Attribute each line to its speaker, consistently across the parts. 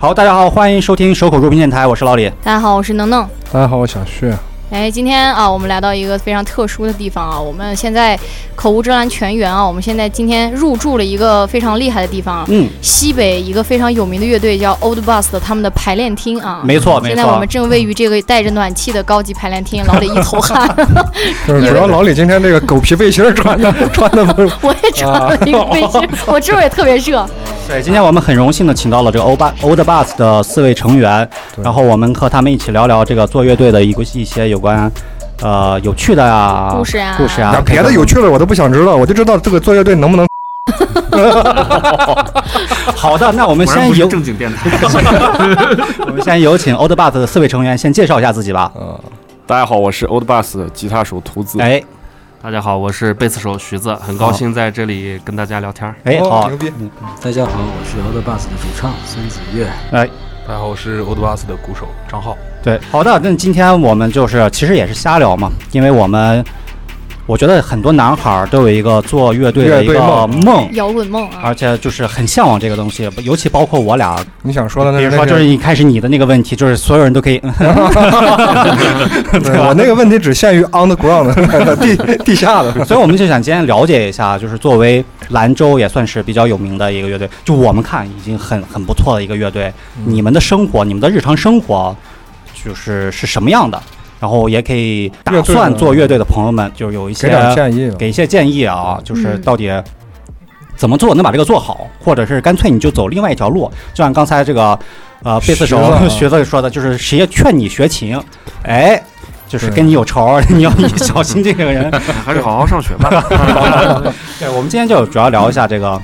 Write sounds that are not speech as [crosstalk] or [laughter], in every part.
Speaker 1: 好，大家好，欢迎收听守口如瓶电台，我是老李。
Speaker 2: 大家好，我是能能。
Speaker 3: 大家好，我小旭。
Speaker 2: 哎，今天啊，我们来到一个非常特殊的地方啊，我们现在口无遮拦全员啊，我们现在今天入驻了一个非常厉害的地方，啊
Speaker 1: 嗯，
Speaker 2: 西北一个非常有名的乐队叫 Old Bus 的他们的排练厅啊。
Speaker 1: 没错，没
Speaker 2: 现在我
Speaker 1: 错
Speaker 2: 们。正位于这个带着暖气的高级排练厅，老李一头汗，
Speaker 1: [laughs]
Speaker 3: 就是主要老李今天这个狗皮背心儿穿的穿的不是
Speaker 2: 我也穿了一个背心，我这会儿也特别热。
Speaker 1: 对，今天我们很荣幸的请到了这个欧巴 Old Bus 的四位成员，
Speaker 3: 对
Speaker 1: 然后我们和他们一起聊聊这个做乐队的一个一些有关，呃，有趣的啊
Speaker 2: 故事啊
Speaker 1: 故事
Speaker 3: 啊
Speaker 1: 啊，
Speaker 3: 别的有趣的我都不想知道，我就知道这个做乐队能不能。
Speaker 1: [laughs] 好的，那我们
Speaker 4: 果然
Speaker 1: 先
Speaker 4: 不是
Speaker 1: 有
Speaker 4: 正经电台。 [laughs]
Speaker 1: 我们先有请 Old Bus 的四位成员先介绍一下自己吧。
Speaker 4: 嗯
Speaker 5: 大家好，我是 Old Bus 吉他手图子。
Speaker 1: 哎
Speaker 4: 大家好，我是贝斯手徐子，很高兴在这里跟大家聊天。
Speaker 1: 哎，
Speaker 3: 哦
Speaker 1: 好
Speaker 3: 牛，逼！
Speaker 6: 大家好，我是 Old Bus 的主唱孙子月。
Speaker 7: 大家好，我是 Old Bus 的鼓手张浩。
Speaker 1: 哎对，好的，那今天我们就是其实也是瞎聊嘛，因为我们我觉得很多男孩儿都有一个做乐队的一
Speaker 3: 乐队
Speaker 1: 个
Speaker 3: 梦
Speaker 1: 梦，
Speaker 2: 摇滚梦啊
Speaker 1: 而，且就是很向往这个东西，尤其包括我俩。
Speaker 3: 你想说的那
Speaker 1: 比如说，
Speaker 3: 那
Speaker 1: 就是一开始你的那个问题，就是所有人都可以，嗯
Speaker 3: 对我那个问题只限于 on the ground 的 [laughs] 地地下的。
Speaker 1: [laughs] 所以我们就想今天了解一下，就是作为兰州也算是比较有名的一个乐队，就我们看已经很很不错的一个乐队，
Speaker 3: 嗯
Speaker 1: 你们的生活，你们的日常生活，就是是什么样的？然后也可以打
Speaker 3: 乐队
Speaker 1: 算
Speaker 3: 呢
Speaker 1: 做乐队的朋友们，就是有一些
Speaker 3: 嗯给点建议吧，
Speaker 1: 给一些建议啊，就是
Speaker 2: 嗯
Speaker 1: 到底怎么做能把这个做好，或者是干脆你就走另外一条路，就像刚才这个呃贝斯手
Speaker 3: 学了
Speaker 1: [laughs] 学子说的，就是谁也劝你学琴，哎。就是
Speaker 3: 对
Speaker 1: 跟你有仇儿， [laughs] 你要你小心这个人。
Speaker 4: [laughs] 还是好好上学吧。
Speaker 1: 对，我们今天就主要聊一下这个，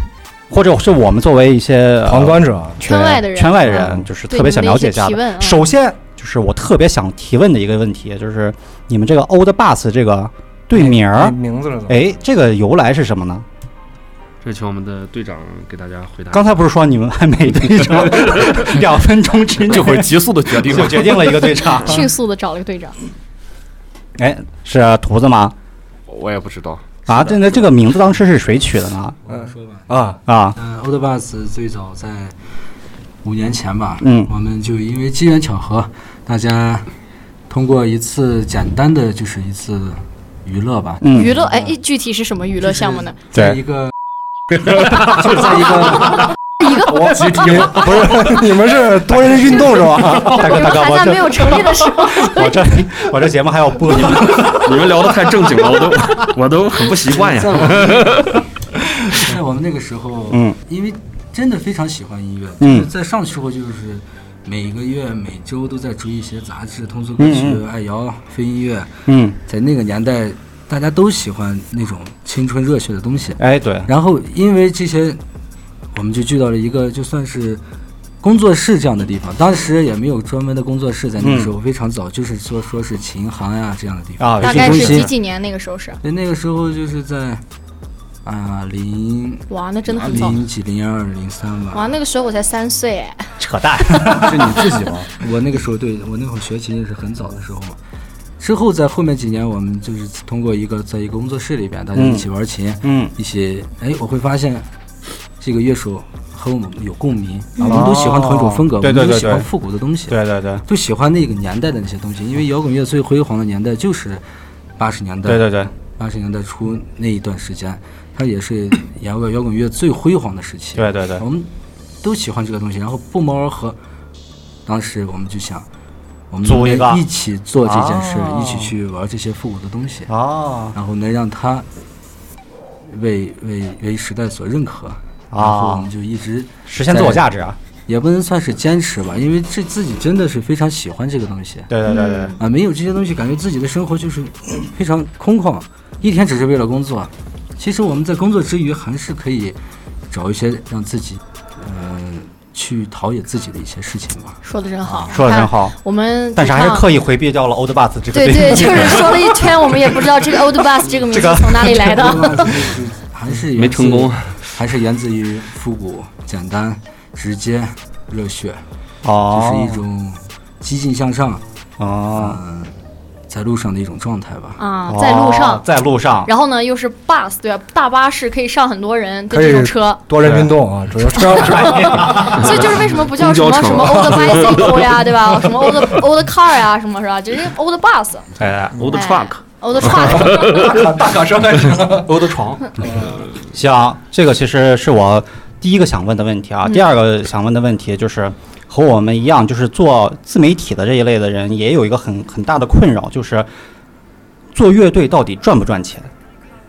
Speaker 1: 或者是我们作为一些呃
Speaker 3: 旁观者。
Speaker 2: 圈外的人
Speaker 1: 圈外
Speaker 2: 啊
Speaker 1: 人，就是
Speaker 2: 对
Speaker 1: 特别想了解一下
Speaker 2: 你们的一些提问啊
Speaker 1: 首先就是我特别想提问的一个问题，就是你们这个 Old Bus 这个队
Speaker 2: 哎
Speaker 1: 名儿，
Speaker 3: 名字是怎么？
Speaker 1: 哎，这个由来是什么呢？
Speaker 4: 这请我们的队长给大家回答。
Speaker 1: 刚才不是说你们还
Speaker 2: [laughs]
Speaker 1: 没队长，两分钟之内
Speaker 5: 这会急速的决定
Speaker 1: 就决定了一个队
Speaker 2: [laughs]
Speaker 1: 长。
Speaker 2: 迅速的找了个队长，
Speaker 1: 哎，是图子吗？
Speaker 5: 我也不知道，
Speaker 1: 啊，这那这个名字当时是谁取的呢？
Speaker 3: 嗯
Speaker 6: 说吧，
Speaker 3: 啊，
Speaker 1: 啊，
Speaker 6: 嗯、o l d Bus 最早在五年前吧，
Speaker 1: 嗯
Speaker 6: 我们就因为机缘巧合，大家通过一次简单的就是一次娱乐吧，
Speaker 1: 嗯
Speaker 2: 娱乐哎，具体是什么娱乐项目呢？
Speaker 6: 在
Speaker 1: 对
Speaker 6: 一个 [laughs] 就在一个
Speaker 3: 我集体不是你们是多人运动是吧？
Speaker 1: 大哥
Speaker 2: 我
Speaker 1: 大哥，
Speaker 2: 们 [laughs] 还
Speaker 1: 我
Speaker 2: 在没
Speaker 1: 这
Speaker 2: 有成立的时
Speaker 1: [laughs]
Speaker 2: 候，
Speaker 1: 我这我这节目还要播你们。
Speaker 4: 你们聊的太正经了，我都 [laughs] 我都很不习惯呀
Speaker 6: 在。我
Speaker 4: [laughs]
Speaker 6: 们在我们那个时候，
Speaker 1: 嗯，
Speaker 6: 因为真的非常喜欢音乐，
Speaker 1: 嗯
Speaker 6: 就是在上时候就是每个月每周都在追一些杂志，通俗歌曲、
Speaker 1: 嗯
Speaker 6: 爱摇、非音乐，
Speaker 1: 嗯，
Speaker 6: 在那个年代，大家都喜欢那种青春热血的东西。
Speaker 1: 哎，对，
Speaker 6: 然后因为这些，我们就聚到了一个就算是工作室这样的地方。当时也没有专门的工作室，在那个时候非常早，就是说说是琴行呀、这样的地方。
Speaker 1: 啊，
Speaker 2: 大
Speaker 1: 是
Speaker 2: 概
Speaker 6: 中
Speaker 2: 是
Speaker 6: 心
Speaker 2: 几几年那个时候是？
Speaker 6: 所以那个时候就是在啊零
Speaker 2: 哇，那真的很早。
Speaker 6: 零几零二零三
Speaker 2: 哇，
Speaker 6: 吧。
Speaker 2: 那个时候我才三岁哎，
Speaker 1: 扯 [laughs] 淡。
Speaker 3: 是你自己吗？
Speaker 6: 我那个时候对我那会儿学琴也是很早的时候。之后在后面几年，我们就是通过一个在一个工作室里边，大家一起玩琴，
Speaker 1: 嗯，
Speaker 6: 一起，哎，我会发现这个乐手和我们有共鸣，我们都喜欢同一种风格，
Speaker 1: 哦对对
Speaker 6: 我们
Speaker 1: 对
Speaker 6: 都喜欢
Speaker 1: 对
Speaker 6: 复古的东西，
Speaker 1: 对对对，
Speaker 6: 就喜欢那个年代的那些东西，因为摇滚乐最辉煌的年代就是八十年代，
Speaker 1: 对对对，
Speaker 6: 八十年代初那一段时间，它也是摇滚摇滚乐最辉煌的时期，
Speaker 1: 对对对
Speaker 6: 我们都喜欢这个东西，然后不谋而合，当时我们就想。我们
Speaker 1: 组一
Speaker 6: 应
Speaker 1: 个
Speaker 6: 该一起做这件事，
Speaker 1: 哦
Speaker 6: 一起去玩这些复古的东西。
Speaker 1: 哦，
Speaker 6: 然后呢，让他为为为时代所认可，然后我们就一直
Speaker 1: 啊实现自我价值啊。
Speaker 6: 也不能算是坚持吧，因为这自己真的是非常喜欢这个东西
Speaker 1: 对对对对，
Speaker 6: 啊，没有这些东西，感觉自己的生活就是 [clears throat] 嗯非常空旷，一天只是为了工作。其实我们在工作之余，还是可以找一些让自己，嗯、去陶冶自己的一些事情
Speaker 2: [laughs]
Speaker 6: 吧。
Speaker 2: 说的真好，
Speaker 1: 说的真好。
Speaker 2: 我们
Speaker 1: 但是还是
Speaker 2: 主唱
Speaker 1: 刻意回避掉了 Old Bus 这个
Speaker 2: 对
Speaker 1: 队
Speaker 2: 对，就是说了一圈，我们也不知道这个 Old Bus 这个名字从哪里
Speaker 1: [laughs]
Speaker 2: 来的。
Speaker 6: 还是源
Speaker 4: 没成
Speaker 6: 自
Speaker 4: 功，
Speaker 6: 还是源自于复古、简单、直接、热血，
Speaker 1: [laughs]
Speaker 6: 就
Speaker 1: 哦，
Speaker 6: 是一种激进向上，
Speaker 1: 哦，
Speaker 6: 嗯、在路上的一种状态吧。
Speaker 2: 啊，在路上
Speaker 1: 哦，在路上，
Speaker 2: 然后呢又是 bus 对吧、大巴是可以上很多人的
Speaker 3: 可以
Speaker 2: 这
Speaker 1: [laughs]
Speaker 2: 种车，
Speaker 3: 多人运动啊，主要主要主要
Speaker 2: 所以就是为什么不叫什么
Speaker 4: 公交车
Speaker 2: 什么 old bicycle 呀，对吧？什么
Speaker 1: [laughs]
Speaker 2: old old car 呀，什么是吧？就是 old bus。
Speaker 1: 哎，
Speaker 4: old
Speaker 2: 哎
Speaker 4: truck，
Speaker 2: old
Speaker 1: [laughs]
Speaker 2: truck，
Speaker 3: 大卡车开始。
Speaker 7: 欧的床，
Speaker 1: 行，这个其实是我第一个想问的问题啊。
Speaker 2: 嗯
Speaker 1: 第二个想问的问题啊就是，和我们一样，就是做自媒体的这一类的人，也有一个很很大的困扰，就是做乐队到底赚不赚钱？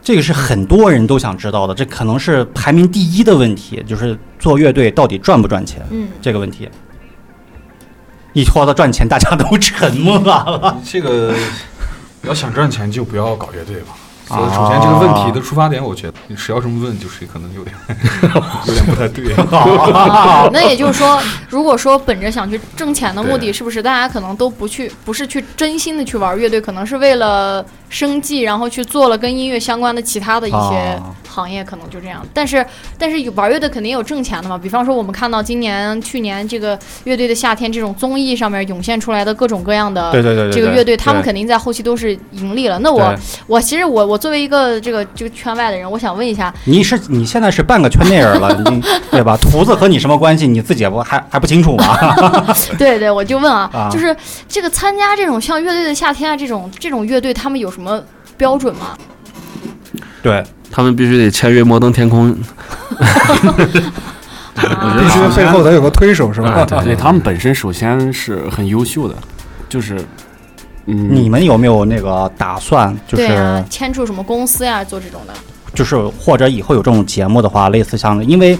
Speaker 1: 这个是很多人都想知道的，这可能是排名第一的问题，就是做乐队到底赚不赚钱
Speaker 2: 嗯，
Speaker 1: 这个问题。一说到赚钱，大家都沉默了。
Speaker 7: 这个 [laughs] 要想赚钱就不要搞乐队吧。所以首先这个问题的出发点，我觉得你只要这么问，就是可能有 [laughs] 点有点不太 [laughs] 对。
Speaker 1: [laughs]
Speaker 2: 那也就是说，如果说本着想去挣钱的目的，
Speaker 7: 对
Speaker 2: 是不是大家可能都不去，不是去真心的去玩乐队，可能是为了生计，然后去做了跟音乐相关的其他的一些
Speaker 1: 啊
Speaker 2: 行业，可能就这样。但是，但是有玩乐队肯定有挣钱的嘛，比方说我们看到今年、去年这个乐队的夏天这种综艺上面涌现出来的各种各样的
Speaker 1: 对对对对，
Speaker 2: 这个乐队，他们
Speaker 1: 对
Speaker 2: 肯定在后期都是盈利了。那我
Speaker 1: 对
Speaker 2: 我其实我我作为一个这个这个圈外的人，我想问一下，
Speaker 1: 你是你现在是半个圈内人
Speaker 2: [laughs]
Speaker 1: 了，你对吧？厨子和你什么关系？你自己也不还还不清楚
Speaker 2: [laughs]
Speaker 1: 吗？ [laughs]
Speaker 2: 对对，我就问啊，
Speaker 1: 啊
Speaker 2: 就是这个参加这种像乐队的夏天啊这种这种乐队，他们有什么标准
Speaker 1: [laughs]
Speaker 2: 吗？
Speaker 1: 对，
Speaker 4: 他们必须得签约摩登天空，
Speaker 2: 啊
Speaker 4: 我觉
Speaker 3: 必
Speaker 4: 得
Speaker 3: 须背后得有个推手是吧？
Speaker 4: 啊对
Speaker 5: 嗯对他们本身首先是很优秀的，就是嗯，
Speaker 1: 你们有没有那个打算？就
Speaker 2: 对
Speaker 1: 是、
Speaker 2: 啊，签出什么公司呀、做这种的？
Speaker 1: 就是或者以后有这种节目的话，类似像因为。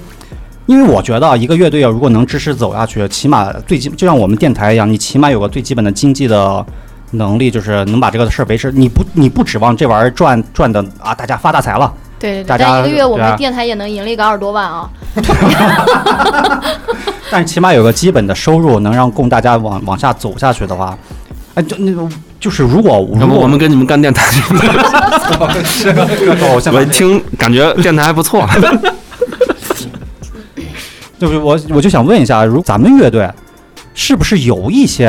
Speaker 1: 因为我觉得啊一个乐队要如果能支持走下去，起码最基就像我们电台一样，你起码有个最基本的经济的能力，就是能把这个事儿维持。你不你不指望这玩意儿赚赚的啊，大家发大财了，
Speaker 2: 对对对
Speaker 1: 大，家
Speaker 2: 但一个月我
Speaker 1: 对啊
Speaker 2: 们电台也能盈利个二十多万啊！
Speaker 1: 但是起码有个基本的收入，能让供大家往往下走下去的话，哎，就那个就是如果如
Speaker 4: 要不
Speaker 1: 果
Speaker 4: 我们跟你们干电台？
Speaker 1: 我想
Speaker 4: 我一听感觉电台还不
Speaker 5: [laughs]
Speaker 4: 错，
Speaker 1: 就是我我就想问一下，如咱们乐队是不是有一些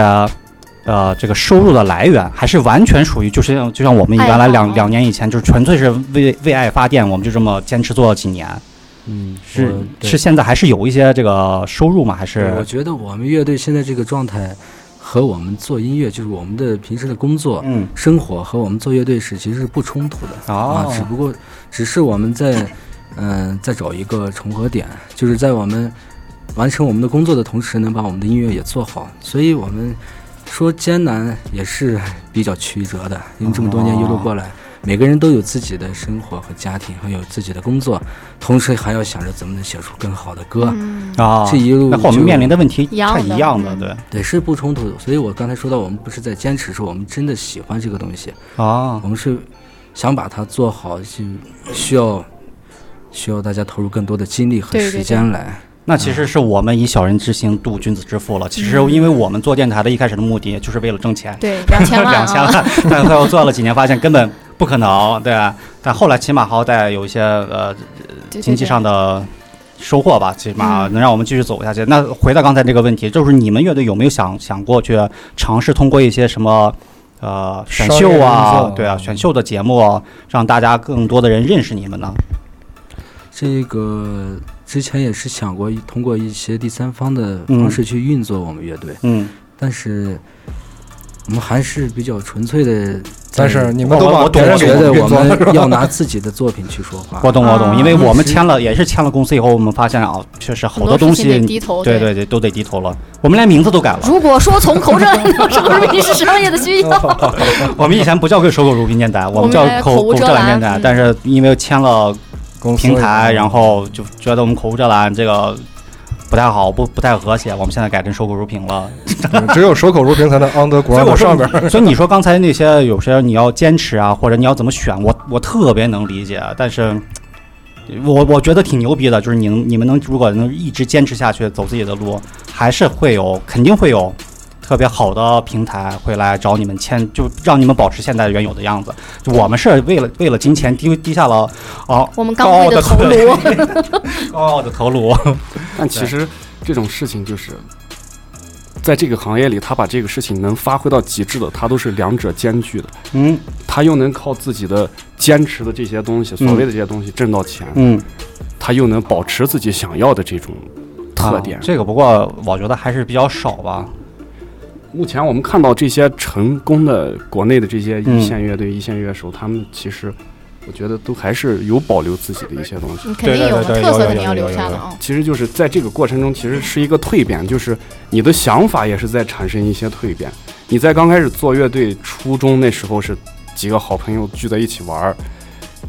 Speaker 1: 呃这个收入的来源，还是完全属于就是像就像我们
Speaker 2: 爱好
Speaker 1: 原来两两年以前就是纯粹是为为爱发电，我们就这么坚持做了几年，
Speaker 6: 嗯，
Speaker 1: 是
Speaker 6: 我对
Speaker 1: 是现在还是有一些这个收入吗？还
Speaker 6: 对我
Speaker 1: 是
Speaker 6: 觉得我们乐队现在这个状态和我们做音乐，就是我们的平时的工作、
Speaker 1: 嗯
Speaker 6: 生活和我们做乐队是其实是不冲突的。啊，
Speaker 1: 哦
Speaker 6: 只不过只是我们在嗯、在找一个重合点，就是在我们完成我们的工作的同时，能把我们的音乐也做好。所以我们说艰难也是比较曲折的，因为这么多年一路过
Speaker 1: 哦
Speaker 6: 来，每个人都有自己的生活和家庭，还有自己的工作，同时还要想着怎么能写出更好的歌。
Speaker 2: 嗯，
Speaker 1: 啊，
Speaker 6: 这一路
Speaker 1: 那和我们
Speaker 6: 就
Speaker 1: 面临的问题
Speaker 2: 一样
Speaker 1: 太一
Speaker 2: 的
Speaker 1: 样的，
Speaker 2: 嗯
Speaker 1: 对
Speaker 6: 对，是不冲突的。所以我刚才说到，我们不是在坚持，是我们真的喜欢这个东西。
Speaker 1: 啊
Speaker 6: 我们是想把它做好，是需要需要大家投入更多的精力和
Speaker 2: 对对
Speaker 6: 时间来。
Speaker 1: 那其实是我们以小人之心度君子之腹
Speaker 2: 嗯
Speaker 1: 了。其实，因为我们做电台的一开始的目的就是为了挣钱，
Speaker 2: 对，两千
Speaker 1: [laughs]
Speaker 2: 万
Speaker 1: 两千
Speaker 2: 啊！
Speaker 1: 万，但最后做了几年，发现根本不可能，对吧？但后来起码好歹有一些呃
Speaker 2: 对对
Speaker 1: 经济
Speaker 2: 对嗯
Speaker 1: 上的收获吧，起码能让我们继续走下去。那回到刚才这个问题，就是你们乐队有没有想想过去尝试通过一些什么？呃，选秀
Speaker 3: 商业
Speaker 1: 啊
Speaker 3: 运，作
Speaker 1: 对啊，选秀的节目啊，让大家更多的人认识你们呢。
Speaker 6: 这个之前也是想过通过一些第三方的方式去运作我们乐队，
Speaker 1: 嗯，
Speaker 6: 但是我们还是比较纯粹的。
Speaker 3: 但是你们
Speaker 1: 我
Speaker 3: 都
Speaker 1: 我
Speaker 3: 把
Speaker 1: 懂
Speaker 3: 别人
Speaker 6: 我
Speaker 3: 给
Speaker 6: 觉得
Speaker 3: 运
Speaker 6: 我
Speaker 3: 作了，
Speaker 6: 们要拿自己的作品去说话。
Speaker 1: 我懂我
Speaker 2: 啊
Speaker 1: 懂，因为我们
Speaker 6: 其实
Speaker 1: 签了也是签了公司以后，我们发现啊，确实好
Speaker 2: 很多
Speaker 1: 东
Speaker 2: 事情得
Speaker 1: 西，
Speaker 2: 低头。
Speaker 1: 对对对，都得低头了。我们连名字都改了，
Speaker 2: 如果说从口
Speaker 1: [laughs]
Speaker 2: 上来到手是民是商业的需要，
Speaker 1: 我们以前不叫手狗如冰电台，我
Speaker 2: 我
Speaker 1: 们
Speaker 2: 们
Speaker 1: 叫
Speaker 2: 来
Speaker 1: 口
Speaker 2: 口无遮
Speaker 1: 遮拦电
Speaker 2: 拦
Speaker 1: 台
Speaker 2: 嗯。
Speaker 1: 但是因为签了
Speaker 3: [laughs] 公司啊
Speaker 1: 平台，然后就觉得我们口无遮拦这个不太好，不不太和谐。我们现在改成守口如瓶了。
Speaker 3: 对嗯只有守口如瓶才能 on the
Speaker 1: 所以
Speaker 3: ground
Speaker 1: 我说
Speaker 3: 上边。
Speaker 1: 你，所以你说刚才那些有些你要坚持啊，或者你要怎么选，我我特别能理解。啊但是，我我觉得挺牛逼的，就是你能你们能如果能一直坚持下去，走自己的路，还是会有肯定会有。特别好的平台会来找你们签，就让你们保持现在原有的样子。就我们是为了为了金钱低低下了哦
Speaker 2: 我们
Speaker 1: 高
Speaker 2: 刚
Speaker 1: 傲
Speaker 2: 贵
Speaker 1: 的
Speaker 2: 头
Speaker 1: 头
Speaker 2: 颅。
Speaker 1: 颅，高傲的头颅。
Speaker 5: 但其实这种事情就是在这个行业里，他把这个事情能发挥到极致的，他都是两者兼具的。
Speaker 1: 嗯
Speaker 5: 他又能靠自己的坚持的这些东西，所谓的这些东西挣到钱，
Speaker 1: 嗯，
Speaker 5: 他又能保持自己想要的这种特点
Speaker 1: 啊。这个不过我觉得还是比较少吧。
Speaker 5: 目前我们看到这些成功的国内的这些
Speaker 1: 嗯
Speaker 5: 一线乐队、一线乐手，他们其实我觉得都还是有保留自己的一些东西。
Speaker 2: 你肯定有
Speaker 1: 对对
Speaker 2: 的
Speaker 1: 对
Speaker 2: 特
Speaker 1: 有有
Speaker 2: 色，肯定
Speaker 1: 有
Speaker 2: 要
Speaker 1: 有
Speaker 2: 留
Speaker 1: 有
Speaker 2: 下
Speaker 1: 有
Speaker 2: 的啊。
Speaker 5: 其实就是在这个过程中，其实是一个蜕变，就是你的想法也是在产生一些蜕变。你在刚开始做乐队初中那时候是几个好朋友聚在一起玩儿，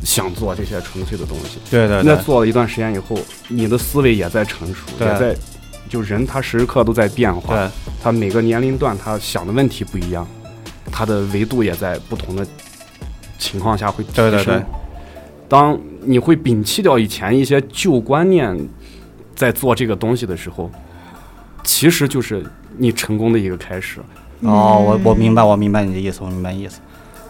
Speaker 5: 想做这些纯粹的东西。
Speaker 1: 对对
Speaker 5: 那做了一段时间以后，你的思维也在成熟，也
Speaker 1: 对
Speaker 5: 在，就人他时时刻都在变化，
Speaker 1: 对，
Speaker 5: 他每个年龄段他想的问题不一样，他的维度也在不同的情况下会提升。
Speaker 1: 对对对
Speaker 5: 当你会摒弃掉以前一些旧观念，在做这个东西的时候，其实就是你成功的一个开始。
Speaker 1: 哦，
Speaker 2: 嗯
Speaker 1: 我我明白，我明白你的意思，我明白你的意思。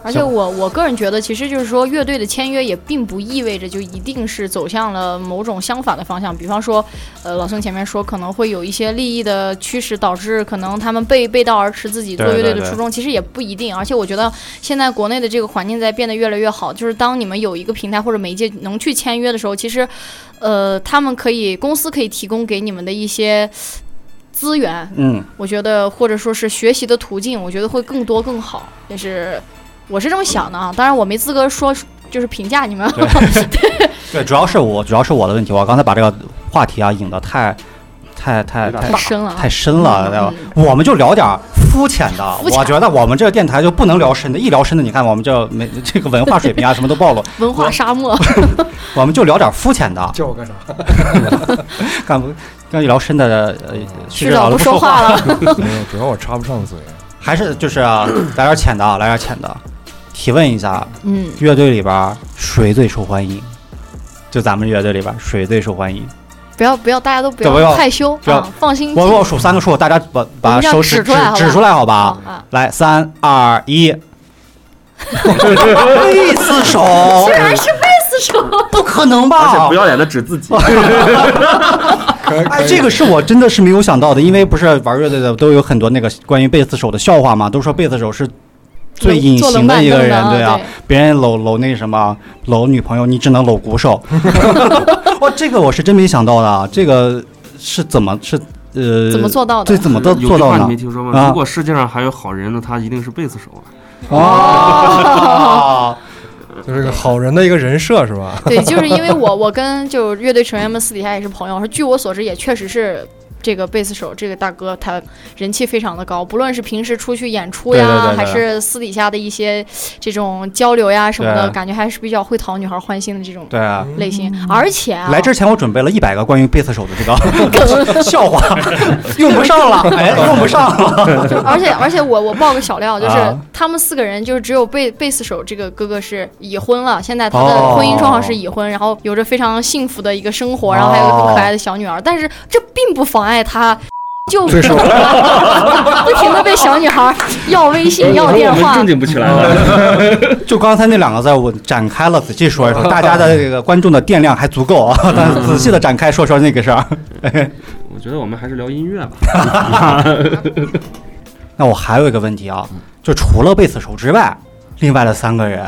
Speaker 2: 而且我我个人觉得，其实就是说，乐队的签约也并不意味着就一定是走向了某种相反的方向。比方说，呃，老孙前面说可能会有一些利益的驱使，导致可能他们背背道而驰自己做
Speaker 1: 对
Speaker 2: 乐队的
Speaker 1: 对对
Speaker 2: 初衷，其实也不一定。而且我觉得现在国内的这个环境在变得越来越好，就是当你们有一个平台或者媒介能去签约的时候，其实，呃，他们可以公司可以提供给你们的一些。资源，
Speaker 1: 嗯，
Speaker 2: 我觉得或者说是学习的途径，我觉得会更多更好，也是我是这么想的啊。当然我没资格说，就是评价你 [laughs] 们。
Speaker 1: [laughs] 对，主要是我，主要是我的问题。我刚才把这个话题啊引得太、太、太、
Speaker 5: 有点
Speaker 1: 太
Speaker 2: 太深了啊，
Speaker 1: 太深了，对吧
Speaker 2: 嗯？
Speaker 1: 我们就聊点儿肤浅的。
Speaker 2: [laughs] 肤浅
Speaker 1: 我觉得我们这个电台就不能聊深的，一聊深的，你看我们这没 [laughs] 这个文化水平啊，什么都暴露。
Speaker 2: 文化沙漠。
Speaker 1: 我们就聊点儿肤浅的，
Speaker 7: 叫我干啥？
Speaker 1: 干不干一聊深的，呃，去
Speaker 2: [laughs] 区长
Speaker 1: 不
Speaker 2: 不说
Speaker 1: 话
Speaker 2: 话了，
Speaker 3: 没嗯有，主要我插不上嘴。
Speaker 1: 还是就是啊来点浅的啊，来点浅的。提问一下，
Speaker 2: 嗯，
Speaker 1: 乐队里边儿谁最受欢迎？就咱们乐队里边儿谁最受欢迎？
Speaker 2: 不要不要，大家都不
Speaker 1: 对不要
Speaker 2: 要害羞
Speaker 1: 不要
Speaker 2: 啊，放心。
Speaker 1: 我我数三个数，大家把
Speaker 2: 我
Speaker 1: 把
Speaker 2: 们这样
Speaker 1: 手指
Speaker 2: 指出来好吧
Speaker 1: 指出来好吧？
Speaker 2: 好啊，
Speaker 1: 来，三二
Speaker 2: [laughs]
Speaker 1: 一，贝斯手，
Speaker 2: 居然是贝斯手，
Speaker 1: 不可能
Speaker 4: 而且
Speaker 1: 吧
Speaker 4: 不？要脸的指自己，
Speaker 1: [laughs] 哎，这个是我真的是没有想到的，因为不是玩乐队的都有很多那个关于贝斯手的笑话嘛，都说贝斯手是最隐
Speaker 2: 坐
Speaker 1: 形
Speaker 2: 冷
Speaker 1: 的
Speaker 2: 板
Speaker 1: 一
Speaker 2: 凳
Speaker 1: 个
Speaker 2: 的
Speaker 1: 人，对
Speaker 2: 对
Speaker 1: 啊，，别人搂搂那什么搂女朋友，你只能搂鼓
Speaker 4: [laughs]
Speaker 1: 手。哇，这个我是真没想到的啊，这个是怎么是呃
Speaker 2: 怎么？做到
Speaker 1: 这
Speaker 2: 的？
Speaker 1: 怎么
Speaker 4: 有
Speaker 1: 都
Speaker 4: 句
Speaker 1: 做到
Speaker 4: 话你
Speaker 1: 呢
Speaker 4: 没？听说
Speaker 1: 啊
Speaker 4: 吗？如果世界上还有好人呢，他一定是贝斯手啊。 [laughs]
Speaker 1: 哦，
Speaker 3: 就是个好人的一个人设
Speaker 1: [laughs]
Speaker 3: 是吧？
Speaker 2: 对，就是因为我我跟就乐队成员们私底下也是朋友，说据我所知也确实是这个贝斯手这个大哥他人气非常的高，不论是平时出去演出呀，
Speaker 1: 对对对对
Speaker 2: 还是私底下的一些这种交流呀什么的，
Speaker 1: 对
Speaker 2: 感觉还是比较会讨女孩欢心的这种
Speaker 1: 对啊。
Speaker 2: 类型。而且啊，
Speaker 1: 来之前我准备了一百个关于贝斯手的这个 [laughs] 笑
Speaker 4: [laughs]
Speaker 1: 话，用不上了，哎，用不上了。
Speaker 2: 就而且而且我我爆个小料，就是
Speaker 1: 啊
Speaker 2: 他们四个人，就是只有贝贝斯手这个哥哥是已婚了，现在他
Speaker 1: 哦
Speaker 2: 的婚姻状况是已婚，然后有着非常幸福的一个生活，然后还有一个很可爱的小女儿，但是这并不妨碍他。就不
Speaker 3: 最受
Speaker 2: 停的被小女孩要微信、要电话，
Speaker 4: 经不起来了，
Speaker 1: 就刚才那两个字，我展开了仔细说一说，大家的这个观众的电量还足
Speaker 4: [laughs]
Speaker 1: 够啊，但是仔细的展开说说那个事儿。
Speaker 4: [laughs] 我觉得我们还是聊音乐吧。
Speaker 1: 那我还有一个问题啊，就除了贝斯手之外，另外的三个人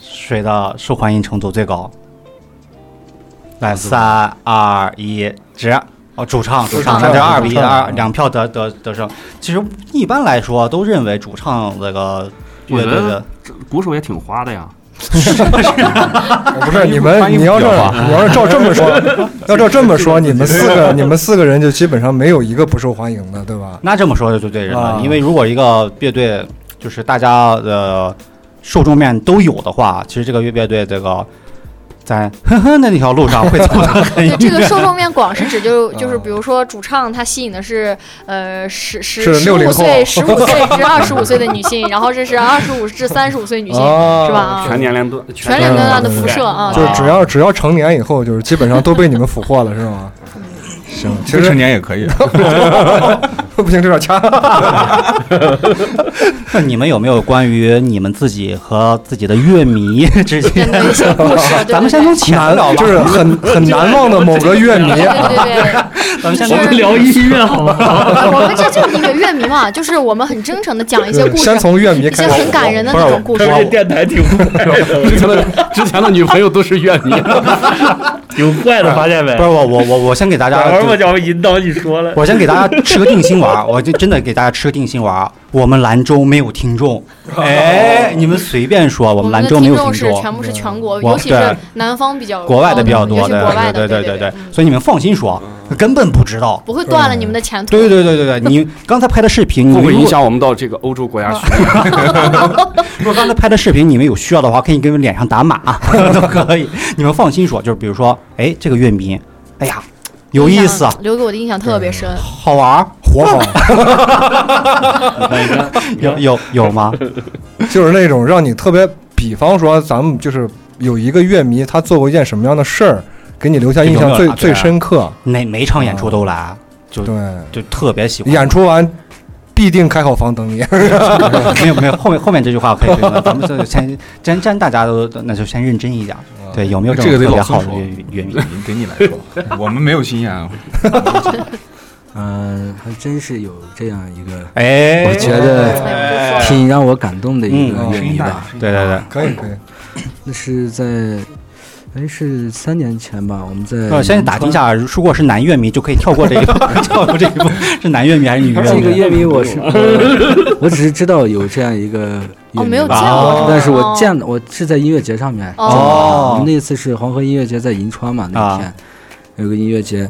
Speaker 1: 谁的受欢迎程度最高？来，三二一，指哦，主唱，主唱
Speaker 2: 主唱
Speaker 1: 三点二比一
Speaker 3: 主唱
Speaker 1: 二两票得得得胜。其实一般来说都认为主唱这个乐队
Speaker 4: 我觉
Speaker 1: 的
Speaker 4: 得这鼓手也挺花的呀，
Speaker 3: 不是你们，你要是你要是照这么说，要照这么说，你们四个你们四个人就基本上没有一个不受欢迎的，对吧？
Speaker 1: 那这么说就对人了，
Speaker 3: 啊
Speaker 1: 因为如果一个乐队就是大家的受众面都有的话，其实这个乐队这个在哼哼的那条路上会走得很
Speaker 2: [laughs] 对
Speaker 1: 远。
Speaker 2: 这个受众面广是指就就是
Speaker 3: 嗯
Speaker 2: 比如说主唱他吸引的是呃十
Speaker 3: 是
Speaker 2: 十十
Speaker 3: 60
Speaker 2: 五
Speaker 3: 后
Speaker 2: 岁十五岁至二十五岁的女性，然后这是二十五至三十五岁女性，
Speaker 3: 啊
Speaker 2: 是吧？啊
Speaker 5: 全年龄段，
Speaker 2: 全
Speaker 5: 年
Speaker 2: 年
Speaker 5: 龄
Speaker 2: 龄
Speaker 5: 段
Speaker 2: 段的辐射啊，
Speaker 3: 就是只要只要成年以后，就是基本上都被你们俘获了，是吗？行，其
Speaker 7: 未
Speaker 3: 实
Speaker 7: 成年也可以。啊
Speaker 1: [laughs]
Speaker 3: 不行，这点掐。
Speaker 1: 那你们有没有关于你们自己和自己的乐
Speaker 2: [laughs]
Speaker 1: 迷之间？
Speaker 2: 的一些 [laughs] 故事，对对对
Speaker 1: 咱们先从浅的聊吧，
Speaker 3: 就是很很难忘的某个乐迷啊
Speaker 2: 对。对对对。
Speaker 1: 咱们先
Speaker 2: 我
Speaker 1: 从
Speaker 2: 们
Speaker 4: 聊哦音乐好吗？
Speaker 2: 我们这就是一个乐迷嘛，就是我们很真诚的讲一些故事，
Speaker 3: 先从乐迷
Speaker 2: 一些
Speaker 3: 开
Speaker 2: 很
Speaker 3: 始。
Speaker 2: 感人的那种故事。
Speaker 4: 电台挺坏 [laughs] 的，
Speaker 5: 之前的之前的女朋友都是
Speaker 4: [laughs]
Speaker 5: 乐迷，
Speaker 4: 有坏的发现没 [laughs]
Speaker 1: 不是？我我我我先给大家，就
Speaker 4: 叫引导你说了。
Speaker 1: 我先给大家吃个定心丸儿，我就真的给大家吃个定心丸儿。我们兰州没有听众，哎，你们随便说，我
Speaker 2: 我
Speaker 1: 们
Speaker 2: 们
Speaker 1: 兰
Speaker 2: 的
Speaker 1: 州没
Speaker 2: 听
Speaker 1: 有
Speaker 2: 众是
Speaker 1: 听众
Speaker 2: 全。部是全国，
Speaker 1: 我
Speaker 2: 尤其是
Speaker 1: 对
Speaker 2: 南方比较
Speaker 1: 国外的
Speaker 2: 高
Speaker 1: 比较
Speaker 2: 尤
Speaker 1: 多，
Speaker 2: 其国外
Speaker 1: 对
Speaker 2: 的，
Speaker 1: 对
Speaker 2: 对
Speaker 1: 对对，
Speaker 2: 嗯
Speaker 1: 所以你们放心说，根本不知道。
Speaker 2: 不会断了你们的前途。
Speaker 1: 对对对对对，你刚才拍的视频，你
Speaker 5: 会
Speaker 1: 们
Speaker 5: 不会
Speaker 1: 如
Speaker 5: 影
Speaker 1: 果
Speaker 5: 响我们到这个欧洲国家去？
Speaker 1: 如果刚才拍的视频你们有需要的话，可以给我们脸上打码啊
Speaker 6: [laughs]
Speaker 1: 都可以。你们放心说，就是比如说，哎，这个乐迷，哎呀，有意思，啊，
Speaker 2: 留给我的印象特别深。
Speaker 1: 好玩儿，
Speaker 3: 活好，
Speaker 6: 嗯
Speaker 1: 有有有
Speaker 6: [laughs]
Speaker 1: 吗？
Speaker 3: 就是那种让你特别，比方说咱们就是有一个乐迷，他做过一件什么样的事儿，给你留下印象
Speaker 1: 有没
Speaker 3: 最
Speaker 1: 有啊对啊
Speaker 3: 最深刻。
Speaker 1: 哪每场演出都来，啊
Speaker 6: 哦
Speaker 3: 对，
Speaker 1: 就特别喜欢。
Speaker 3: 演出完必定开好房
Speaker 1: [laughs]
Speaker 3: 等你。
Speaker 1: 没有没有，后面后面这句话可以评
Speaker 6: [laughs]
Speaker 1: 论，咱们就先先先大家都那就先认真一点。
Speaker 6: 哦
Speaker 1: 对，有没有
Speaker 7: 这
Speaker 1: 种
Speaker 7: 个得
Speaker 1: 特别
Speaker 7: 老孙
Speaker 1: 好的
Speaker 7: 说
Speaker 1: 乐乐迷？
Speaker 7: 你给你来说，我们没有经验啊。
Speaker 6: 嗯、还真是有这样一个
Speaker 1: 哎，
Speaker 6: 我觉得嗯
Speaker 2: 哎
Speaker 6: 挺让我感动的一个
Speaker 1: 嗯
Speaker 6: 乐迷吧。
Speaker 1: 对对对，
Speaker 3: 可以可以，
Speaker 6: 那是在，哎，是三年前吧？我们在
Speaker 1: 呃，先打听一下，如果是男乐迷就可以跳过这一
Speaker 6: [laughs]
Speaker 1: 步，跳过这一步，是男乐迷还是女乐
Speaker 6: 这个
Speaker 1: 迷？
Speaker 2: [laughs]
Speaker 6: 乐迷，我是我只是知道有这样一个乐迷
Speaker 2: 哦，没有见
Speaker 1: 吧
Speaker 2: 过
Speaker 1: 哦，
Speaker 6: 但是我见我是在音乐节上面见到的
Speaker 1: 哦
Speaker 6: 我们那次是黄河音乐节在银川嘛，那
Speaker 1: 啊
Speaker 6: 天、有个音乐节，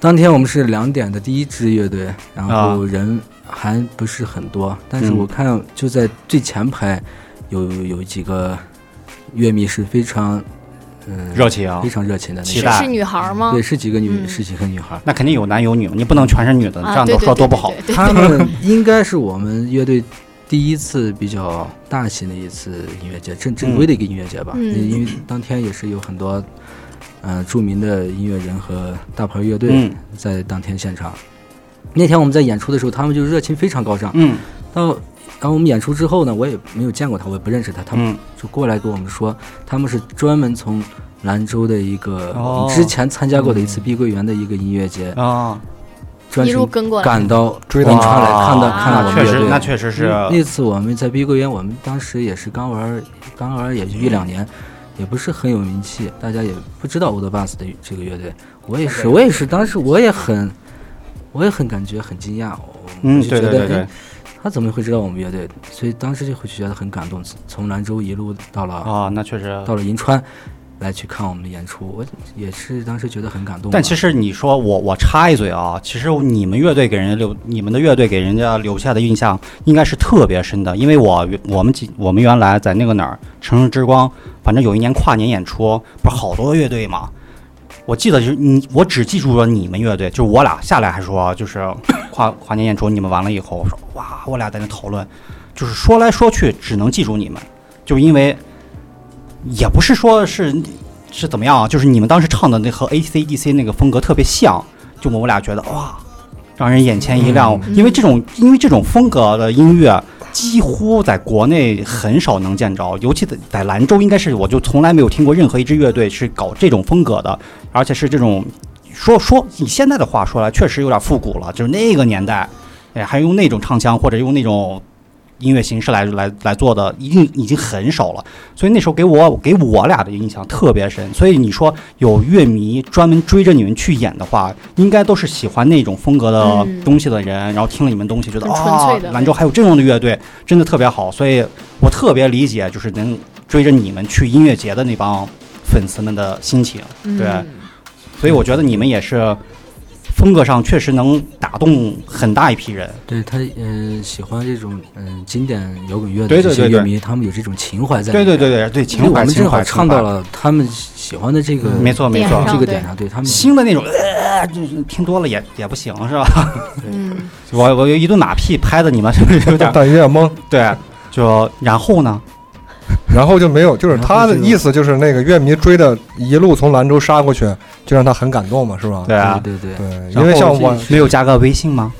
Speaker 6: 当天我们是两点的第一支乐队，然后人还不是很多，但是
Speaker 1: 啊嗯
Speaker 6: 我看就在最前排有有几个乐迷是非常嗯、
Speaker 1: 热情啊
Speaker 6: 非，常热情的那种，
Speaker 1: 期
Speaker 2: 是
Speaker 1: 待
Speaker 2: 是女孩吗
Speaker 6: 对，？是几个女、
Speaker 2: 嗯
Speaker 6: 是几个女孩儿。
Speaker 1: 那肯定有男有女，你不能全是女的，这
Speaker 2: 啊，
Speaker 1: 样
Speaker 2: 对
Speaker 1: 都
Speaker 2: 对
Speaker 1: 说多
Speaker 2: 对
Speaker 1: 不好。
Speaker 2: [laughs] 对对
Speaker 6: 他们应该是我们乐队第一次比较大型的一次音乐节，正正规的一个音乐节吧。
Speaker 2: 嗯
Speaker 6: 因为当天也是有很多，呃，著名的音乐人和大牌乐队
Speaker 1: 嗯
Speaker 6: 在当天现场。那天我们在演出的时候，他们就热情非常高涨。
Speaker 1: 嗯
Speaker 6: 到然后我们演出之后呢，我也没有见过他，我也不认识他，他们
Speaker 1: 嗯
Speaker 6: 就过来跟我们说，他们是专门从兰州的一个、
Speaker 1: 哦嗯
Speaker 6: 之前参加过的一次碧桂园的一个音乐节，
Speaker 1: 啊，
Speaker 6: 专
Speaker 2: 一路
Speaker 6: 程
Speaker 2: 跟过来，
Speaker 6: 赶到
Speaker 3: 追到
Speaker 6: 银川来看到
Speaker 2: 哇
Speaker 6: 看
Speaker 1: 那
Speaker 6: 我们
Speaker 1: 确
Speaker 6: 乐
Speaker 1: 实
Speaker 6: 队。
Speaker 1: 那确实是
Speaker 6: 那那次我们在碧桂园，我们当时也是刚玩，刚玩也就一两年，也不是很有名气，大家也不知道 Old Bus 的这个乐队。我也是，我也是，当时我也很，我也很感觉很惊讶，我
Speaker 1: 嗯
Speaker 6: 我就
Speaker 1: 对
Speaker 6: 觉得
Speaker 1: 对对对
Speaker 6: 哎，他怎么会知道我们乐队？所以当时就会觉得很感动，从兰州一路到了、
Speaker 1: 啊，那确实
Speaker 6: 到了银川。来去看我们的演出，我也是当时觉得很感动吧。
Speaker 1: 但其实你说我我插一嘴啊，其实你们乐队给人家留你们的乐队给人家留下的印象应该是特别深的，因为我我们几我们原来在那个哪儿城市之光，反正有一年跨年演出，不是好多乐队嘛。我记得就是你，我只记住了你们乐队，就是我俩下来还说，就是 [coughs] 跨跨年演出你们完了以后，我说哇，我俩在那讨论，就是说来说去只能记住你们，就是因为也不是说是是怎么样啊？就是你们当时唱的那和 AC/DC 那个风格特别像，就我俩觉得哇，让人眼前一亮。
Speaker 2: 嗯
Speaker 1: 因为这种因为这种风格的音乐几乎在国内很少能见着，尤其在在兰州，应该是我就从来没有听过任何一支乐队是搞这种风格的，而且是这种说说以现在的话说来，确实有点复古了，就是那个年代，哎，还用那种唱腔或者用那种。音乐形式来来来做的，已经已经很少了。所以那时候给我给我俩的印象特别深。所以你说有乐迷专门追着你们去演的话，应该都是喜欢那种风格的
Speaker 2: 嗯
Speaker 1: 东西的人，然后听了你们东西觉得
Speaker 2: 很纯粹
Speaker 1: 啊
Speaker 2: 的，
Speaker 1: 兰州还有这样的乐队，真的特别好。所以我特别理解，就是能追着你们去音乐节的那帮粉丝们的心情。
Speaker 2: 嗯
Speaker 1: 对所以我觉得你们也是风格上确实能打动很大一批人。
Speaker 6: 对他，嗯、喜欢这种嗯、经典摇滚乐的
Speaker 1: 对
Speaker 6: 这
Speaker 1: 对
Speaker 6: 些
Speaker 1: 对对
Speaker 6: 乐迷，他们有这种情怀在里
Speaker 1: 对
Speaker 6: 面。
Speaker 1: 对对对对，
Speaker 6: 因为
Speaker 1: 情怀
Speaker 6: 我们
Speaker 1: 情
Speaker 6: 正好
Speaker 1: 怀
Speaker 6: 唱
Speaker 1: 情
Speaker 6: 到
Speaker 1: 怀，
Speaker 6: 了他们喜欢的这个
Speaker 1: 没错没
Speaker 2: 点
Speaker 1: 错
Speaker 2: 上。
Speaker 6: 这个点上，对他们
Speaker 1: 新的那种，呃，就是听多了也也不行，是吧？ [laughs]
Speaker 2: 嗯，
Speaker 1: 我我有
Speaker 3: [laughs]
Speaker 1: 一顿马屁拍的你们是不是有点
Speaker 3: 但有点懵。
Speaker 1: 对？就然后呢？
Speaker 3: 然后就没有，就是
Speaker 6: 然后
Speaker 3: 他的
Speaker 6: 就
Speaker 3: 意思就是那个乐迷追的一路从兰州杀过去，就让他很感动嘛，是吧？
Speaker 1: 对啊，
Speaker 6: 对对对，
Speaker 3: 对，
Speaker 1: 然
Speaker 3: 因为像
Speaker 1: 后
Speaker 3: 我
Speaker 1: 没有加个微信吗？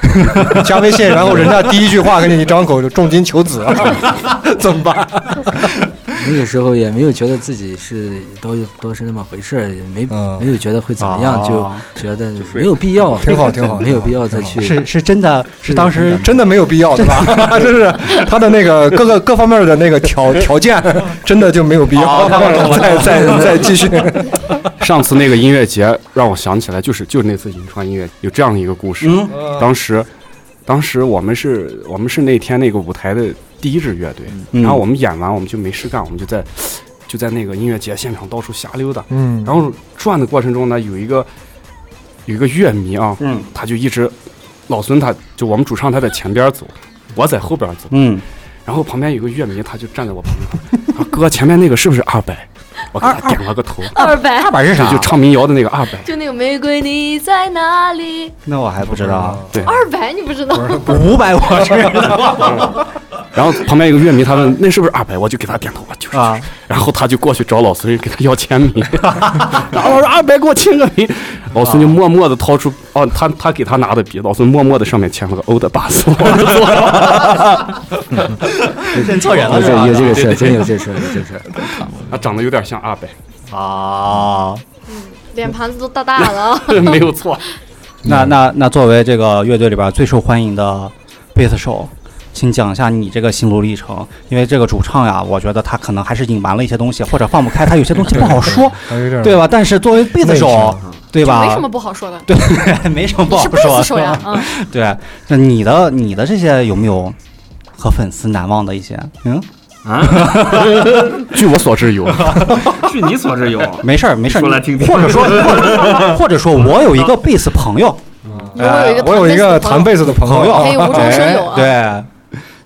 Speaker 1: [laughs]
Speaker 3: 加微信，然后人家第一句话给你一张口就重金求子， [laughs] 怎么办？
Speaker 6: 那个时候也没有觉得自己是都都是那么回事儿，也没
Speaker 3: 嗯
Speaker 6: 没有觉得会怎么样，就
Speaker 1: 哦
Speaker 6: 觉得没有必要，
Speaker 3: 挺好挺好
Speaker 6: [laughs] 没有必要
Speaker 3: 挺
Speaker 6: 再
Speaker 3: 好
Speaker 6: 去
Speaker 1: 是是真的，是当时
Speaker 3: 真的没有必要，对吧？
Speaker 1: [laughs]
Speaker 3: 真是他的那个各个各方面的那个条条件，真的就没有必要 [laughs] 再
Speaker 5: [laughs]
Speaker 3: 再再继续。
Speaker 5: 上次那个音乐节让我想起来，就是就是那次银川音乐有这样的一个故事。
Speaker 1: 嗯
Speaker 5: 当时，当时我们是我们是那天那个舞台的第一支乐队，
Speaker 1: 嗯
Speaker 5: 然后我们演完我们就没事干，我们就在就在那个音乐节现场到处瞎溜达。
Speaker 3: 嗯，
Speaker 5: 然后转的过程中呢，有一个有一个乐迷啊，
Speaker 1: 嗯
Speaker 5: 他就一直老孙他就我们主唱他在前边走，我在后边走，
Speaker 1: 嗯，
Speaker 5: 然后旁边有个乐迷，他就站在我旁边，他说哥前面那个是不是二百？我给他点了个头，
Speaker 2: 二百，
Speaker 1: 二百是
Speaker 5: 就
Speaker 1: 啥
Speaker 5: 就？唱民谣的那个二百。
Speaker 2: 就那个玫瑰你在哪里？
Speaker 1: 那我还不知道，
Speaker 5: 对，
Speaker 2: 二百你不知道？
Speaker 1: 五百我知
Speaker 5: 然后旁边有个乐迷，他问那是不是二百？我就给他点头，我就是。
Speaker 1: 啊
Speaker 5: 然后他就过去找老孙给他要签名， [laughs] 然后我说二百给我签个名，老孙就默默的掏出哦，他他给他拿的笔，老孙默默的上面签了个欧的巴 [laughs] 斯，
Speaker 1: 认错人
Speaker 6: 有
Speaker 1: 了是吧
Speaker 6: 这有这个事儿，真有这事儿，有这
Speaker 1: [laughs]
Speaker 6: 事儿。
Speaker 5: 他啊长得有点像二百，
Speaker 1: 啊。
Speaker 2: [laughs] 脸盘子都大大的啊。
Speaker 5: [laughs] 没有错。
Speaker 1: 那那那作为这个乐队里边最受欢迎的贝斯手，请讲一下你这个心路历程，因为这个主唱呀，我觉得他可能还是隐瞒了一些东西，或者放不开，他有些东西不好说，
Speaker 3: 还有点
Speaker 1: 对吧？但是作为贝斯手，对吧？
Speaker 2: 没什么不好说的。
Speaker 1: 对， [laughs] 没什么不
Speaker 2: 你
Speaker 1: 好
Speaker 2: 是贝
Speaker 1: 说
Speaker 2: 斯手呀，嗯，
Speaker 1: 对，那你的你的这些有没有和粉丝难忘的一些？嗯，
Speaker 5: 据我所知 [laughs] 有，
Speaker 4: 据你所知有，
Speaker 1: 没事儿，没事儿，
Speaker 4: 说来听听
Speaker 1: 或者说，或者或者说我有一个贝斯朋友，
Speaker 2: 嗯我有一个
Speaker 3: 哎我有一个弹
Speaker 2: 弹贝
Speaker 3: 贝斯的朋
Speaker 1: 朋
Speaker 2: 可
Speaker 1: 友
Speaker 2: 哎
Speaker 1: 哎
Speaker 2: 以无中生有啊。
Speaker 1: 对，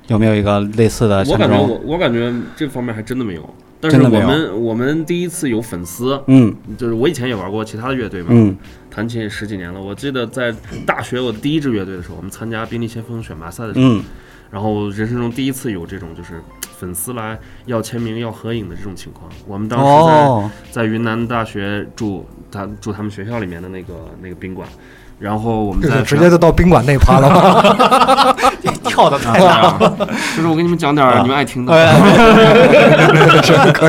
Speaker 1: 有没有一个类似的？
Speaker 4: 我
Speaker 1: 像这
Speaker 4: 感觉
Speaker 1: 种？
Speaker 4: 我我感觉这方面还真的没有。但是
Speaker 1: 真
Speaker 4: 我
Speaker 1: 的没有
Speaker 4: 们我们第一次有粉丝，
Speaker 1: 嗯
Speaker 4: 就是我以前也玩过其他的乐队嘛，
Speaker 1: 嗯
Speaker 4: 弹琴也十几年了。我记得在大学我的第一支乐队的时候，我们参加宾利先锋选拔赛的时候，
Speaker 1: 嗯
Speaker 4: 然后人生中第一次有这种就是粉丝来要签名要合影的这种情况。我们当时在、
Speaker 1: 哦，
Speaker 4: 在云南大学住他住他们学校里面的那个那个宾馆，然后我们
Speaker 3: 就是
Speaker 4: 在
Speaker 3: 直接就到宾馆那
Speaker 1: [laughs]
Speaker 3: 趴了嘛。
Speaker 1: 跳的太
Speaker 4: 就是我给你们讲点儿你们爱听的。
Speaker 3: 可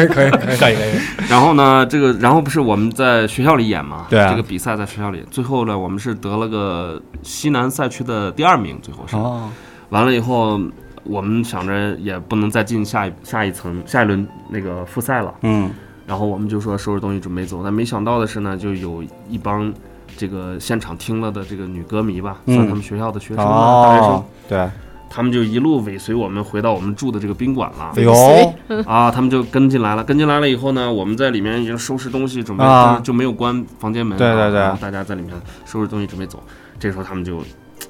Speaker 3: 以可以可以，
Speaker 4: [laughs] 然后呢，这个然后不是我们在学校里演嘛？
Speaker 1: 对啊
Speaker 4: 这个比赛在学校里，最后呢，我们是得了个西南赛区的第二名，最后是。
Speaker 1: 哦，
Speaker 4: 完了以后，我们想着也不能再进下一下一层下一轮那个复赛了，
Speaker 1: 嗯
Speaker 4: 然后我们就说收拾东西准备走，但没想到的是呢，就有一帮这个现场听了的这个女歌迷吧，
Speaker 1: 嗯
Speaker 4: 算他们学校的学生吧、大学生
Speaker 1: 哦，，对，
Speaker 4: 他们就一路尾随我们回到我们住的这个宾馆了。
Speaker 1: 哎呦，
Speaker 4: 啊，他们就跟进来了，跟进来了以后呢，我们在里面已经收拾东西，准备、
Speaker 1: 啊
Speaker 4: 就就没有关房间门，啊
Speaker 1: 对对对
Speaker 4: 然后大家在里面收拾东西准备走，这时候他们就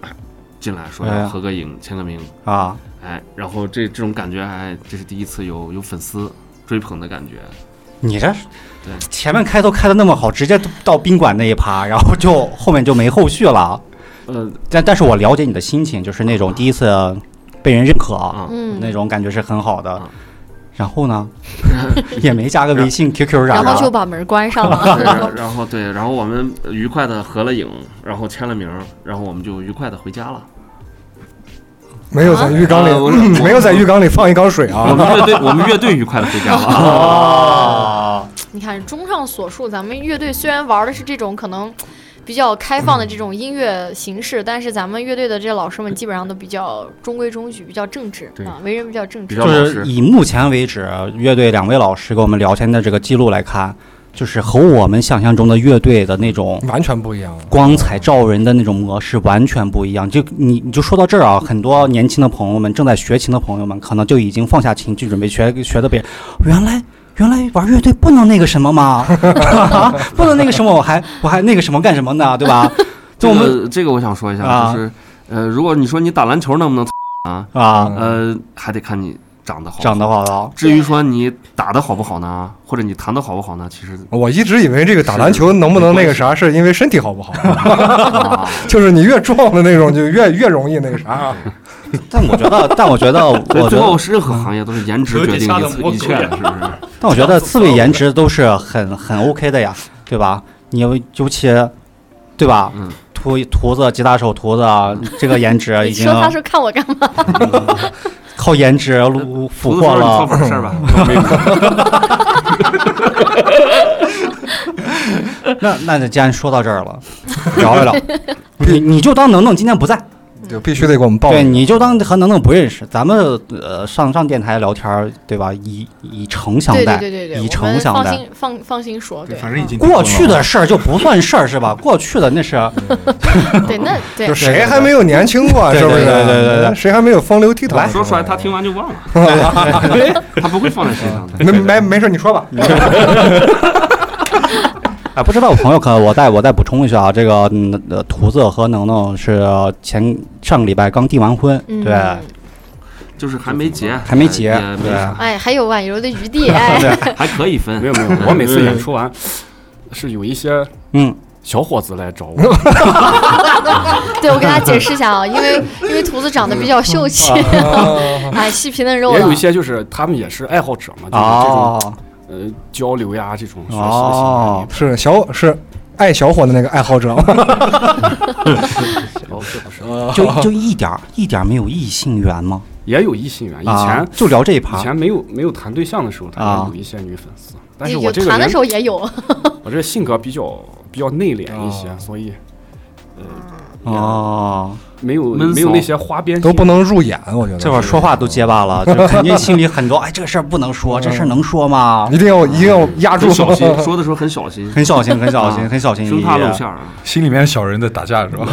Speaker 4: 哎进来说
Speaker 1: 哎
Speaker 4: 要
Speaker 1: 呀
Speaker 4: 合个影、签个名，
Speaker 1: 啊，
Speaker 4: 哎，然后这这种感觉，哎，这是第一次有有粉丝追捧的感觉，
Speaker 1: 你这是
Speaker 4: 对
Speaker 1: 前面开头开的那么好，直接到宾馆那一趴，然后就后面就没后续了。
Speaker 4: 呃
Speaker 1: 但但是我了解你的心情，就是那种第一次被人认可啊，
Speaker 4: 啊，
Speaker 2: 嗯，
Speaker 1: 那种感觉是很好的
Speaker 4: 啊。
Speaker 1: 然后呢，
Speaker 2: [laughs]
Speaker 1: 也没加个微信、QQ 啥
Speaker 2: 然后就
Speaker 1: 的，啊
Speaker 2: 把门关上了。
Speaker 4: 对然然后对，然后我们愉快的合了影，然后签了名，然后我们就愉快的回家了。
Speaker 3: 没有在浴缸
Speaker 4: 啊我是
Speaker 3: 里，嗯
Speaker 4: 我
Speaker 3: 没有在浴缸里放一缸水啊
Speaker 4: 我。们乐队，我们乐队愉快的回家了。哦
Speaker 2: 你看，综上所述，咱们乐队虽然玩的是这种可能比较开放的这种音乐形式，但是咱们乐队的这些老师们基本上都比较中规中矩，比较正直
Speaker 4: 对
Speaker 2: 啊，为人比较正直
Speaker 4: 比较。
Speaker 1: 就
Speaker 4: 老
Speaker 1: 是
Speaker 4: 实
Speaker 1: 以目前为止乐队两位老师跟我们聊天的这个记录来看，就是和我们想象中的乐队的那种
Speaker 3: 完全不一样，
Speaker 1: 光彩照人的那种模式完全不一样。就你你就说到这儿啊，很多年轻的朋友们，正在学琴的朋友们，可能就已经放下琴去准备学学的别人。原来原来玩乐队不能那个什么吗？ [laughs] 不能那个什么，我还我还那个什么干什么呢？对吧？[laughs] 就
Speaker 4: 这
Speaker 1: 我们
Speaker 4: 个这个我想说一下，
Speaker 1: 啊
Speaker 4: 就是呃，如果你说你打篮球能不能啊，
Speaker 1: 啊，
Speaker 4: 呃，还得看你长得好。
Speaker 1: 长得。好了，
Speaker 4: 至于说你打的好不好呢，或者你弹的好不好呢，其实
Speaker 3: 我一直以为这个打篮球能不能那个啥，是因为身体好不好， [laughs]
Speaker 4: 啊，
Speaker 1: [laughs]
Speaker 3: 就是你越壮的那种就越越容易那个啥。啊
Speaker 1: 但我觉得，但我觉得，
Speaker 4: 所以
Speaker 1: 我觉
Speaker 4: 最后
Speaker 1: 得，
Speaker 4: 是任何行业都是颜值决定
Speaker 1: [laughs]
Speaker 4: 一一切的，是不是？
Speaker 1: 但我觉得刺猬颜值都是很很 OK 的呀，对吧？你尤尤其，对吧？
Speaker 4: 嗯
Speaker 1: 图图子吉他手图子啊这个颜值已
Speaker 2: 你
Speaker 1: 经
Speaker 2: 说他是看我干嘛？
Speaker 1: 靠颜值虏
Speaker 4: 不
Speaker 1: 俘
Speaker 4: 是说
Speaker 1: 获
Speaker 4: 你
Speaker 1: 了，
Speaker 4: 操粉
Speaker 1: [laughs]
Speaker 4: 事儿吧？
Speaker 1: 那那既然说到这儿了，聊一聊，你你就当能能今天不在，
Speaker 3: 就必须得给我们报。
Speaker 1: 对，你就当和能能不认识，咱们呃上上电台聊天儿，对吧？以以诚相
Speaker 2: 对对
Speaker 1: 待，
Speaker 2: 对对对，
Speaker 1: 以
Speaker 2: 我
Speaker 1: 诚
Speaker 2: 们
Speaker 1: 相
Speaker 2: 放
Speaker 1: 待。
Speaker 2: 心放放心说，对，
Speaker 7: 反正已经
Speaker 1: 过去的事儿就不算事儿是吧？过去的那是
Speaker 2: 嗯对那对
Speaker 3: 就谁还没有年轻过啊，
Speaker 1: 对
Speaker 3: 是
Speaker 1: 对
Speaker 3: 不是？
Speaker 1: 对对对对
Speaker 3: 谁还没有风流倜傥？
Speaker 4: 说出来他听完就忘
Speaker 1: [laughs]
Speaker 4: 了，他不会放在心上的。
Speaker 3: 没没没事，你说吧。
Speaker 1: 嗯啊，不知道的朋友可能我再我再补充一下啊，这个嗯呃图子和能能是前上个礼拜刚订完婚，
Speaker 2: 嗯
Speaker 1: 对，
Speaker 4: 就是还没结，
Speaker 1: [laughs] 还没结，
Speaker 4: 也没
Speaker 1: 对
Speaker 4: 啥，
Speaker 2: 哎，还有挽留的余地，哎，
Speaker 4: 还可以分
Speaker 5: 没。有没有，我每次演出完是有一些
Speaker 1: 嗯，
Speaker 5: 小伙子来找我，
Speaker 2: 对我给大家解释一下啊，因为因为图子长得比较秀气，哎，细皮嫩肉
Speaker 5: 也有
Speaker 2: 了
Speaker 5: 一，些就是他们也是爱好者嘛，
Speaker 1: 哦
Speaker 5: 就是这种呃交流呀这种学习的心态
Speaker 1: 哦，
Speaker 3: 是小是爱小伙的那个爱好者，
Speaker 1: [laughs]
Speaker 5: 哦，是不是？
Speaker 1: 就就一点儿一点儿没有异性缘吗？
Speaker 5: 也有异性缘，以
Speaker 1: 啊
Speaker 5: 前
Speaker 1: 就聊这一
Speaker 5: 以
Speaker 1: 盘，
Speaker 5: 前没有没有谈对象的时候，他
Speaker 1: 啊
Speaker 5: 有一些女粉丝，但是
Speaker 2: 有
Speaker 5: 我这个
Speaker 2: 谈的
Speaker 5: 人
Speaker 2: 时，候也有，
Speaker 5: 我这性格比较比较内敛一些，所以
Speaker 1: 哦，
Speaker 5: 没有
Speaker 4: 闷骚
Speaker 5: 没有那些花边
Speaker 3: 都不
Speaker 5: 能
Speaker 3: 能入眼，我觉得
Speaker 1: 这会儿说话都结巴 [laughs] 了，就肯定心里很多，哎，这个事儿不能说，这事儿能说吗？
Speaker 3: 一定要一定要压住
Speaker 4: 很。小心，说的时候很
Speaker 1: [laughs]
Speaker 4: 小心，
Speaker 1: 很小心，很小心，很小 [laughs] 心翼
Speaker 4: 生
Speaker 1: 翼
Speaker 4: 怕。露馅儿啊。
Speaker 7: 心里面小人在打架是吧？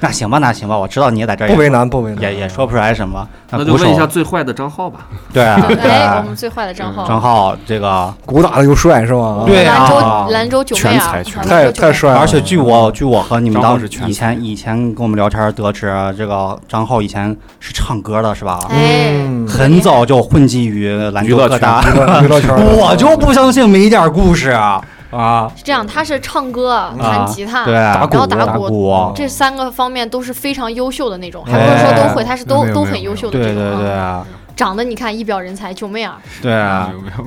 Speaker 1: 那行吧，那行吧，我知道你也在这儿
Speaker 3: [laughs] 不
Speaker 1: 也，
Speaker 3: 为难不为难，
Speaker 1: 也也说不出来什么。
Speaker 4: 那就
Speaker 1: 鼓手
Speaker 4: 问一下最坏的张浩吧。
Speaker 1: 对
Speaker 2: [laughs]
Speaker 1: 啊
Speaker 2: 哎，我
Speaker 1: 对，
Speaker 2: 们最坏的账号，
Speaker 1: 张浩这个，
Speaker 3: 鼓打的又帅是吧？
Speaker 1: 对
Speaker 2: 兰
Speaker 1: 啊
Speaker 2: 州，兰州九妹
Speaker 5: 全
Speaker 2: 啊，
Speaker 5: 才
Speaker 2: 兰州
Speaker 5: 全
Speaker 2: 九
Speaker 3: 太
Speaker 2: 妹
Speaker 3: 太帅了，
Speaker 1: 而且据我据我和你们
Speaker 5: 张浩
Speaker 1: 当
Speaker 5: 是全才
Speaker 1: 以前以前跟我们聊天得知，这个张浩以前是唱歌的是吧？
Speaker 2: 哎，
Speaker 3: 嗯
Speaker 1: 很早就混迹于兰州各大，
Speaker 3: 娱乐娱乐圈儿，
Speaker 1: [laughs] 我就不相信没点故事啊！啊，
Speaker 2: 是这样，他是唱歌、弹吉他，
Speaker 1: 对，啊
Speaker 2: 然后
Speaker 1: 打
Speaker 2: 啊打鼓。
Speaker 1: 鼓，
Speaker 2: 这三个方面都是非常优秀的那种，还不是说都会，他是都
Speaker 7: 没有
Speaker 2: 都
Speaker 7: 没有
Speaker 2: 很优秀的
Speaker 1: 对
Speaker 2: 这
Speaker 1: 对
Speaker 2: 种啊。
Speaker 1: 对
Speaker 2: 长得你看一表人才，九妹啊，
Speaker 1: 对，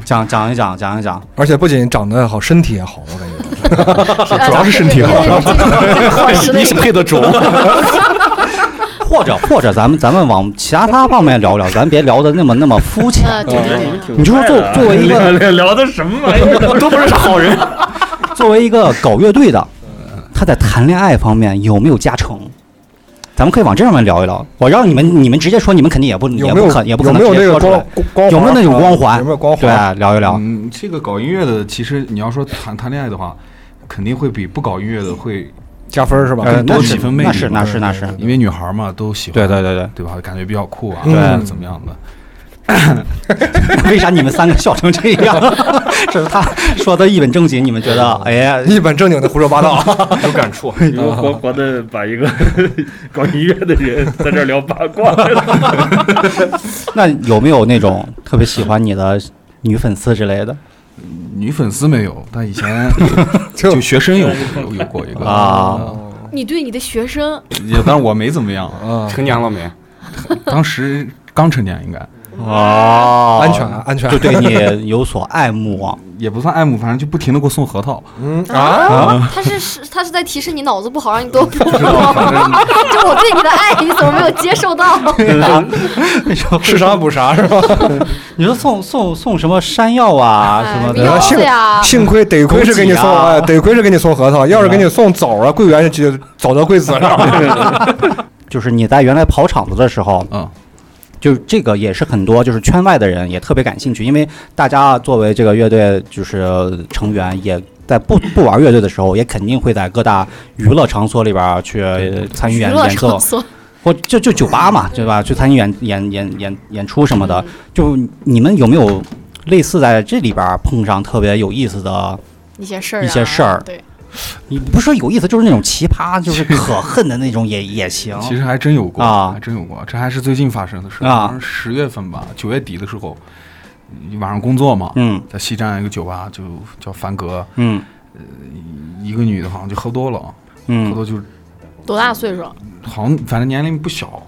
Speaker 1: 讲讲一讲讲一
Speaker 2: [laughs]
Speaker 1: 讲，
Speaker 3: 而且不仅长得好，身体也好，我感觉。
Speaker 1: 嗯
Speaker 2: 主要是身体好。伙食的一个
Speaker 5: 配得中，
Speaker 1: [laughs] 或者或者咱们咱们往其他他方面聊聊，咱别聊的那么那么肤浅。
Speaker 2: 呃，对对
Speaker 1: [laughs]
Speaker 2: 对，
Speaker 1: 你就说作作为一个
Speaker 4: [laughs] 聊的什么玩意
Speaker 1: [laughs]
Speaker 4: 儿？都不是好人。
Speaker 1: 作为一个搞乐队的，他在谈恋爱方面有没有加成？咱们可以往这上面聊一聊。我让你们你们直接说，你们肯定也不也
Speaker 3: 有没
Speaker 1: 不
Speaker 3: 有
Speaker 1: 可也不可
Speaker 3: 有
Speaker 1: 能
Speaker 3: 没
Speaker 1: 直
Speaker 3: 有
Speaker 1: 接
Speaker 3: 那
Speaker 1: 说
Speaker 3: 个
Speaker 1: 出
Speaker 3: 光
Speaker 1: 来。
Speaker 3: 光啊
Speaker 1: 有没有那种光环
Speaker 3: 有没有光
Speaker 1: 对
Speaker 3: 环？
Speaker 1: 啊，聊一聊。
Speaker 7: [laughs] 嗯，这个搞音乐的，其实你要说谈谈恋爱的话，肯定会比不搞音乐的会，
Speaker 3: 加嗯分儿是吧？
Speaker 1: 呃，那
Speaker 7: 多
Speaker 1: 是
Speaker 7: 几分魅力
Speaker 1: 那是
Speaker 7: 嘛
Speaker 1: 那是那是，
Speaker 7: 因为女孩嘛都喜欢，
Speaker 1: 对对对
Speaker 7: 对吧？感觉比较酷啊，
Speaker 3: 对
Speaker 7: 或者怎么样的？
Speaker 1: 对。 [laughs] 为啥你们三个笑成这样？ [laughs] 这是他说的一本正经，你们觉得
Speaker 3: 嗯
Speaker 1: 哎呀
Speaker 3: [laughs] 一本正经的胡说八道，啊
Speaker 5: 有感触。
Speaker 8: 你们活活的把一个搞音乐的人在这儿聊八卦，
Speaker 1: 那有没有那种特别喜欢你的女粉丝之类的
Speaker 7: 女粉丝没有，但以
Speaker 1: [laughs]
Speaker 7: 前
Speaker 3: 就
Speaker 7: 就学生有有有过一个，
Speaker 1: 啊？
Speaker 2: 你对你的学生，
Speaker 7: 也但是我没怎么样，呃
Speaker 5: 成年了没？
Speaker 7: 当时刚成年，应该
Speaker 1: 哦
Speaker 3: 安全啊安全
Speaker 1: 就对你有所爱
Speaker 3: [laughs]
Speaker 1: 慕。啊
Speaker 7: 也不算爱慕，反正就不停的给我送核桃，
Speaker 2: 啊，他是是他是在提示你脑子不好，让你
Speaker 1: [laughs]
Speaker 2: 多补补。就我对你的爱，你怎么没有接受到？
Speaker 3: 吃啥补啥是吧？
Speaker 1: [laughs] 你说送送送什么山药啊什
Speaker 2: 哎
Speaker 1: 么，
Speaker 2: 腰
Speaker 1: 的，
Speaker 2: 子呀，
Speaker 3: 幸亏得亏是给你送，
Speaker 1: 枸杞啊
Speaker 3: 哎，得亏是给你送核 [laughs] 桃，要是给你送枣啊，桂圆就早得贵死 [laughs] 了。嗯
Speaker 1: 就是你在原来跑场子的时候，
Speaker 7: 嗯，
Speaker 1: 就是这个也是很多就是圈外的人也特别感兴趣，因为大家作为这个乐队就是成员也。在不不玩乐队的时候，也肯定会在各大娱乐场所里边儿去呃参与
Speaker 2: 娱
Speaker 1: 演
Speaker 2: 乐
Speaker 1: 演奏
Speaker 2: 场，所，
Speaker 1: 或就就酒吧嘛，对吧？去参与演演演演演出什么的
Speaker 2: 嗯，
Speaker 1: 就你们有没有类似在这里边儿碰上特别有意思的？
Speaker 2: [laughs] 一些事儿啊，
Speaker 1: 一些事儿
Speaker 2: 对，
Speaker 1: 你不是说有意思，就是那种奇葩，就是可恨的那种也也行。
Speaker 7: 其实还真有过
Speaker 1: 啊
Speaker 7: 还真有过，这还是最近发生的事，
Speaker 1: 啊
Speaker 7: 好像十月份吧，九月底的时候，嗯晚上工作嘛，
Speaker 1: 嗯
Speaker 7: 在西站一个酒吧，就叫凡格，
Speaker 1: 嗯
Speaker 7: 一个女的好像就喝多了，喝
Speaker 1: 嗯
Speaker 7: 多就
Speaker 2: 多大岁数？
Speaker 7: 好像反正年龄不小，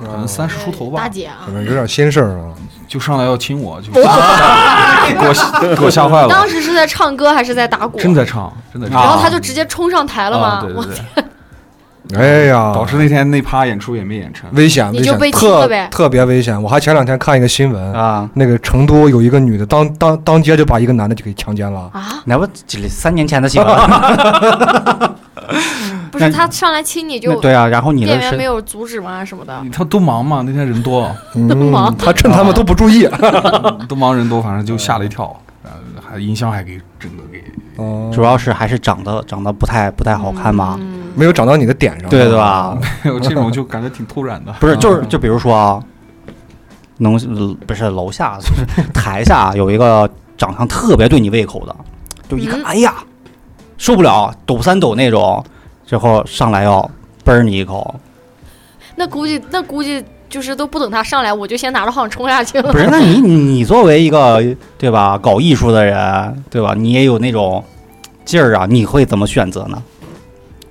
Speaker 7: 可能三十出头
Speaker 2: 嗯大
Speaker 7: 吧，
Speaker 2: 姐啊
Speaker 3: 可，能有点心事儿啊。
Speaker 7: 就上来要亲
Speaker 2: [laughs]
Speaker 7: 我，就给我吓给我吓坏了
Speaker 2: 啊当，时是在唱歌还是在打鼓？啊
Speaker 7: 真在唱，真在唱。
Speaker 1: 啊
Speaker 2: 然后他就直接冲上台了
Speaker 7: 啊，
Speaker 2: 吗
Speaker 7: 对？
Speaker 2: 哇
Speaker 7: 对对，
Speaker 3: 哎呀，
Speaker 7: 导致那天那趴演出也没演成。
Speaker 3: 危险，
Speaker 2: 你
Speaker 3: 危
Speaker 2: 就
Speaker 3: 险
Speaker 2: 被亲了
Speaker 3: 特
Speaker 2: 呗
Speaker 3: 特别危险。我还前两天看一个新闻，
Speaker 1: 啊，
Speaker 3: 那个成都有一个女的当当当街就把一个男的就给强奸了。
Speaker 2: 啊，
Speaker 1: 那不这里三年前的新闻，
Speaker 2: 不是他上来亲你就
Speaker 1: 那对啊，然后你
Speaker 2: 店
Speaker 1: 的
Speaker 2: 员没
Speaker 1: 是
Speaker 2: 有阻止吗？什么的？
Speaker 7: 他都忙嘛，那天人多， [laughs]
Speaker 2: 那么忙
Speaker 3: 嗯，他趁他们都不注意，
Speaker 7: 都忙人多，反正就吓了一跳，然后还音箱还给整个给 [laughs]
Speaker 3: 哦
Speaker 1: 主要是还是长得长得不太不太好看嘛，
Speaker 2: 嗯，
Speaker 3: 没有长到你的点上。
Speaker 1: 对对？吧？
Speaker 7: 没有，这种就感觉挺突然的。
Speaker 1: 不是，就是就比如说啊，能呃不是楼下就是台下有一个长相特别对你胃口的，就一看，
Speaker 2: 嗯
Speaker 1: 哎呀，受不了，抖三抖那种，最后上来要嘣儿你一口，
Speaker 2: 那估计那估计就是都不等他上来，我就先拿着号冲下去了。
Speaker 1: 不是？那你你你作为一个对吧，搞艺术的人，对吧？你也有那种劲儿啊，你会怎么选择呢？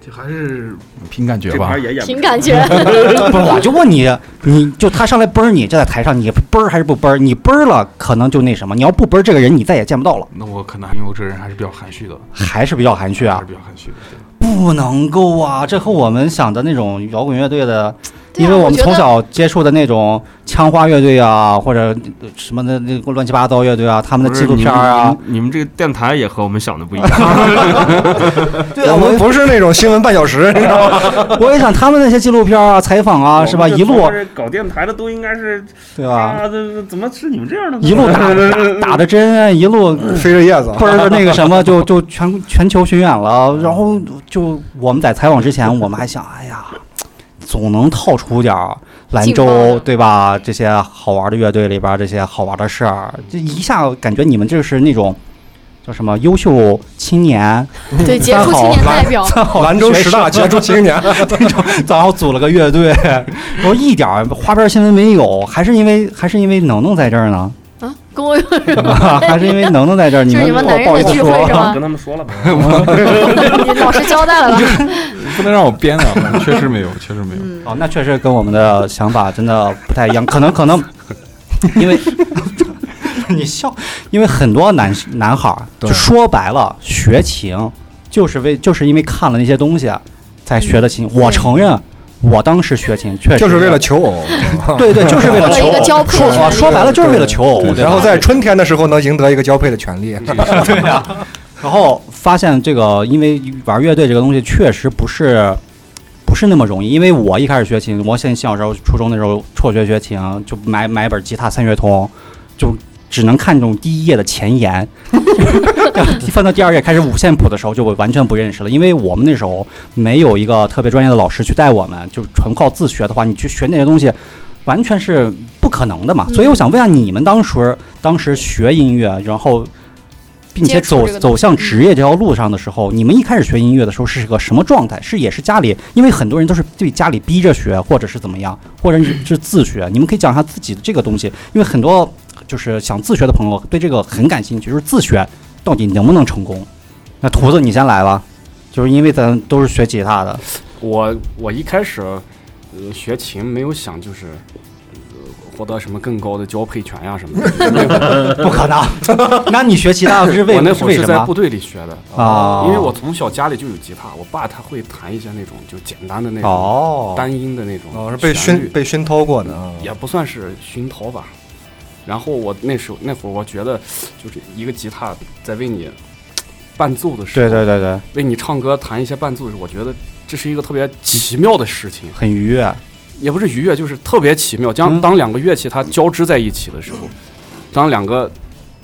Speaker 4: 就还是
Speaker 7: 凭感觉
Speaker 8: 这
Speaker 7: 吧
Speaker 8: 盘，也演
Speaker 2: [laughs] 凭
Speaker 8: 不
Speaker 2: 感
Speaker 1: [laughs]
Speaker 2: 觉，
Speaker 1: 不是，我就问你，你就他上来嘣儿你，这在台上你嘣儿还是不嘣儿？你嘣儿了，可能就那什么；你要不嘣儿，这个人你再也见不到了，
Speaker 7: 那我可能因为我这人还是比较含蓄的，
Speaker 1: 还是比较含蓄
Speaker 7: 还
Speaker 1: 啊
Speaker 7: 是。比较含蓄的。对
Speaker 1: [laughs] 不能够啊！这和我们想的那种摇滚乐队的，
Speaker 2: 对啊
Speaker 1: 因为我们
Speaker 2: 觉得
Speaker 1: 从小接触的那种枪花乐队啊，或者什么的那个乱七八糟乐队啊，他们的
Speaker 4: 不是
Speaker 1: 纪录片儿啊，
Speaker 4: 你们你们这个电台也和我们想的不一样。
Speaker 1: 对
Speaker 3: 我们
Speaker 1: 我
Speaker 3: 不是那种新闻半小时，你知道吗？
Speaker 1: 我也想他们那些纪录片啊、采访啊，是吧？一路
Speaker 8: 搞电台的都应该是
Speaker 1: 对
Speaker 8: 啊
Speaker 1: 吧？，
Speaker 8: 这这怎么是你们这样的呢？
Speaker 1: 一路打打打着针，一路
Speaker 3: [laughs] 飞着叶子 [laughs] 啊。
Speaker 1: 倍儿的那个什么，就就全全球巡演了。然后就我们在采访之前，我们还想，哎呀，总能套出点儿兰
Speaker 2: 劲爆
Speaker 1: 州
Speaker 2: 的
Speaker 1: 对吧？这些好玩的乐队里边儿这些好玩的事儿，这一下感觉你们就是那种叫什么优秀青年，
Speaker 2: 对杰
Speaker 1: 三
Speaker 2: 出
Speaker 1: 好
Speaker 2: 青年代表，
Speaker 3: 兰州十大杰出青 [laughs] 年，
Speaker 1: 然后组了个乐队，然后一点儿花边新闻没有，还是因为还是因为能能在这儿呢， [laughs]
Speaker 2: 啊，跟我有什么？
Speaker 1: 还是因为能能在这儿，你
Speaker 2: 就是
Speaker 1: 们哦给
Speaker 2: 你们男
Speaker 1: 我
Speaker 2: 人
Speaker 1: 报一
Speaker 2: 的
Speaker 1: 次
Speaker 2: 聚会
Speaker 1: 说啊
Speaker 2: 是。吗
Speaker 8: 跟？他们说了
Speaker 5: 啊
Speaker 8: 吧，
Speaker 2: 你老实交代了吧？
Speaker 7: 不能让我编的， [laughs] 确实没有，确实没有。
Speaker 2: 嗯，
Speaker 1: 哦，那确实跟我们的想法真的不太一样，可能可能因为你笑，因为很多男男孩儿就
Speaker 3: 对
Speaker 1: 说白了学琴，就是为就是因为看了那些东西啊才学的琴。我承认，我当时学琴确实
Speaker 3: 就是为了求 [laughs] 偶，
Speaker 1: 对对，就是为了
Speaker 2: 为了
Speaker 3: [laughs]
Speaker 1: 求
Speaker 2: 哦一个
Speaker 1: 偶。
Speaker 2: 交配的
Speaker 1: 说
Speaker 2: 权利
Speaker 1: 说白了就是为了求偶，对吧
Speaker 3: 然后在春天的时候能赢得一个交配的权利。
Speaker 1: 对呀、然后发现这个，因为玩乐队这个东西确实不是不是那么容易。因为我一开始学琴，我现小时候初中的时候辍学学琴，就买买本吉他三乐通，就只能看这种第一页的前言， [laughs] 翻到第二页开始五线谱的时候，就我完全不认识了。因为我们那时候没有一个特别专业的老师去带我们，就纯靠自学的话，你去学那些东西。完全是不可能的嘛，所以我想问下你们当时当时学音乐，然后并且
Speaker 2: 接触
Speaker 1: 走
Speaker 2: 这个东西嗯
Speaker 1: 走向职业这条路上的时候，你们一开始学音乐的时候是个什么状态？是也是家里，因为很多人都是对家里逼着学，或者是怎么样，或者是是自
Speaker 2: [coughs]
Speaker 1: 学。你们可以讲一下自己的这个东西，因为很多就是想自学的朋友对这个很感兴趣，就是自学到底能不能成功？那图子你先来吧，就是因为咱都是学吉
Speaker 2: [laughs]
Speaker 1: 他的，
Speaker 5: 我我一开始、呃、学琴没有想就是、呃获得什么更高的交配权呀、什么的。没有
Speaker 1: 不可能。 [laughs] 那你学吉他 [laughs] 是为
Speaker 5: 我那
Speaker 1: 是
Speaker 5: 会儿
Speaker 1: 为
Speaker 5: 是
Speaker 1: 什
Speaker 5: 在
Speaker 1: 么
Speaker 5: 部？队里学的
Speaker 1: 啊
Speaker 5: 因为我从小家里就有吉他，我爸他会弹一些那种就简单的那种
Speaker 1: 哦，
Speaker 5: 单音的那种
Speaker 3: 哦，是被
Speaker 5: 旋
Speaker 3: 熏
Speaker 5: 律
Speaker 3: 被熏陶过的啊。
Speaker 5: 也不算是熏陶吧。然后我那时候那会儿，我觉得 [sniffs] 就是一个吉他在为你伴奏的时候，
Speaker 1: 对对对对，
Speaker 5: 为你唱歌弹一些伴奏的时候，我觉得这是一个特别奇妙的事情，啊
Speaker 1: 很愉悦。
Speaker 5: 也不是愉悦，就是特别奇妙。将
Speaker 1: 嗯
Speaker 5: 当两个乐器它交织在一起的时候，当两个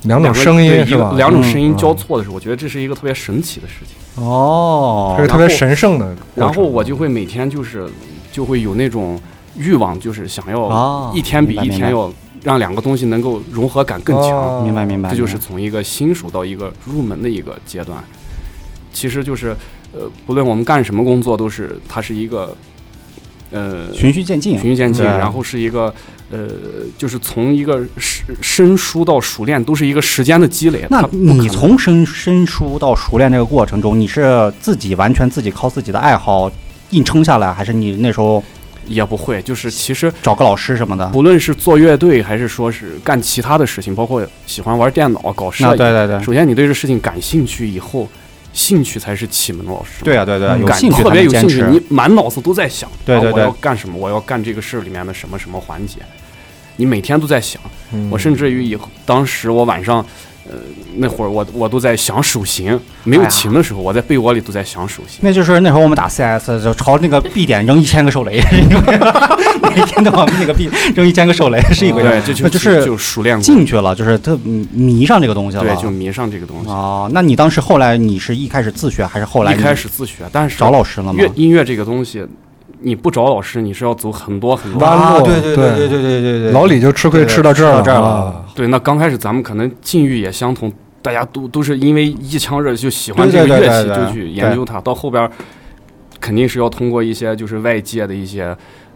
Speaker 3: 嗯两种
Speaker 5: 个
Speaker 3: 声
Speaker 5: 对
Speaker 3: 音
Speaker 5: 一
Speaker 3: 是
Speaker 5: 个
Speaker 3: 吧？
Speaker 5: 两种声音
Speaker 3: 嗯
Speaker 5: 交错的时候，我觉得这是一个特别神奇的事情。
Speaker 1: 哦
Speaker 3: 这，是特别神圣的过程。
Speaker 5: 然后我就会每天就是就会有那种欲望，就是想
Speaker 1: 啊
Speaker 5: 要一天比
Speaker 1: 明白
Speaker 5: 一天要让两个东西能够融合感更强。
Speaker 3: 哦
Speaker 1: 明白明白，
Speaker 5: 这就是
Speaker 1: 明白
Speaker 5: 从一个新手到一个入门的一个阶段。其实就是，呃，不论我们干什么工作，都是它是一个，呃，
Speaker 1: 循序渐进。
Speaker 5: 循序渐进，
Speaker 1: 对
Speaker 5: 然后是一个，呃，就是从一个深深熟到熟练，都是一个时间的积累。
Speaker 1: 那
Speaker 5: 它不可
Speaker 1: 你
Speaker 5: 能
Speaker 1: 从生生疏到熟练这个过程中，你是自己完全自己靠自己的爱好硬撑下来，还是你那时候
Speaker 5: 也不会，就是其实
Speaker 1: 找个老师什么的。
Speaker 5: 不论是做乐队，还是说是干其他的事情，包括喜欢玩电脑、搞摄
Speaker 1: 那
Speaker 5: 影，
Speaker 1: 对对对，
Speaker 5: 首先你对这事情感兴趣，以后兴趣才是启蒙老师。
Speaker 1: 对啊对对啊，有
Speaker 5: 感
Speaker 1: 兴趣
Speaker 5: 特
Speaker 1: 才
Speaker 5: 别
Speaker 1: 能
Speaker 5: 有
Speaker 1: 坚
Speaker 5: 兴趣，
Speaker 1: 持
Speaker 5: 你。满脑子都在想，
Speaker 1: 对对
Speaker 5: 啊我
Speaker 1: 对
Speaker 5: 要干什么？我要干这个事里面的什么什么环节，你每天都在想。
Speaker 3: 嗯
Speaker 5: 我甚至于以后，当时我晚上，呃，那会儿我我都在想手型，没有
Speaker 1: 哎呀
Speaker 5: 琴的时候，我在被窝里都在想手型。
Speaker 1: 那就是那会儿我们打 CS 就朝那个 B 点扔一千个手雷， [laughs] 每天都往那个 B 扔一千个手雷是一回事。
Speaker 5: 对，这就
Speaker 1: 那就
Speaker 5: 就是就熟练过，
Speaker 1: 进去了就是特迷上这个东西了。
Speaker 5: 对，就迷上这个东西。
Speaker 1: 哦，那你当时后来你是一开始自学，还是后来
Speaker 5: 一
Speaker 1: 你
Speaker 5: 开始自学，但是
Speaker 1: 找老师了吗
Speaker 5: 乐？音乐这个东西，你不找老师，你是要走很多很多
Speaker 3: 弯
Speaker 1: 啊
Speaker 3: 路
Speaker 1: 对对对
Speaker 3: 对
Speaker 1: 对对对对，
Speaker 3: 老李就吃亏
Speaker 1: 对对
Speaker 3: 吃到这儿
Speaker 1: 吃到这儿了
Speaker 3: 啊
Speaker 5: 对，那刚开始咱们可能境遇也相同，大家都都是因为一腔热血就喜欢
Speaker 1: 对
Speaker 5: 这
Speaker 1: 对
Speaker 5: 个
Speaker 1: 对
Speaker 5: 乐器，
Speaker 1: 对对
Speaker 5: 就去研究它。到后边儿肯定是要通过一些就是外界的一些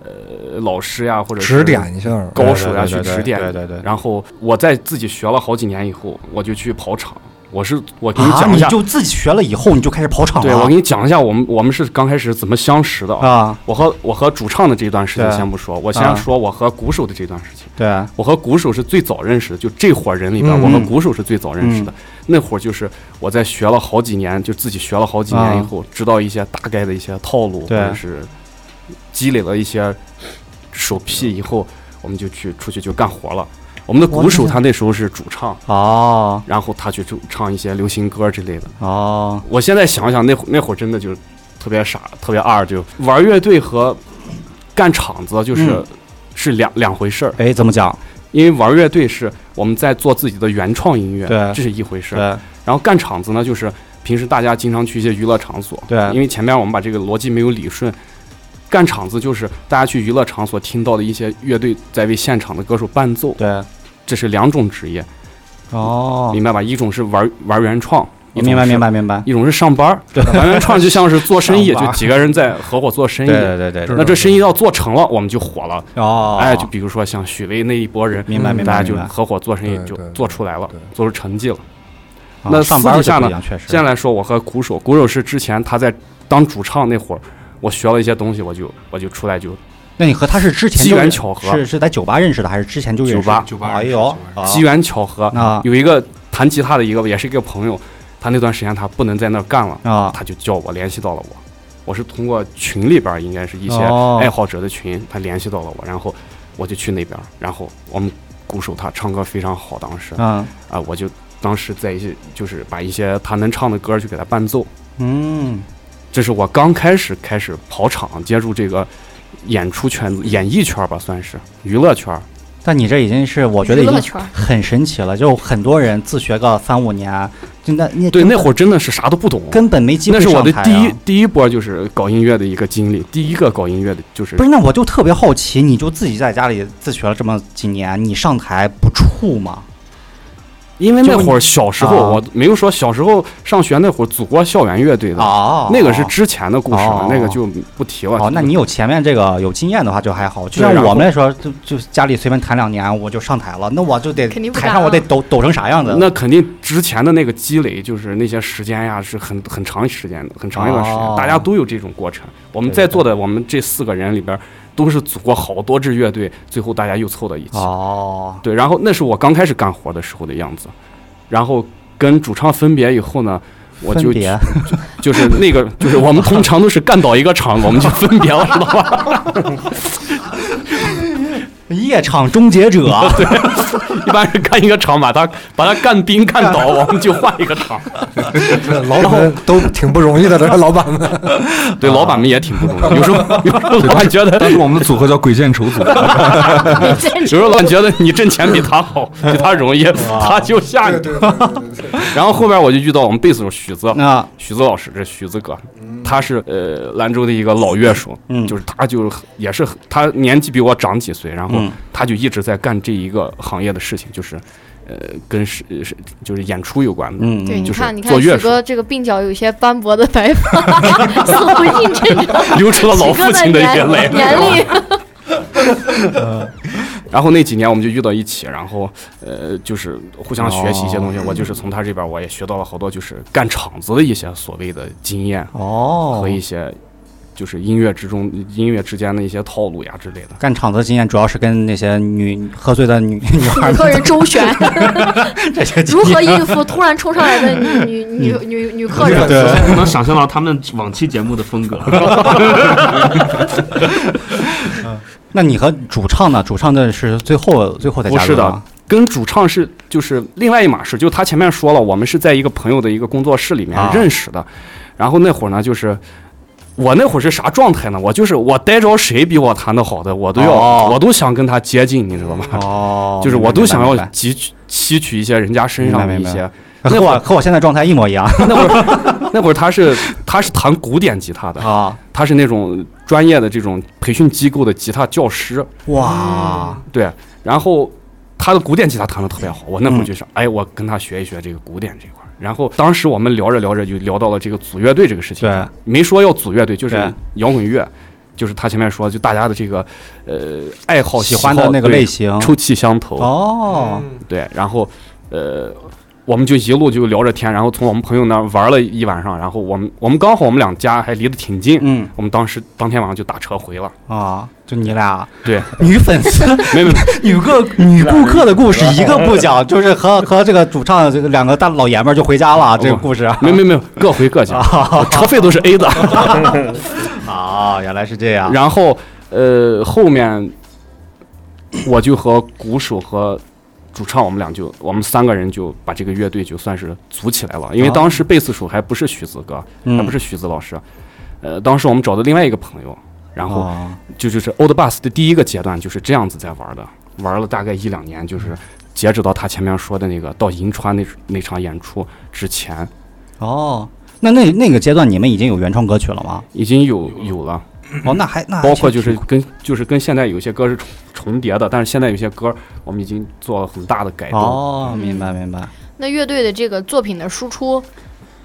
Speaker 5: 呃老师呀，或者是
Speaker 3: 指点一下儿。
Speaker 5: 高手呀
Speaker 1: 对
Speaker 5: 去
Speaker 1: 对对
Speaker 5: 指点。
Speaker 1: 对对对对
Speaker 5: 然后我在自己学了好几年以后，我就去跑场。我是我给你
Speaker 1: 啊，
Speaker 5: 讲一
Speaker 1: 你
Speaker 5: 下，
Speaker 1: 就自己学了以后你就开始跑场了？
Speaker 5: 对我给你讲一下我们我们是刚开始怎么相识的。
Speaker 1: 啊，
Speaker 5: 我和我和主唱的这段事情
Speaker 1: 对
Speaker 5: 先不说，我
Speaker 1: 啊
Speaker 5: 先说我和鼓手的这段事情。
Speaker 1: 对啊，
Speaker 5: 我和鼓手是最早认识的，就这伙人里边，
Speaker 3: 嗯
Speaker 5: 我和鼓手是最早认识的。那会儿就是我在学了好几年，就自己学了好几年以后，知道一些大概的一些套路，或
Speaker 1: 对
Speaker 5: 者是积累了一些手癖以后，我们就去出去就干活了。我们的鼓手他那时候是主唱，
Speaker 1: 哦
Speaker 5: 然后他去就唱一些流行歌之类的。
Speaker 1: 哦，
Speaker 5: 我现在想想，那会那会儿真的就是特别傻，特别二，就玩乐队和干场子就是、
Speaker 1: 嗯
Speaker 5: 是两两回事儿。
Speaker 1: 哎，怎么讲？
Speaker 5: 因为玩乐队是我们在做自己的原创音乐，
Speaker 1: 对
Speaker 5: 这是一回事。
Speaker 1: 对
Speaker 5: 然后干场子呢，就是平时大家经常去一些娱乐场所，
Speaker 1: 对
Speaker 5: 因为前面我们把这个逻辑没有理顺。干场子就是大家去娱乐场所听到的一些乐队在为现场的歌手伴奏，
Speaker 1: 对，
Speaker 5: 这是两种职业，
Speaker 1: 哦，
Speaker 5: 明白吧？一种是玩玩原创，一种
Speaker 1: 明白
Speaker 5: 是
Speaker 1: 明，白明白，
Speaker 5: 一种是上班儿。玩原创就像是做生意，
Speaker 1: [laughs] 上班
Speaker 5: 就
Speaker 1: 儿
Speaker 5: 几个人在合伙做生
Speaker 1: 对
Speaker 5: 意。
Speaker 1: 对对对对，
Speaker 5: 那这生意要做成了，我们就火了。
Speaker 1: 哦，
Speaker 5: 哎，就比如说像许巍那一波人，
Speaker 1: 明白
Speaker 3: 嗯
Speaker 1: 明
Speaker 5: 大
Speaker 1: 白
Speaker 5: 家
Speaker 1: 明
Speaker 5: 就
Speaker 1: 白。
Speaker 5: 合伙做生意
Speaker 3: 对
Speaker 5: 就
Speaker 3: 对
Speaker 5: 做出来了
Speaker 3: 对，
Speaker 5: 做出成绩了。
Speaker 1: 啊
Speaker 5: 那
Speaker 1: 上
Speaker 5: 私
Speaker 1: 班
Speaker 5: 底
Speaker 1: 就
Speaker 5: 下
Speaker 1: 不
Speaker 5: 呢
Speaker 1: 一样，确实。
Speaker 5: 现在来说，我和鼓手，鼓手是之前他在当主唱那会儿，我学了一些东西，我就我就出来就
Speaker 1: 那你和他是之前
Speaker 5: 机
Speaker 1: 就
Speaker 5: 缘
Speaker 1: 认
Speaker 5: 巧合
Speaker 1: 是是在酒吧认识的，还是之前就认识？
Speaker 5: 酒吧
Speaker 7: 酒吧
Speaker 1: 哎
Speaker 7: 认识
Speaker 1: 呦
Speaker 7: 酒吧，
Speaker 1: 啊
Speaker 5: 机缘巧合，
Speaker 1: 啊
Speaker 5: 有一个弹吉他的一个也是一个朋友，他那段时间他不能在那儿干了，
Speaker 1: 啊，
Speaker 5: 他就叫我联系到了我。我是通过群里边儿应该是一些哎
Speaker 1: 哦
Speaker 5: 爱好者的群，他联系到了我，然后我就去那边儿，然后我们鼓手他唱歌非常好，当时啊、
Speaker 1: 嗯
Speaker 5: 我就当时在一些就是把一些他能唱的歌儿去给他伴奏，
Speaker 1: 嗯，
Speaker 5: 这是我刚开始开始跑场接触这个演出圈子、演艺圈吧，算是娱乐圈。
Speaker 1: 但你这已经是我觉得
Speaker 2: 娱
Speaker 1: 已
Speaker 2: 乐
Speaker 1: 经
Speaker 2: 圈儿
Speaker 1: 很神奇了，就很多人自学个三五年，就那你
Speaker 5: 对，
Speaker 1: 根
Speaker 5: 那会儿真的是啥都不懂，
Speaker 1: 根本没机会
Speaker 5: 那是我的
Speaker 1: 上台
Speaker 5: 第
Speaker 1: 啊
Speaker 5: 一第一波就是搞音乐的一个经历，第一个搞音乐的就是
Speaker 1: 不是，那我就特别好奇，你就自己在家里自学了这么几年，你上台不怵吗？
Speaker 5: 因为
Speaker 1: 就
Speaker 5: 那会儿小时候，
Speaker 1: 啊
Speaker 5: 我没有说小时候上学那会儿祖国校园乐队的，
Speaker 1: 哦，
Speaker 5: 那个是之前的故事了，
Speaker 1: 哦
Speaker 5: 那个就不提了。
Speaker 1: 哦，那你有前面这个有经验的话就还好，就
Speaker 5: 对
Speaker 1: 像
Speaker 5: 然
Speaker 1: 我
Speaker 5: 后
Speaker 1: 们来说，就就家里随便弹两年我就上台了，那我就得
Speaker 2: 肯定不
Speaker 1: 台
Speaker 2: 敢
Speaker 1: 上我
Speaker 2: 啊
Speaker 1: 得抖抖成啥样子？
Speaker 5: 那肯定之前的那个积累，就是那些时间呀，是很很长时间的，很长一段时间，
Speaker 1: 哦
Speaker 5: 大家都有这种过程。我们
Speaker 1: 对
Speaker 5: 在座的，我们这四个人里边，都是组过好多支乐队，最后大家又凑到一起。
Speaker 1: 哦，
Speaker 5: 对，然后那是我刚开始干活的时候的样子，然后跟主唱分别以后呢。我
Speaker 1: 分
Speaker 5: 就
Speaker 1: 别
Speaker 5: [laughs] 就是那个，就是我们通常都是干倒一个场子，我们就分别了，知道
Speaker 1: [laughs]
Speaker 5: 吧？
Speaker 1: 夜场终结
Speaker 5: [laughs]
Speaker 1: 者，
Speaker 5: 啊一般是干一个场，把他把他干冰干
Speaker 1: [laughs]
Speaker 5: 倒，我们就换一个场。
Speaker 3: 这老板们都挺不容易的，这老板们。
Speaker 5: 对，
Speaker 1: 哦
Speaker 5: 老板们也挺不容易，有时候 [laughs] 有时候老板觉得
Speaker 7: 当时我们的组合叫鬼见愁组，
Speaker 5: 有时候老觉得你挣钱比他好，比他容易，他就吓你。然后后边我就遇到我们贝斯手许泽，
Speaker 1: 那
Speaker 5: 许泽老师，这许泽哥，他是呃兰州的一个老乐手，
Speaker 1: 嗯
Speaker 5: 就是他就是很也是很他年纪比我长几岁，然后
Speaker 1: 嗯
Speaker 5: 他就一直在干这一个行业的事情，就是呃跟是是就是演出有关的。
Speaker 1: 嗯，
Speaker 2: 对，
Speaker 1: 嗯
Speaker 2: 你
Speaker 5: 就是
Speaker 2: 看，你看
Speaker 5: 做乐
Speaker 2: 许哥这个鬓角有些斑驳的白发，似乎印证着
Speaker 5: 流出了老
Speaker 2: 许
Speaker 5: 父
Speaker 2: 哥
Speaker 5: 亲的眼
Speaker 2: 年
Speaker 5: 泪。
Speaker 2: 年龄。
Speaker 5: 然后那几年我们就遇到一起，然后呃，就是互相学
Speaker 1: 哦
Speaker 5: 习一些东西。我就是从他这边我也学到了好多，就是干场子的一些所谓的经验
Speaker 1: 哦
Speaker 5: 和，一些就是音乐之中音乐之间的一些套路呀之类的。
Speaker 1: 干场子的经验主要是跟那些女喝醉的女 [laughs] 女孩们
Speaker 2: 女客人周旋，
Speaker 1: 这些经
Speaker 2: 如何
Speaker 1: 验。
Speaker 2: 应付突然冲上来的女女女女女客人？
Speaker 1: 对，
Speaker 8: 我能想象到他们往期节目的风
Speaker 4: [laughs]
Speaker 8: 格。
Speaker 1: 那你和主唱呢？主唱的是最后最后才
Speaker 5: 不
Speaker 1: 加
Speaker 5: 是
Speaker 1: 入
Speaker 5: 的
Speaker 1: 吗？
Speaker 5: 跟主唱是就是另外一码事，就他前面说了，我们是在一个朋友的一个工作室里面
Speaker 1: 啊
Speaker 5: 认识的，然后那会儿呢就是。我那会儿是啥状态呢？我就是我逮着谁比我弹得好的，我都要，
Speaker 1: 哦
Speaker 5: 我都想跟他接近，你知道吗？
Speaker 1: 哦，
Speaker 5: 就是我都想要
Speaker 1: 明白
Speaker 5: 汲取吸取一些人家身上的一
Speaker 1: 明白明
Speaker 5: 些。
Speaker 1: 明白和我和我现在状态一模一样
Speaker 5: [laughs] 那会儿那会儿他是他是弹古典吉他的，
Speaker 1: 啊！
Speaker 5: 他是那种专业的这种培训机构的吉他教师，
Speaker 1: 哇，
Speaker 5: 对，然后他的古典吉他弹得特别好，我那会
Speaker 1: 嗯
Speaker 5: 儿就想，哎，我跟他学一学这个古典这一块儿。然后当时我们聊着聊着就聊到了这个组乐队这个事情，
Speaker 1: 对，
Speaker 5: 没说要组乐队，就是
Speaker 1: 对
Speaker 5: 摇滚乐，就是他前面说，就大家的这个呃爱好
Speaker 1: 喜欢的那个
Speaker 5: 对
Speaker 1: 类型
Speaker 5: 臭气相投，
Speaker 1: 哦，
Speaker 5: 对，然后呃，我们就一路就聊着天，然后从我们朋友那儿玩了一晚上，然后我们我们刚好我们两家还离得挺近，
Speaker 1: 嗯
Speaker 5: 我们当时当天晚上就打车回了。
Speaker 1: 啊，就你俩
Speaker 5: 对，
Speaker 1: [laughs] 女粉丝、
Speaker 5: 没没没，
Speaker 1: 女客、 [laughs] 女顾客的故事一个不 [laughs] 讲，就是和和这个主唱这个两个大老爷们儿就回家了，这个故事。 [laughs]
Speaker 5: 没没没有，各回各家，
Speaker 1: 哦
Speaker 5: 我车费都是 A 的。
Speaker 1: 啊，原来是这样。
Speaker 5: 然后呃，后面我就和鼓手和主唱，我们俩就我们三个人就把这个乐队就算是组起来了，因为
Speaker 1: 啊
Speaker 5: 当时贝斯手还不是许子哥，还
Speaker 1: 嗯
Speaker 5: 不是许子老师，呃，当时我们找的另外一个朋友，然后
Speaker 1: 哦
Speaker 5: 就就是 Old Bus 的第一个阶段就是这样子在玩的，玩了大概一两年，就是截止到他前面说的那个到银川那那场演出之前，
Speaker 1: 哦，那那那个阶段你们已经有原创歌曲了吗？
Speaker 5: 已经有有了，
Speaker 1: 哦，那还那还
Speaker 5: 包括就
Speaker 1: 挺
Speaker 5: 是跟就是跟现在有些歌是重重叠的，但是现在有些歌我们已经做了很大的改动。
Speaker 1: 哦，明白明白。
Speaker 2: 那乐队的这个作品的输出，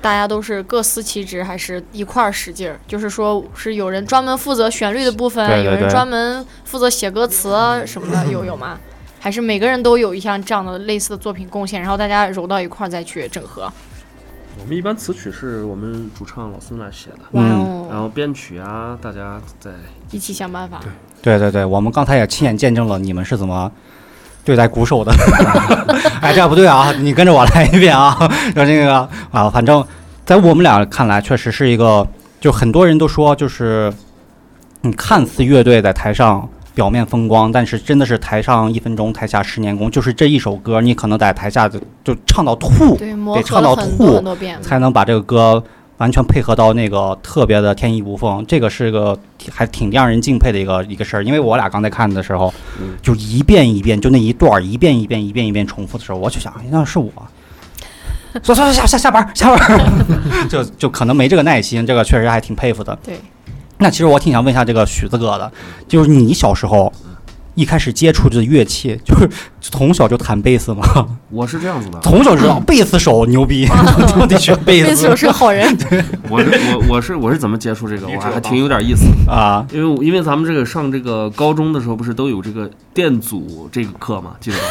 Speaker 2: 大家都是各司其职，还是一块儿使劲儿？就是说是有人专门负责旋律的部分，
Speaker 1: 对对
Speaker 2: 有人
Speaker 1: 对
Speaker 2: 专门负责写歌词啊什么的，有有吗？还是每个人都有一项这样的类似的作品贡献，然后大家揉到一块儿再去整合？
Speaker 8: 我们一般词曲是我们主唱老孙来写的，
Speaker 2: 哇
Speaker 1: 嗯
Speaker 8: 然
Speaker 2: 哦，
Speaker 8: 后编曲啊，大家在
Speaker 2: 一起想办法。
Speaker 1: 对对对，我们刚才也亲眼见证了你们是怎么对待鼓手的。哎，这样不对啊，你跟着我来一遍啊。 [laughs] 然后这个啊，反正在我们俩看来，确实是一个，就很多人都说，就是你看似乐队在台上表面风光，但是真的是台上一分钟，台下十年功。就是这一首歌，你可能在台下就就唱到吐，
Speaker 2: 对，磨
Speaker 1: 得
Speaker 2: 合
Speaker 1: 唱
Speaker 2: 了
Speaker 1: 到
Speaker 2: 很多
Speaker 1: 吐
Speaker 2: 很多遍。
Speaker 1: 才能把这个歌完全配合到那个特别的天衣无缝，这个是个挺还挺让人敬佩的一个一个事儿。因为我俩刚才看的时候，
Speaker 5: 嗯
Speaker 1: 就一遍一遍，就那一段儿一遍一遍一遍一遍重复的时候，我就想，哎那是我。算算算，下下下班儿下班儿，就就可能没这个耐心，这个确实还挺佩服的。
Speaker 2: 对，
Speaker 1: 那其实我挺想问一下这个许子哥的，就是你小时候一开始接触这乐器，就是从小就弹贝斯吗？
Speaker 4: 我是这样子的，
Speaker 1: 从小就知道贝斯手牛逼，就得学贝
Speaker 2: 贝
Speaker 1: 斯。
Speaker 2: 斯手是个好人，
Speaker 4: [laughs] 我是我我是我是怎么接触这个，我还还挺有点意思的。
Speaker 1: 啊，
Speaker 4: 因为我因为咱们这个上这个高中的时候不是都有这个电阻这个课嘛， [laughs] 记得吧？，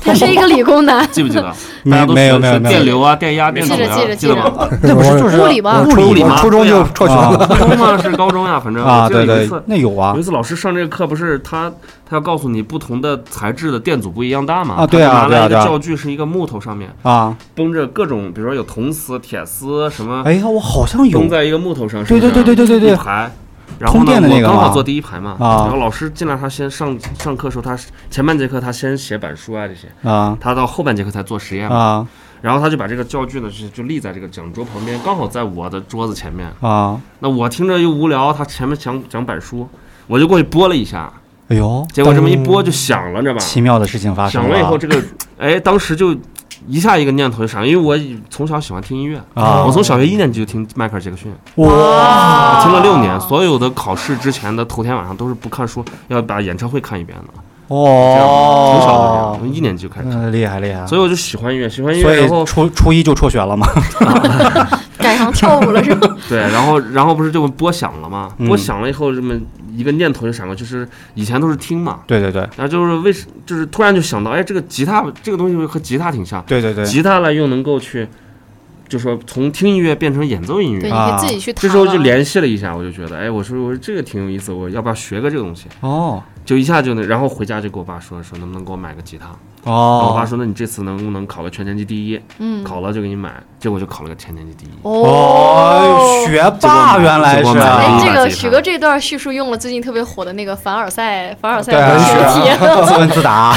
Speaker 2: 他是一个理工男
Speaker 4: [laughs] 记不记得？
Speaker 1: 没
Speaker 4: 大家都
Speaker 1: 没有
Speaker 4: 学
Speaker 1: 没有
Speaker 4: 学
Speaker 1: 没有
Speaker 4: 电流啊、电压、电阻
Speaker 2: 记着
Speaker 4: 啊
Speaker 2: 记着，
Speaker 4: 记
Speaker 2: 记
Speaker 4: 得
Speaker 2: 着
Speaker 4: 吧？。
Speaker 1: 那不是就是
Speaker 2: 物理吧
Speaker 3: 我？初
Speaker 4: 物理
Speaker 3: 我
Speaker 4: 嘛
Speaker 3: 初中就辍学了，
Speaker 4: [laughs]
Speaker 1: 啊
Speaker 4: 高中嘛是高中呀，反正
Speaker 1: 啊，
Speaker 4: 我记得
Speaker 1: 对
Speaker 4: 有
Speaker 1: 对
Speaker 4: 一次，，
Speaker 1: 那有啊
Speaker 4: 有一，次老师上这个课，不是他他要告诉你不同的材质的电阻不一样大嘛？
Speaker 1: 啊对啊
Speaker 4: 他就
Speaker 1: 对啊
Speaker 4: 拿了一个
Speaker 1: 对啊
Speaker 4: 教具是一个木头上面
Speaker 1: 啊，
Speaker 4: 绷着各种，比如说有铜丝、铁丝什么，
Speaker 1: 哎呀，我好像有
Speaker 4: 绷在一个木头上，
Speaker 1: 对
Speaker 4: 是不是
Speaker 1: 对对对对对对
Speaker 4: 一排。然后
Speaker 1: 通
Speaker 4: 呢，
Speaker 1: 电的那
Speaker 4: 我
Speaker 1: 个
Speaker 4: 刚好
Speaker 1: 吗
Speaker 4: 坐第一排嘛，
Speaker 1: 啊
Speaker 4: 然后老师进来，他先上上课的时候，他前半节课他先写板书啊这些，
Speaker 1: 啊
Speaker 4: 他到后半节课才做实验嘛，
Speaker 1: 啊
Speaker 4: 然后他就把这个教具呢就就立在这个讲桌旁边，刚好在我的桌子前面，
Speaker 1: 啊，
Speaker 4: 那我听着又无聊，他前面讲讲板书，我就过去拨了一下，
Speaker 1: 哎呦，
Speaker 4: 结果这么一拨就响了，知道吧？
Speaker 1: 奇妙的事情发生
Speaker 4: 响了以后，
Speaker 1: 了 [laughs]
Speaker 4: 这个哎，当时就一下一个念头就闪，因为我以从小喜欢听音乐，
Speaker 1: 啊啊
Speaker 4: 我！从小学一年级就听迈克尔·杰克逊，
Speaker 1: 哇
Speaker 4: 我听了六年，所有的考试之前的头天晚上都是不看书，要把演唱会看一遍的，这样从小就这样，
Speaker 1: 哦
Speaker 4: 从，一年级就开始看。
Speaker 1: 嗯，厉害厉害。
Speaker 4: 所以我就喜欢音乐，喜欢音
Speaker 1: 所
Speaker 4: 乐，然
Speaker 1: 以
Speaker 4: 后
Speaker 1: 初初一就辍学了嘛，
Speaker 2: 赶上跳舞了是吧？
Speaker 1: [laughs]
Speaker 4: 对，然后然后不是就播响了吗？
Speaker 1: 嗯
Speaker 4: 播响了以后，这么一个念头就闪过，就是以前都是听嘛，
Speaker 1: 对对对
Speaker 4: 然后就是为什，就是突然就想到，哎，这个吉他这个东西和吉他挺像，
Speaker 1: 对对对，
Speaker 4: 吉他呢又能够去就说从听音乐变成演奏音
Speaker 2: 对，
Speaker 4: 乐。
Speaker 2: 你可以自己去弹
Speaker 4: 这
Speaker 2: 了。
Speaker 4: 时候就联系了一下，我就觉得，哎，我说我说这个挺有意思，我要不要学个这个东西？
Speaker 1: 哦
Speaker 4: 就一下就能，然后回家就跟我爸说说能不能给我买个吉他。然后我爸
Speaker 1: 哦，
Speaker 4: 说那你这次能不能考个全年级第一？
Speaker 2: 嗯，
Speaker 4: 考了就给你买，结果就考了个全年级第一。
Speaker 1: 哦，学霸原来
Speaker 4: 结果
Speaker 1: 是啊
Speaker 2: 哎，
Speaker 4: 买了
Speaker 2: 这
Speaker 4: 一把
Speaker 2: 个
Speaker 4: 吉他
Speaker 2: 许哥这段叙述用了最近特别火的那个凡尔赛凡尔赛
Speaker 1: 对啊
Speaker 2: 文学题，
Speaker 1: 自问自答，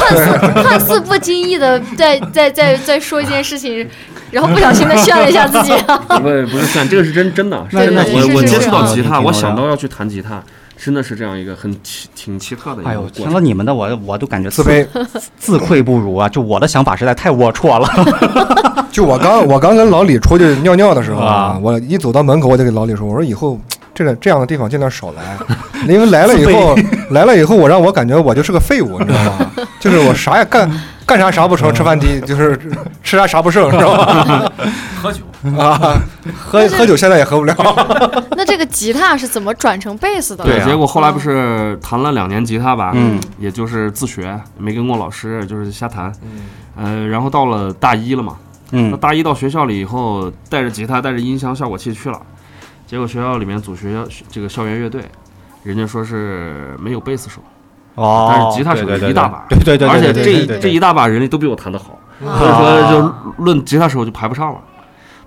Speaker 2: 看似不经意的在在在在说一件事情，然后不小心的炫了一下自己。
Speaker 4: 不是不是算，这个是真真的，是
Speaker 2: 对
Speaker 4: 真的。
Speaker 2: 对对
Speaker 4: 我我
Speaker 2: 是
Speaker 4: 接
Speaker 2: 这
Speaker 4: 触
Speaker 2: 样
Speaker 4: 到
Speaker 2: 的
Speaker 4: 吉他，
Speaker 1: 挺
Speaker 4: 我
Speaker 1: 多
Speaker 4: 想
Speaker 1: 的
Speaker 4: 到要去弹吉他，真的是这样一个很奇挺奇特的一
Speaker 1: 哎呦，
Speaker 4: 个过
Speaker 1: 听了
Speaker 4: 程。
Speaker 1: 你们的我我都感觉
Speaker 3: 自卑。
Speaker 1: [laughs] 自愧不如啊！就我的想法实在太龌龊
Speaker 4: [laughs]
Speaker 1: 了。
Speaker 3: 就我刚我刚跟老李出去尿尿的时候
Speaker 1: 啊
Speaker 3: 啊，我一走到门口我就给老李说，我说以后这个这样的地方尽量少来， [laughs] 因为来了以后 [laughs] 来了以后，我让我感觉我就是个废物，你知道吗？ [laughs] 就是我啥也干干啥啥不成，吃饭
Speaker 4: 嗯
Speaker 3: 低，就是吃啥啥不剩，知道吧？
Speaker 6: [laughs] 喝酒，
Speaker 3: 啊，喝喝酒现在也喝不
Speaker 4: [laughs]
Speaker 3: 了，
Speaker 2: 那这个吉他是怎么转成贝斯的？
Speaker 1: 对啊
Speaker 4: 结果后来不是弹了两年吉他吧，
Speaker 1: 嗯，
Speaker 4: 也就是自学，没跟过老师，就是瞎弹，嗯，呃，然后到了大一了嘛，那
Speaker 1: 嗯，
Speaker 4: 大一到学校里以后，带着吉他，带着音箱、效果器去了，结果学校里面组学校这个校园乐队，人家说是没有贝斯手，
Speaker 1: [laughs] 哦，
Speaker 4: 但是吉他手
Speaker 1: 对
Speaker 4: 一大把
Speaker 1: 对对对对，
Speaker 4: 而且
Speaker 1: 对
Speaker 4: 这
Speaker 1: 对
Speaker 4: 一
Speaker 1: 对
Speaker 4: 这一大把人都比我弹得好，
Speaker 2: 啊
Speaker 4: 所以说就论吉他手就排不上了。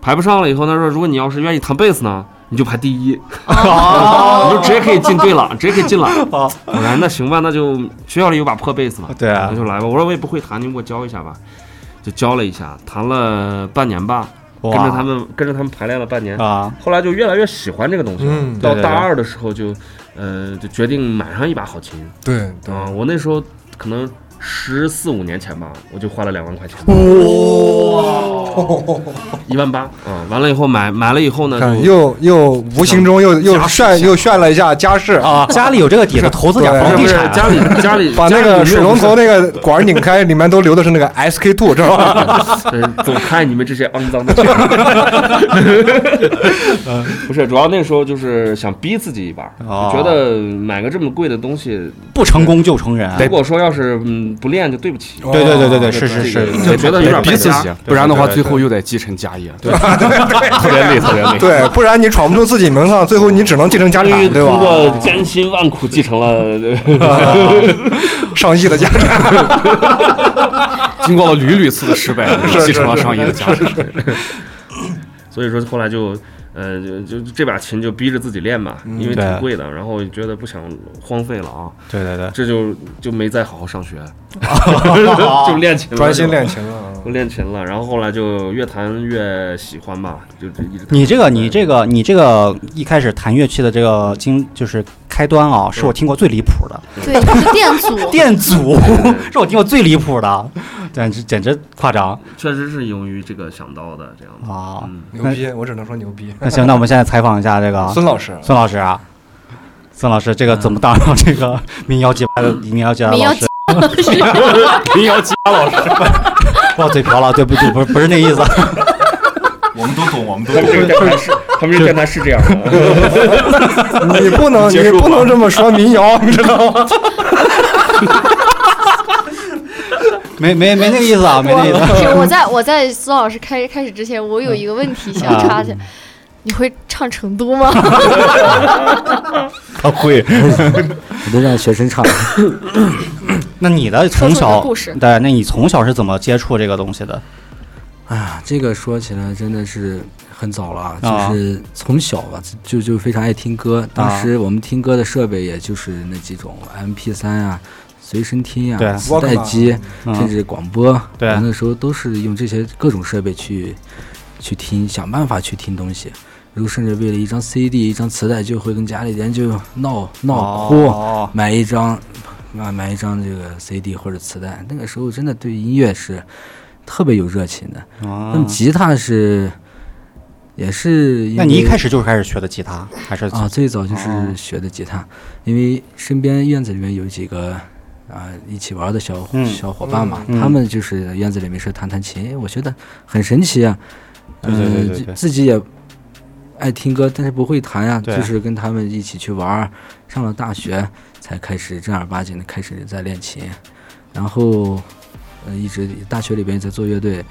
Speaker 4: 排不上了以后，他说如果你要是愿意弹贝斯呢，你就排第一，
Speaker 3: 哦
Speaker 4: 你就直接可以进队
Speaker 3: [laughs]
Speaker 4: 了，直接可以进了。我说那行吧，那就学校里有把破贝斯嘛，
Speaker 1: 对啊
Speaker 4: 那，就来吧。我说我也不会弹，你给我教一下吧，就教了一下，弹了半年吧，
Speaker 1: 哇
Speaker 4: [laughs] 跟着他们跟着他们排练了半年，
Speaker 1: 啊，
Speaker 4: 后来就越来越喜欢这个东西了。
Speaker 3: 嗯
Speaker 4: 到
Speaker 1: 对对对
Speaker 4: 大二的时候就，呃，就决定买上一把好琴。
Speaker 3: 对对
Speaker 4: 啊、我那时候可能十四五年前吧，我就花了两万块钱，
Speaker 3: 哦
Speaker 4: 一万八啊、完了以后买买了以后呢，
Speaker 3: 看
Speaker 4: 就
Speaker 3: 又又无形中又又炫又炫了一下家世啊，
Speaker 1: 家里有这个底子，投资点
Speaker 3: 对
Speaker 1: 房
Speaker 4: 不
Speaker 1: 地
Speaker 4: 是
Speaker 1: 产，啊
Speaker 4: 家里家里
Speaker 3: [laughs] 把那
Speaker 4: 家里没
Speaker 3: 个
Speaker 4: 有
Speaker 3: 水龙头那个管儿拧开，里面都流的是那个 SK two，知道吧？
Speaker 4: [laughs] 对，走开！你们这些肮脏的群。 [laughs] 不是，主要那时候就是想逼自己一把，
Speaker 1: 哦
Speaker 4: 就觉得买个这么贵的东西，
Speaker 1: 不成功就成人。啊
Speaker 4: 如果说要是嗯不练就对不起。
Speaker 1: 对对对对哦对，是是
Speaker 4: 这个
Speaker 1: 是，
Speaker 4: 我觉得有点
Speaker 5: 逼
Speaker 4: 败
Speaker 5: 自
Speaker 4: 家
Speaker 5: 己，不然的话
Speaker 1: 对对
Speaker 5: 最后又得继承家业，
Speaker 7: [laughs]
Speaker 5: 对，特别累，特别
Speaker 4: [laughs]
Speaker 5: [laughs] 累。
Speaker 3: 对，不然你闯不出自己门槛，最后你只能继承家
Speaker 4: 因为
Speaker 3: 产，对
Speaker 4: 通
Speaker 3: 吧？
Speaker 4: 过艰辛万苦继承了，
Speaker 3: 上亿的家产，
Speaker 5: 经过了屡屡次的失败，继承了上亿的家产。
Speaker 4: 所以说后来就，呃，就就就这把琴就逼着自己练吧，因为
Speaker 1: 对
Speaker 4: 挺贵的，然后觉得不想荒废了啊，
Speaker 1: 对对对，
Speaker 4: 这就就没再好好上学， [laughs] 就练琴了，
Speaker 3: 专心练琴了。
Speaker 4: 就练琴了，然后后来就越弹越喜欢吧，就这一直弹
Speaker 1: 你这个你这个你这个一开始弹乐器的这个经就是开端啊，是我听过最离谱的
Speaker 2: 对，就是电阻。
Speaker 1: 电阻， [laughs] 是我听过最离谱的，简直简直夸张
Speaker 4: 确实是由于这个想到的这样的。
Speaker 1: 啊！
Speaker 4: 嗯，
Speaker 3: 牛逼，我只能说牛逼。
Speaker 1: 那行，那我们现在采访一下这个
Speaker 3: 孙老师，
Speaker 1: 孙老师啊，孙老师这个
Speaker 6: 嗯
Speaker 1: 怎么当上这个
Speaker 6: [laughs]
Speaker 1: 民谣节的民谣节的
Speaker 2: 民
Speaker 1: 老
Speaker 2: 谣
Speaker 1: 师
Speaker 2: 节？
Speaker 8: [laughs]
Speaker 5: 民谣家老师，
Speaker 1: 我嘴瓢了，对不对？不是不是那意思，啊
Speaker 9: 我们都懂，我们都
Speaker 4: 他们这个
Speaker 9: 懂。
Speaker 4: 电台是，他们这个电台是这样的。
Speaker 3: 你不能，
Speaker 9: 结
Speaker 3: 你
Speaker 9: 束吧
Speaker 3: 不能这么说民谣，你知道吗？
Speaker 1: 没没没那个意思啊，没那个
Speaker 2: [laughs]
Speaker 1: 意思。
Speaker 2: 我我在我在苏老师开开始之前，我有一个问题想插一下，你会唱成都吗？
Speaker 9: 他会，
Speaker 6: 我都让学生唱。
Speaker 1: 那你的从
Speaker 2: 说出你
Speaker 1: 小
Speaker 2: 的故事
Speaker 1: 对，那你从小是怎么接触这个东西的？
Speaker 6: 哎呀，这个说起来真的是很早了，
Speaker 1: 啊
Speaker 6: 啊，就是从小吧，就就非常爱听歌。当时我们听歌的设备也就是那几种 MP 三啊、随身听呀、
Speaker 1: 对
Speaker 6: 磁带机，甚
Speaker 1: 嗯，
Speaker 6: 至广播。
Speaker 1: 对
Speaker 6: 我那时候都是用这些各种设备去去听，想办法去听东西。如甚至为了一张 CD、一张磁带，就会跟家里人就闹闹哭。
Speaker 1: 哦
Speaker 6: 买一张，买买一张这个 CD 或者磁带。那个时候真的对音乐是特别有热情的。那么
Speaker 1: 哦
Speaker 6: 吉他是，也是因为
Speaker 1: 那你一开始就是开始学的吉他，还是
Speaker 6: 啊，最早就
Speaker 1: 哦
Speaker 6: 是学的吉他，因为身边院子里面有几个啊一起玩的小伙、
Speaker 1: 嗯
Speaker 6: 小伙伴嘛，
Speaker 1: 嗯
Speaker 6: 他们就是院子里没事弹弹琴，哎我觉得很神奇啊。
Speaker 1: 对对对
Speaker 6: 呃
Speaker 1: 对
Speaker 6: 自
Speaker 1: 对
Speaker 6: 自己也爱听歌，但是不会弹呀、
Speaker 1: 对
Speaker 6: 就是跟他们一起去玩儿。上了大学才开始正儿八经的开始在练琴，然后呃一直大学里边在做乐队。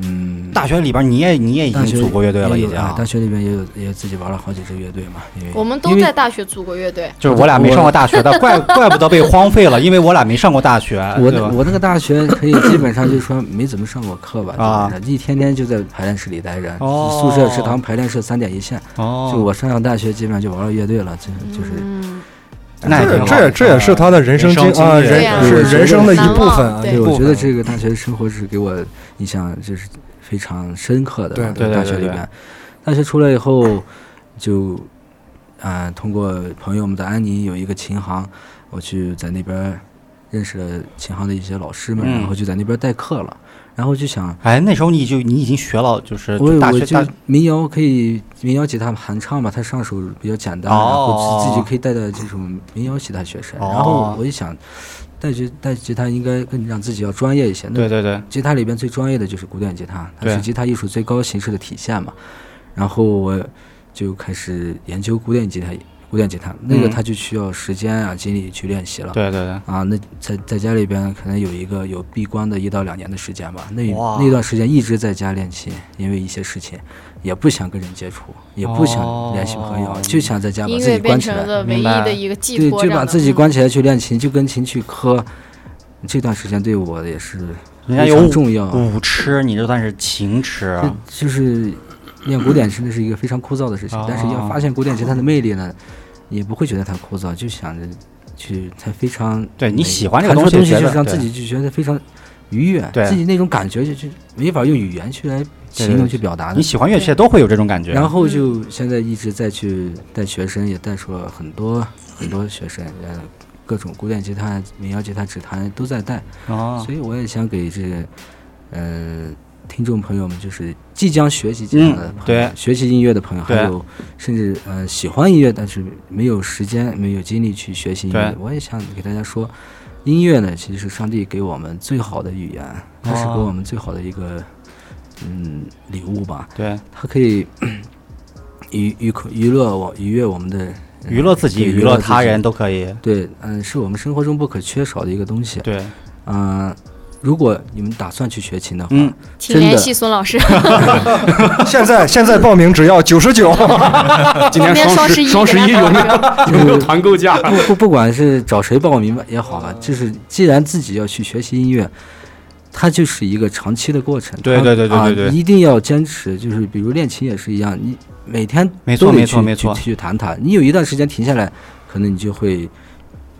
Speaker 6: 嗯，
Speaker 1: 大学里边你也你也已
Speaker 6: 大学
Speaker 1: 经组过乐队了，
Speaker 6: 也
Speaker 1: 已
Speaker 6: 有
Speaker 1: 经
Speaker 6: 啊，大学里面也有也自己玩了好几支乐队嘛。因为
Speaker 2: 我们都
Speaker 6: 因为
Speaker 2: 在大学组过乐队，
Speaker 1: 就是我俩没上过大学的，
Speaker 6: [laughs]
Speaker 1: 怪怪不得被荒废了，因为我俩没上过大学，
Speaker 6: 我
Speaker 1: 对
Speaker 6: 那
Speaker 1: 吧？
Speaker 6: 我那个大学可以基本上就是说没怎么上过课吧，
Speaker 1: 啊
Speaker 6: 基本上一天天就在排练室里待着，
Speaker 1: 哦
Speaker 6: 宿舍、食堂、排练室三点一线。
Speaker 1: 哦，
Speaker 6: 就我上上大学，基本上就玩了乐队了，就就是
Speaker 2: 嗯，
Speaker 1: 那也
Speaker 3: 这
Speaker 1: 挺好
Speaker 3: 这也这也是他的人生经啊，
Speaker 1: 人生经历
Speaker 2: 对呀
Speaker 3: 人是人生的一部分啊，
Speaker 2: 对
Speaker 3: 一
Speaker 6: 对，
Speaker 3: 部
Speaker 6: 我觉
Speaker 3: 分
Speaker 6: 得这个大学生活是给我印象就是非常深刻的。
Speaker 3: 对
Speaker 6: 吧
Speaker 3: 对
Speaker 1: 对
Speaker 6: 大
Speaker 1: 对
Speaker 6: 学里
Speaker 1: 对
Speaker 6: 面，大学出来以后就啊、通过朋友们的安妮有一个琴行，我去在那边认识了琴行的一些老师们，
Speaker 1: 嗯
Speaker 6: 然后就在那边代课了，然后就想。
Speaker 1: 哎，那时候你就你已经学了，呃就是
Speaker 6: 我
Speaker 1: 就大
Speaker 6: 我
Speaker 1: 学
Speaker 6: 就
Speaker 1: 大
Speaker 6: 民谣可以民谣吉他弹唱嘛，它上手比较简单，然后自自
Speaker 1: 哦
Speaker 6: 己可以带带这种民谣吉他学生。
Speaker 1: 哦
Speaker 6: 然后我一想，带吉带吉他应该更让自己要专业一些。那
Speaker 1: 对对对，
Speaker 6: 吉他里边最专业的就是古典吉他，它
Speaker 1: 对
Speaker 6: 是吉他艺术最高形式的体现嘛。然后我就开始研究古典吉他，古典吉他那个
Speaker 1: 嗯
Speaker 6: 它就需要时间啊、精力去练习了。
Speaker 1: 对对对，
Speaker 6: 啊，那在在家里边可能有一个有闭关的一到两年的时间吧。那
Speaker 1: 哇
Speaker 6: 那段时间一直在家练琴，因为一些事情，也不想跟人接触，也不想练习朋友，
Speaker 1: 哦
Speaker 6: 就想在家把
Speaker 2: 音
Speaker 6: 自
Speaker 2: 乐
Speaker 6: 己
Speaker 2: 变
Speaker 6: 关起
Speaker 2: 成
Speaker 6: 来，
Speaker 2: 了唯一
Speaker 1: 明白
Speaker 2: 的一个寄
Speaker 6: 对，
Speaker 2: 托，
Speaker 6: 就
Speaker 2: 这样
Speaker 6: 把
Speaker 2: 的
Speaker 6: 自己
Speaker 2: 嗯
Speaker 6: 关起来去练琴，就跟琴去磕。这段时间对我也是
Speaker 1: 人家
Speaker 6: 非
Speaker 1: 有
Speaker 6: 常
Speaker 1: 舞
Speaker 6: 重要，啊
Speaker 1: 舞痴，你这算是情痴，啊
Speaker 6: 这就是练古典真的是一个非常枯燥的事情，但是
Speaker 1: 哦
Speaker 6: 要发现古典吉他的魅力呢，也不会觉得它枯燥，就想着去，它非常
Speaker 1: 对你
Speaker 6: 美
Speaker 1: 喜欢这个
Speaker 6: 弹出
Speaker 1: 东
Speaker 6: 的
Speaker 1: 西
Speaker 6: 东
Speaker 1: 觉
Speaker 6: 西，就
Speaker 1: 得
Speaker 6: 是让
Speaker 1: 对
Speaker 6: 自己就觉得非常愉悦，
Speaker 1: 对
Speaker 6: 自己那种感觉就就没法用语言去来形容去表达的
Speaker 1: 你。喜欢乐器的都会有这种感觉。
Speaker 6: 然后就现在一直在去带学生，也带出了很多很多学生，呃，各种古典吉他、民谣吉他、指弹都在带。
Speaker 1: 哦
Speaker 6: 所以我也想给这个，呃，听众朋友们，就是即将学习吉他的
Speaker 1: 嗯
Speaker 6: 朋友，
Speaker 1: 对
Speaker 6: 学习音乐的朋友，还
Speaker 1: 对
Speaker 6: 有甚至呃喜欢音乐但是没有时间、没有精力去学习音乐
Speaker 1: 对，
Speaker 6: 我也想给大家说，音乐呢，其实是上帝给我们最好的语言，它是给
Speaker 1: 哦
Speaker 6: 我们最好的一个嗯礼物吧，
Speaker 1: 对，
Speaker 6: 它可以娱娱可娱乐我愉悦我们的呃
Speaker 1: 娱乐自己、
Speaker 6: 对
Speaker 1: 娱
Speaker 6: 娱乐
Speaker 1: 乐
Speaker 6: 自己
Speaker 1: 他人都可以。
Speaker 6: 对，嗯、是我们生活中不可缺少的一个东西。
Speaker 1: 对，
Speaker 6: 嗯，如果你们打算去学琴的话，
Speaker 1: 嗯
Speaker 2: 请
Speaker 6: 真的
Speaker 2: 联系孙老
Speaker 6: [laughs]
Speaker 2: 师。
Speaker 3: 现在现在报名只要九十九，
Speaker 5: 今天
Speaker 2: 双
Speaker 5: 双
Speaker 2: 十一
Speaker 5: 双十一
Speaker 2: 给大家
Speaker 5: 有没
Speaker 2: 打
Speaker 5: 有有没有团购价？
Speaker 6: 不不不管是找谁报名吧也好吧，就是既然自己要去学习音乐，它就是一个长期的过程。
Speaker 1: 对
Speaker 6: 它
Speaker 1: 对对对
Speaker 6: 啊
Speaker 1: 对对
Speaker 6: 一定要坚持。就是比如练琴也是一样，你每天
Speaker 1: 没错
Speaker 6: 都得
Speaker 1: 没错
Speaker 6: 去
Speaker 1: 没错
Speaker 6: 去去弹弹。你有一段时间停下来，可能你就会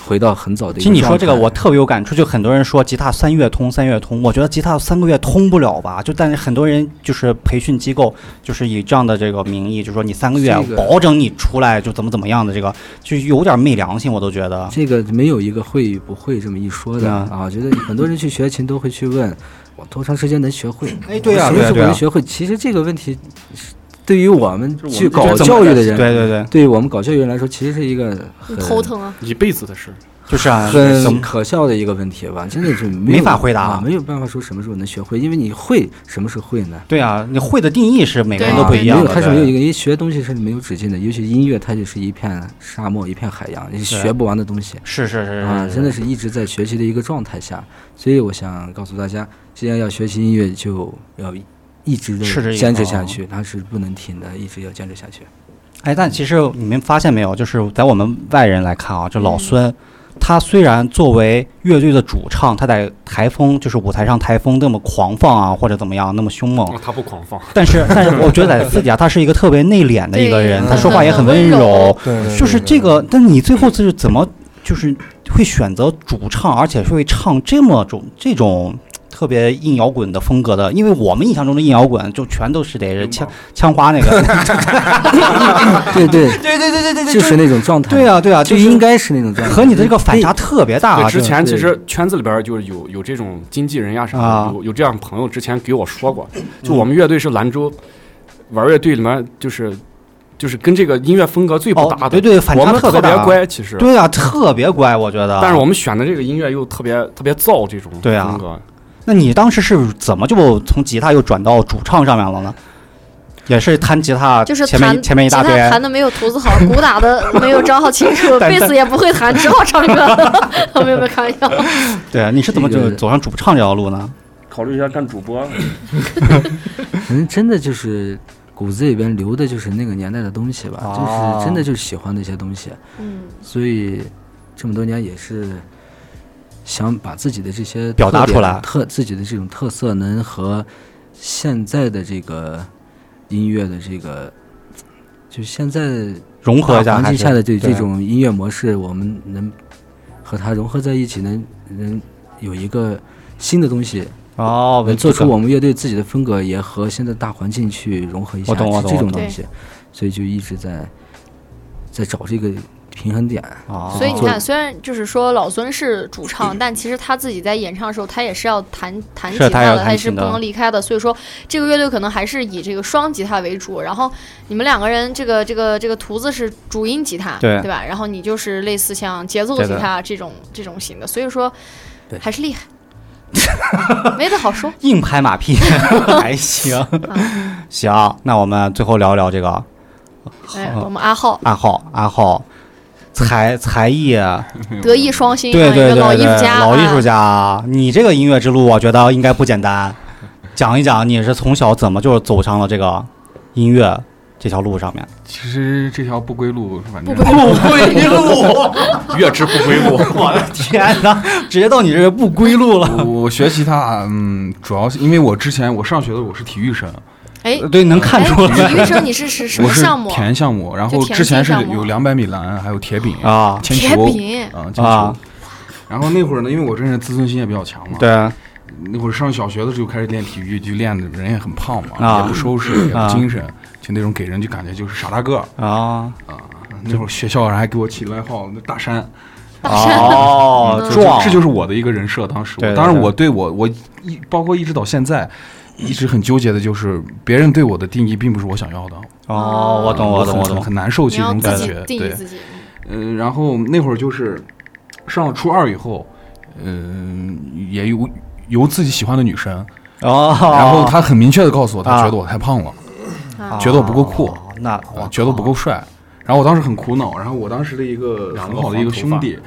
Speaker 6: 回到很早的一个
Speaker 1: 其实你说
Speaker 6: 状
Speaker 1: 这个
Speaker 6: 态
Speaker 1: 我特别有感触，就很多人说吉他三月通，三月通，我觉得吉他三个月通不了吧。就但是很多人就是培训机构就是以这样的这个名义，就说你三个月
Speaker 6: 这个
Speaker 1: 保证你出来就怎么怎么样的，这个就有点昧良心，我都觉得。
Speaker 6: 这个没有一个会与不会这么一说
Speaker 1: 对
Speaker 6: 的
Speaker 1: 啊
Speaker 6: 啊。我觉得很多人去学琴都会去问，我多长时间能学会？
Speaker 1: 哎对呀对
Speaker 6: 我什么
Speaker 1: 呀
Speaker 6: 时候
Speaker 1: 对呀
Speaker 6: 能学会？其实这个问题是对于我们
Speaker 8: 就是我们
Speaker 6: 去搞
Speaker 8: 这怎么
Speaker 6: 教育的
Speaker 1: 对
Speaker 6: 人，
Speaker 1: 对对，
Speaker 6: 对于我们搞教育人来说，其实是一个很
Speaker 2: 头疼啊！
Speaker 5: 一辈子的事，
Speaker 1: 就是啊，怎
Speaker 6: 很
Speaker 1: 么
Speaker 6: 可笑的一个问题吧，真的是没
Speaker 1: 没
Speaker 6: 有
Speaker 1: 法回答
Speaker 6: 啊没有办法说什么时候能学会，因为你会什么是会呢？
Speaker 1: 对啊，你会的定义是每个人
Speaker 2: 对
Speaker 1: 都不
Speaker 2: 对
Speaker 1: 一样
Speaker 6: 没
Speaker 1: 的。
Speaker 6: 有，它是
Speaker 1: 对
Speaker 6: 没有一个，因为学东西是没有止境的，尤其音乐，它就是一片沙漠，一片海洋，你学不完的东西。
Speaker 1: 是是是
Speaker 6: 啊，
Speaker 1: 是
Speaker 6: 真的是一直在学习的一个状态下，所以我想告诉大家，既然要学习音乐，就要一直
Speaker 1: 持
Speaker 6: 的
Speaker 1: 之以
Speaker 6: 坚持下
Speaker 1: 恒
Speaker 6: 去，它是不能停的，一直要坚持下去。
Speaker 1: 哎，但其实你们发现没有，就是在我们外人来看啊，就老孙，他虽然作为乐队的主唱，他在台风就是舞台上台风那么狂放啊，或者怎么样那么凶猛， [laughs]
Speaker 5: 哦，他不狂放，
Speaker 1: 但是但是我觉得在私底下他是一个特别内敛的一个
Speaker 2: 对
Speaker 1: 人，
Speaker 3: 嗯
Speaker 1: 他说话也很温
Speaker 2: 很温
Speaker 1: 柔，
Speaker 3: 对对对
Speaker 1: 就是这
Speaker 3: 对
Speaker 1: 个，但你最后是怎么就是会选择主唱，而且会唱这么种这种特别硬摇滚的风格的？因为我们印象中的硬摇滚就全都是得是枪枪花那个，
Speaker 6: 对
Speaker 1: [laughs]
Speaker 6: 对，
Speaker 1: 对对对对对对，
Speaker 6: 就是那种状态。
Speaker 1: 对啊对啊，
Speaker 6: 就
Speaker 1: 应
Speaker 6: 应
Speaker 1: 该
Speaker 6: 该是那种状态。
Speaker 1: 和你的这个反差特别大啊。
Speaker 5: 对，之前
Speaker 6: 对
Speaker 5: 其实圈子里边儿就是有有这种经纪人呀啥
Speaker 1: 啊
Speaker 5: 的，有有这样朋友之前给我说过，就我们乐队是兰州玩乐队里面就是就是跟这个音乐风格最不搭
Speaker 1: 哦，对
Speaker 5: 的，
Speaker 1: 对，反
Speaker 5: 我
Speaker 1: 差
Speaker 5: 们
Speaker 1: 别
Speaker 5: 别
Speaker 1: 大。
Speaker 5: 乖，其实，
Speaker 1: 对啊，特别乖，我觉得。啊
Speaker 5: 但是我们选的这个音乐又特别特别燥这种
Speaker 1: 对啊
Speaker 5: 风格，
Speaker 1: 那你当时是怎么就从吉他又转到主唱上面了呢？也是弹吉
Speaker 6: 啊
Speaker 1: 他，
Speaker 2: 就是
Speaker 1: 前
Speaker 2: 弹
Speaker 1: 面前面一大
Speaker 2: 吉他
Speaker 1: 堆，
Speaker 2: 弹的没有徒子好，鼓打的没有张
Speaker 1: [laughs]
Speaker 2: 浩清楚，
Speaker 1: 但
Speaker 2: 贝斯也不会弹， [laughs]
Speaker 6: [laughs]
Speaker 2: 只好唱歌。没有没有开玩笑，
Speaker 1: 啊对，你是怎么就走上主唱这条路呢？
Speaker 8: 考虑一下干主播。
Speaker 6: 可能哎嗯真的就是骨子里边留的就是那个年代的东西吧，
Speaker 1: 哦
Speaker 6: 就是真的就是喜欢那些东西，
Speaker 2: 嗯，
Speaker 6: 所以这么多年也是想把自己的这些
Speaker 1: 表达
Speaker 6: 特点
Speaker 1: 出来
Speaker 6: 特自己的这种特色能和现在的这个音乐的这个，就现在
Speaker 1: 融合一下
Speaker 5: 啊
Speaker 6: 大环
Speaker 1: 还
Speaker 6: 境
Speaker 1: 是
Speaker 6: 下的这
Speaker 1: 对
Speaker 6: 这种音乐模式，我们能和它融合在一起，能能有一个新的东西，
Speaker 1: 哦，
Speaker 5: 呃
Speaker 6: 能做出
Speaker 1: 这
Speaker 6: 我们乐队自己的风格，也和现在大环境去融合一下，
Speaker 1: 我懂我
Speaker 6: 是
Speaker 1: 懂
Speaker 6: 这
Speaker 1: 我
Speaker 6: 种
Speaker 2: 懂
Speaker 6: 东西，所以就一直在在找这个平衡点。
Speaker 1: 哦
Speaker 2: 所以你看，虽然就是说老孙是
Speaker 1: [clears throat]
Speaker 2: 主唱，但其实他自己在演唱的时候，他也是要弹弹吉
Speaker 1: 是他
Speaker 2: 他
Speaker 1: 要
Speaker 2: 的，
Speaker 1: 弹
Speaker 2: 他也
Speaker 1: 琴
Speaker 2: 是不
Speaker 1: 的
Speaker 2: 能离开的。所以说，这个乐队可能还是以这个双吉他为主。然后你们两个人，这个这个这个图子是主音吉他，
Speaker 1: 对
Speaker 2: 吧？然后你就是类似像节奏
Speaker 1: 对
Speaker 2: 吉
Speaker 1: 的
Speaker 2: 他这种这种型的，所以说
Speaker 6: 对
Speaker 2: 还
Speaker 1: [laughs]
Speaker 2: 是厉害，没得好说。
Speaker 1: 硬拍马
Speaker 2: [laughs]
Speaker 1: 屁还行。 [laughs] 行，那我们最后聊一聊这个
Speaker 2: 哎，我们阿浩
Speaker 1: 阿浩，阿浩才才艺，
Speaker 2: 德艺双馨，
Speaker 1: 对
Speaker 2: 啊一
Speaker 1: 对
Speaker 2: 个老
Speaker 1: 对
Speaker 2: 艺
Speaker 1: 对，
Speaker 2: 术家，
Speaker 1: 老艺术
Speaker 2: 啊。
Speaker 1: 家，你这个音乐之路，我觉得应该不简单。讲一讲你是从小怎么就是走上了这个音乐这条路上
Speaker 7: [laughs]
Speaker 1: 面？
Speaker 7: 其实这条不归路，反正
Speaker 2: 不归
Speaker 1: 不归
Speaker 7: [laughs]
Speaker 1: 路，
Speaker 9: 月之不归路。
Speaker 1: [laughs] 我的天哪，直接到你这个不归路了。
Speaker 7: 我 [laughs] 我学吉他，嗯，主要是因为我之前我上学的时候我是体育生，
Speaker 2: 哎，
Speaker 1: 对，能看出
Speaker 2: 哎
Speaker 1: 来
Speaker 2: 体育生你是是什么
Speaker 7: 我是
Speaker 2: 项目？啊
Speaker 7: 田项目，然后
Speaker 2: 就田
Speaker 7: 之前是
Speaker 2: 径项目
Speaker 7: 有两百米栏，还有铁饼、
Speaker 1: 啊，
Speaker 7: 铅
Speaker 2: 铁
Speaker 7: 球，
Speaker 2: 饼
Speaker 7: 啊，铅球
Speaker 1: 啊。
Speaker 7: 然后那会儿呢，因为我这人自尊心也比较强嘛，
Speaker 1: 对，
Speaker 7: 那会儿上小学的时候开始练体育，就练的人也很胖嘛，
Speaker 1: 啊
Speaker 7: 也不
Speaker 2: [clears throat]
Speaker 7: 收拾，也
Speaker 1: 啊
Speaker 7: 不精神，就那种给人就感觉就是傻大个儿
Speaker 1: 啊，
Speaker 7: 那会儿学校人还给我起外号“那大山
Speaker 2: 嗯
Speaker 1: 哦”，
Speaker 7: 就
Speaker 1: 壮，
Speaker 7: 嗯这就是我的一个人设。当时我，
Speaker 1: 对对
Speaker 7: 当然
Speaker 1: 对
Speaker 7: 我对我我一包括一直到现在，一直很纠结的就是别人对我的定义并不是我想要的，
Speaker 1: 哦，我懂，我懂，
Speaker 7: 很
Speaker 1: 我懂
Speaker 7: 很，很难受，
Speaker 2: 你
Speaker 7: 其实这
Speaker 2: 要
Speaker 7: 种感
Speaker 2: 自己
Speaker 7: 觉。
Speaker 2: 定义
Speaker 7: 对，
Speaker 2: 自己。
Speaker 7: 嗯，然后那会儿就是上了初二以后，嗯，也有有自己喜欢的女生，
Speaker 1: 哦，
Speaker 7: 然后她很明确的告诉我，她
Speaker 1: 啊
Speaker 7: 觉得我太胖了。
Speaker 2: 啊
Speaker 7: 觉得我不够酷
Speaker 1: 哦，那
Speaker 7: 我
Speaker 1: 我
Speaker 7: 觉得不够帅。然后我当时很苦恼，然后我当时的一个很好的一个兄弟，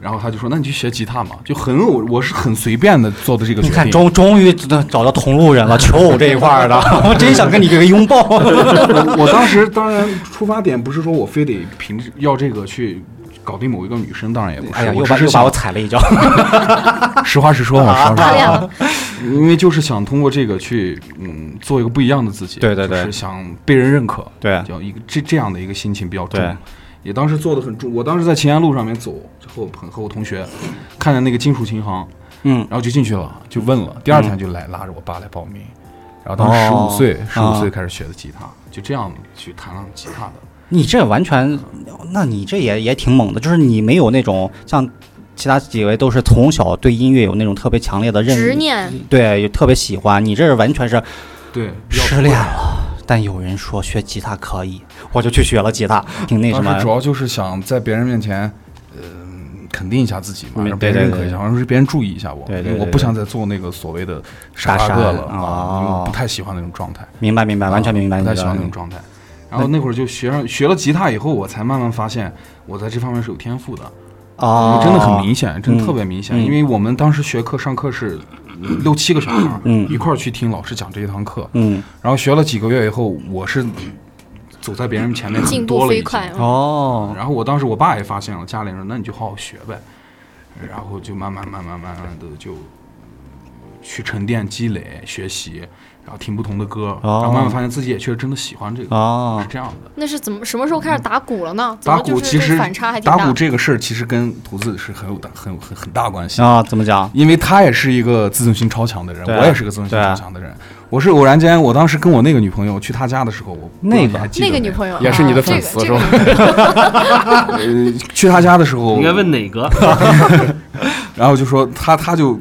Speaker 7: 然后他就说：“那你去学吉他嘛。”就很偶，我是很随便的做的这个
Speaker 1: 你
Speaker 7: 决
Speaker 1: 看，
Speaker 7: 定。
Speaker 1: 终终于找到同路
Speaker 7: [laughs]
Speaker 1: 人了，求偶这一块儿的，我真想跟你给个拥抱。
Speaker 7: 我我当时当然出发点不是说我非得凭着要这个去搞定某一个女生，当然也不
Speaker 1: 哎
Speaker 7: 是，
Speaker 1: 呀，
Speaker 7: 我
Speaker 1: 又
Speaker 7: 只
Speaker 1: 把
Speaker 7: 是
Speaker 1: 又把
Speaker 7: 想
Speaker 1: 我踩了一脚。
Speaker 7: 实话实说嘛，
Speaker 1: 啊
Speaker 7: 实
Speaker 2: 打
Speaker 7: 话
Speaker 2: 脸
Speaker 7: 实
Speaker 2: 了
Speaker 7: 说，因为就是想通过这个去嗯做一个不一样的自己，
Speaker 1: 对对对
Speaker 7: 就是想被人认可，
Speaker 1: 对
Speaker 7: 叫一个这这样的一个心情比较重
Speaker 1: 对。
Speaker 7: 也当时做的很重，我当时在秦安路上面走，之后和和我同学看见那个金属琴行，
Speaker 1: 嗯，
Speaker 7: 然后就进去了，就问了。第二天就来拉着我爸来报名，然后当时十
Speaker 1: 哦
Speaker 7: 五岁，十五
Speaker 1: 啊
Speaker 7: 岁开始学的吉他，就这样去弹上吉他的。
Speaker 1: 你这完全，那你这也也挺猛的，就是你没有那种像其他几位都是从小对音乐有那种特别强烈的认
Speaker 2: 执，念，
Speaker 1: 对，有特别喜欢。你这是完全是
Speaker 7: 对，比较
Speaker 1: 失恋了。但有人说学吉他可以，我就去学了吉他，挺那什
Speaker 7: 当时主
Speaker 1: 么。
Speaker 7: 要就是想在别人面前，嗯，肯定一下自己嘛，
Speaker 1: 嗯
Speaker 7: 让
Speaker 1: 对
Speaker 7: 别
Speaker 1: 对
Speaker 7: 人认可一下，
Speaker 1: 对
Speaker 7: 让别人注意一下我。
Speaker 1: 对对对
Speaker 7: 因为我
Speaker 1: 对
Speaker 7: 不
Speaker 1: 对
Speaker 7: 想再做那个所谓的傻
Speaker 1: 大
Speaker 7: 大个
Speaker 1: 山
Speaker 7: 了
Speaker 1: 哦
Speaker 7: 啊，因为我不太喜欢那种状态，
Speaker 1: 明白明白，完全明白
Speaker 7: 啊
Speaker 1: 你
Speaker 7: 不
Speaker 1: 的。
Speaker 7: 太喜欢那种状态。然后那会儿就学上学了吉他以后，我才慢慢发现我在这方面是有天赋的，
Speaker 1: 哦，
Speaker 7: 真的很明显，真
Speaker 1: 嗯
Speaker 7: 的特别明显。
Speaker 1: 嗯
Speaker 7: 因为我们当时学课上课是六七个小孩儿
Speaker 1: 嗯
Speaker 7: 一块儿去听老师讲这一堂课，
Speaker 1: 嗯，
Speaker 7: 然后学了几个月以后，我是走在别人前面很
Speaker 2: 进
Speaker 7: 多
Speaker 2: 步
Speaker 7: 了已
Speaker 2: 飞
Speaker 7: 经
Speaker 2: 快。嗯
Speaker 1: 哦，
Speaker 7: 然后我当时我爸也发现了，家里人说那你就好好学呗，然后就慢慢慢慢慢慢的就去沉淀积累学习，然后听不同的歌，然
Speaker 1: 哦
Speaker 7: 后慢慢发现自己也确实真的喜欢这个，
Speaker 1: 哦
Speaker 7: 是，这样的。
Speaker 2: 那是怎么什么时候开始打鼓了呢？怎
Speaker 7: 打
Speaker 2: 么就
Speaker 7: 鼓
Speaker 2: 是
Speaker 7: 其
Speaker 2: 这
Speaker 7: 实
Speaker 2: 反差还挺
Speaker 7: 打
Speaker 2: 大
Speaker 7: 鼓。这个事儿其实跟图子是很有大很有很很大关系。
Speaker 1: 啊，怎么讲？
Speaker 7: 因为他也是一个自尊心超强的人，
Speaker 1: 对
Speaker 7: 我也是个自尊心
Speaker 1: 对
Speaker 7: 超强的人。我是偶然间，我当时跟我那个女朋友去她家的时候，我不知
Speaker 1: 那
Speaker 7: 道你
Speaker 1: 个
Speaker 7: 还记得
Speaker 2: 那个
Speaker 7: 没
Speaker 2: 女
Speaker 7: 有
Speaker 2: 朋友
Speaker 5: 也是你的
Speaker 2: 啊
Speaker 5: 粉
Speaker 2: 这个
Speaker 5: 丝
Speaker 2: 这
Speaker 5: 是
Speaker 2: 个
Speaker 5: 吧
Speaker 7: 去她家的时候，
Speaker 8: 应该问哪
Speaker 4: [laughs]
Speaker 8: 个？
Speaker 7: 然后就说他他就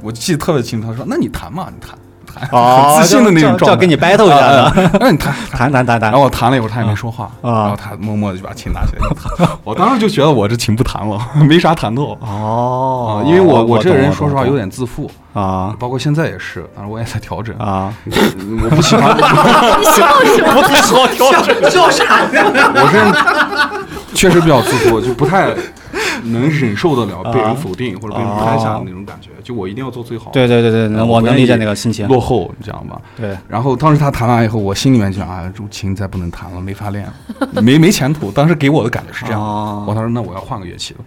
Speaker 7: 我记得特别清，楚，他说那你弹嘛，你弹
Speaker 1: [laughs]
Speaker 7: 弹，
Speaker 1: 哦，
Speaker 7: 很自信的那种
Speaker 1: 就
Speaker 7: 状
Speaker 1: 要
Speaker 7: 态，
Speaker 1: 跟你 battle 一下
Speaker 7: 啊
Speaker 1: 的，
Speaker 7: 啊啊那你弹。
Speaker 1: 呃谈谈谈
Speaker 7: 然
Speaker 1: 谈
Speaker 7: 后。我弹了一会儿，他也没说话，
Speaker 1: 啊
Speaker 7: 然后他默默的就把琴拿起来就弹。 [laughs] 我当时就觉得我这琴不弹了， [laughs] 没啥弹头
Speaker 1: 哦
Speaker 7: 啊，因为我
Speaker 1: 我
Speaker 7: 这个
Speaker 1: 懂
Speaker 7: 人
Speaker 1: 我
Speaker 7: 说实话
Speaker 1: 懂
Speaker 7: 有点自负，
Speaker 1: 啊
Speaker 7: 包括现在也是，当然我也在调整。
Speaker 1: 啊，
Speaker 7: 我不喜 [laughs] 欢，
Speaker 1: 不太好调整，笑啥？
Speaker 7: 我这人确实比较自负，就不太能忍受得了被人否定或者被人拍下
Speaker 1: 哦
Speaker 7: 的那种感觉，就我一定要做最好。
Speaker 1: 啊对对对对，能
Speaker 7: 嗯
Speaker 1: 我
Speaker 7: 我
Speaker 1: 能
Speaker 7: 愿
Speaker 1: 理解
Speaker 7: 意
Speaker 1: 那个心情。
Speaker 7: 落后，你知道吗？
Speaker 1: 对，
Speaker 7: 然后当时他谈完以后，我心里面就想啊，这琴再不能弹了，没法练了， [laughs] 没没前途。当时给我的感觉是这样的，
Speaker 1: 哦
Speaker 7: 我当时那我要换个乐器了，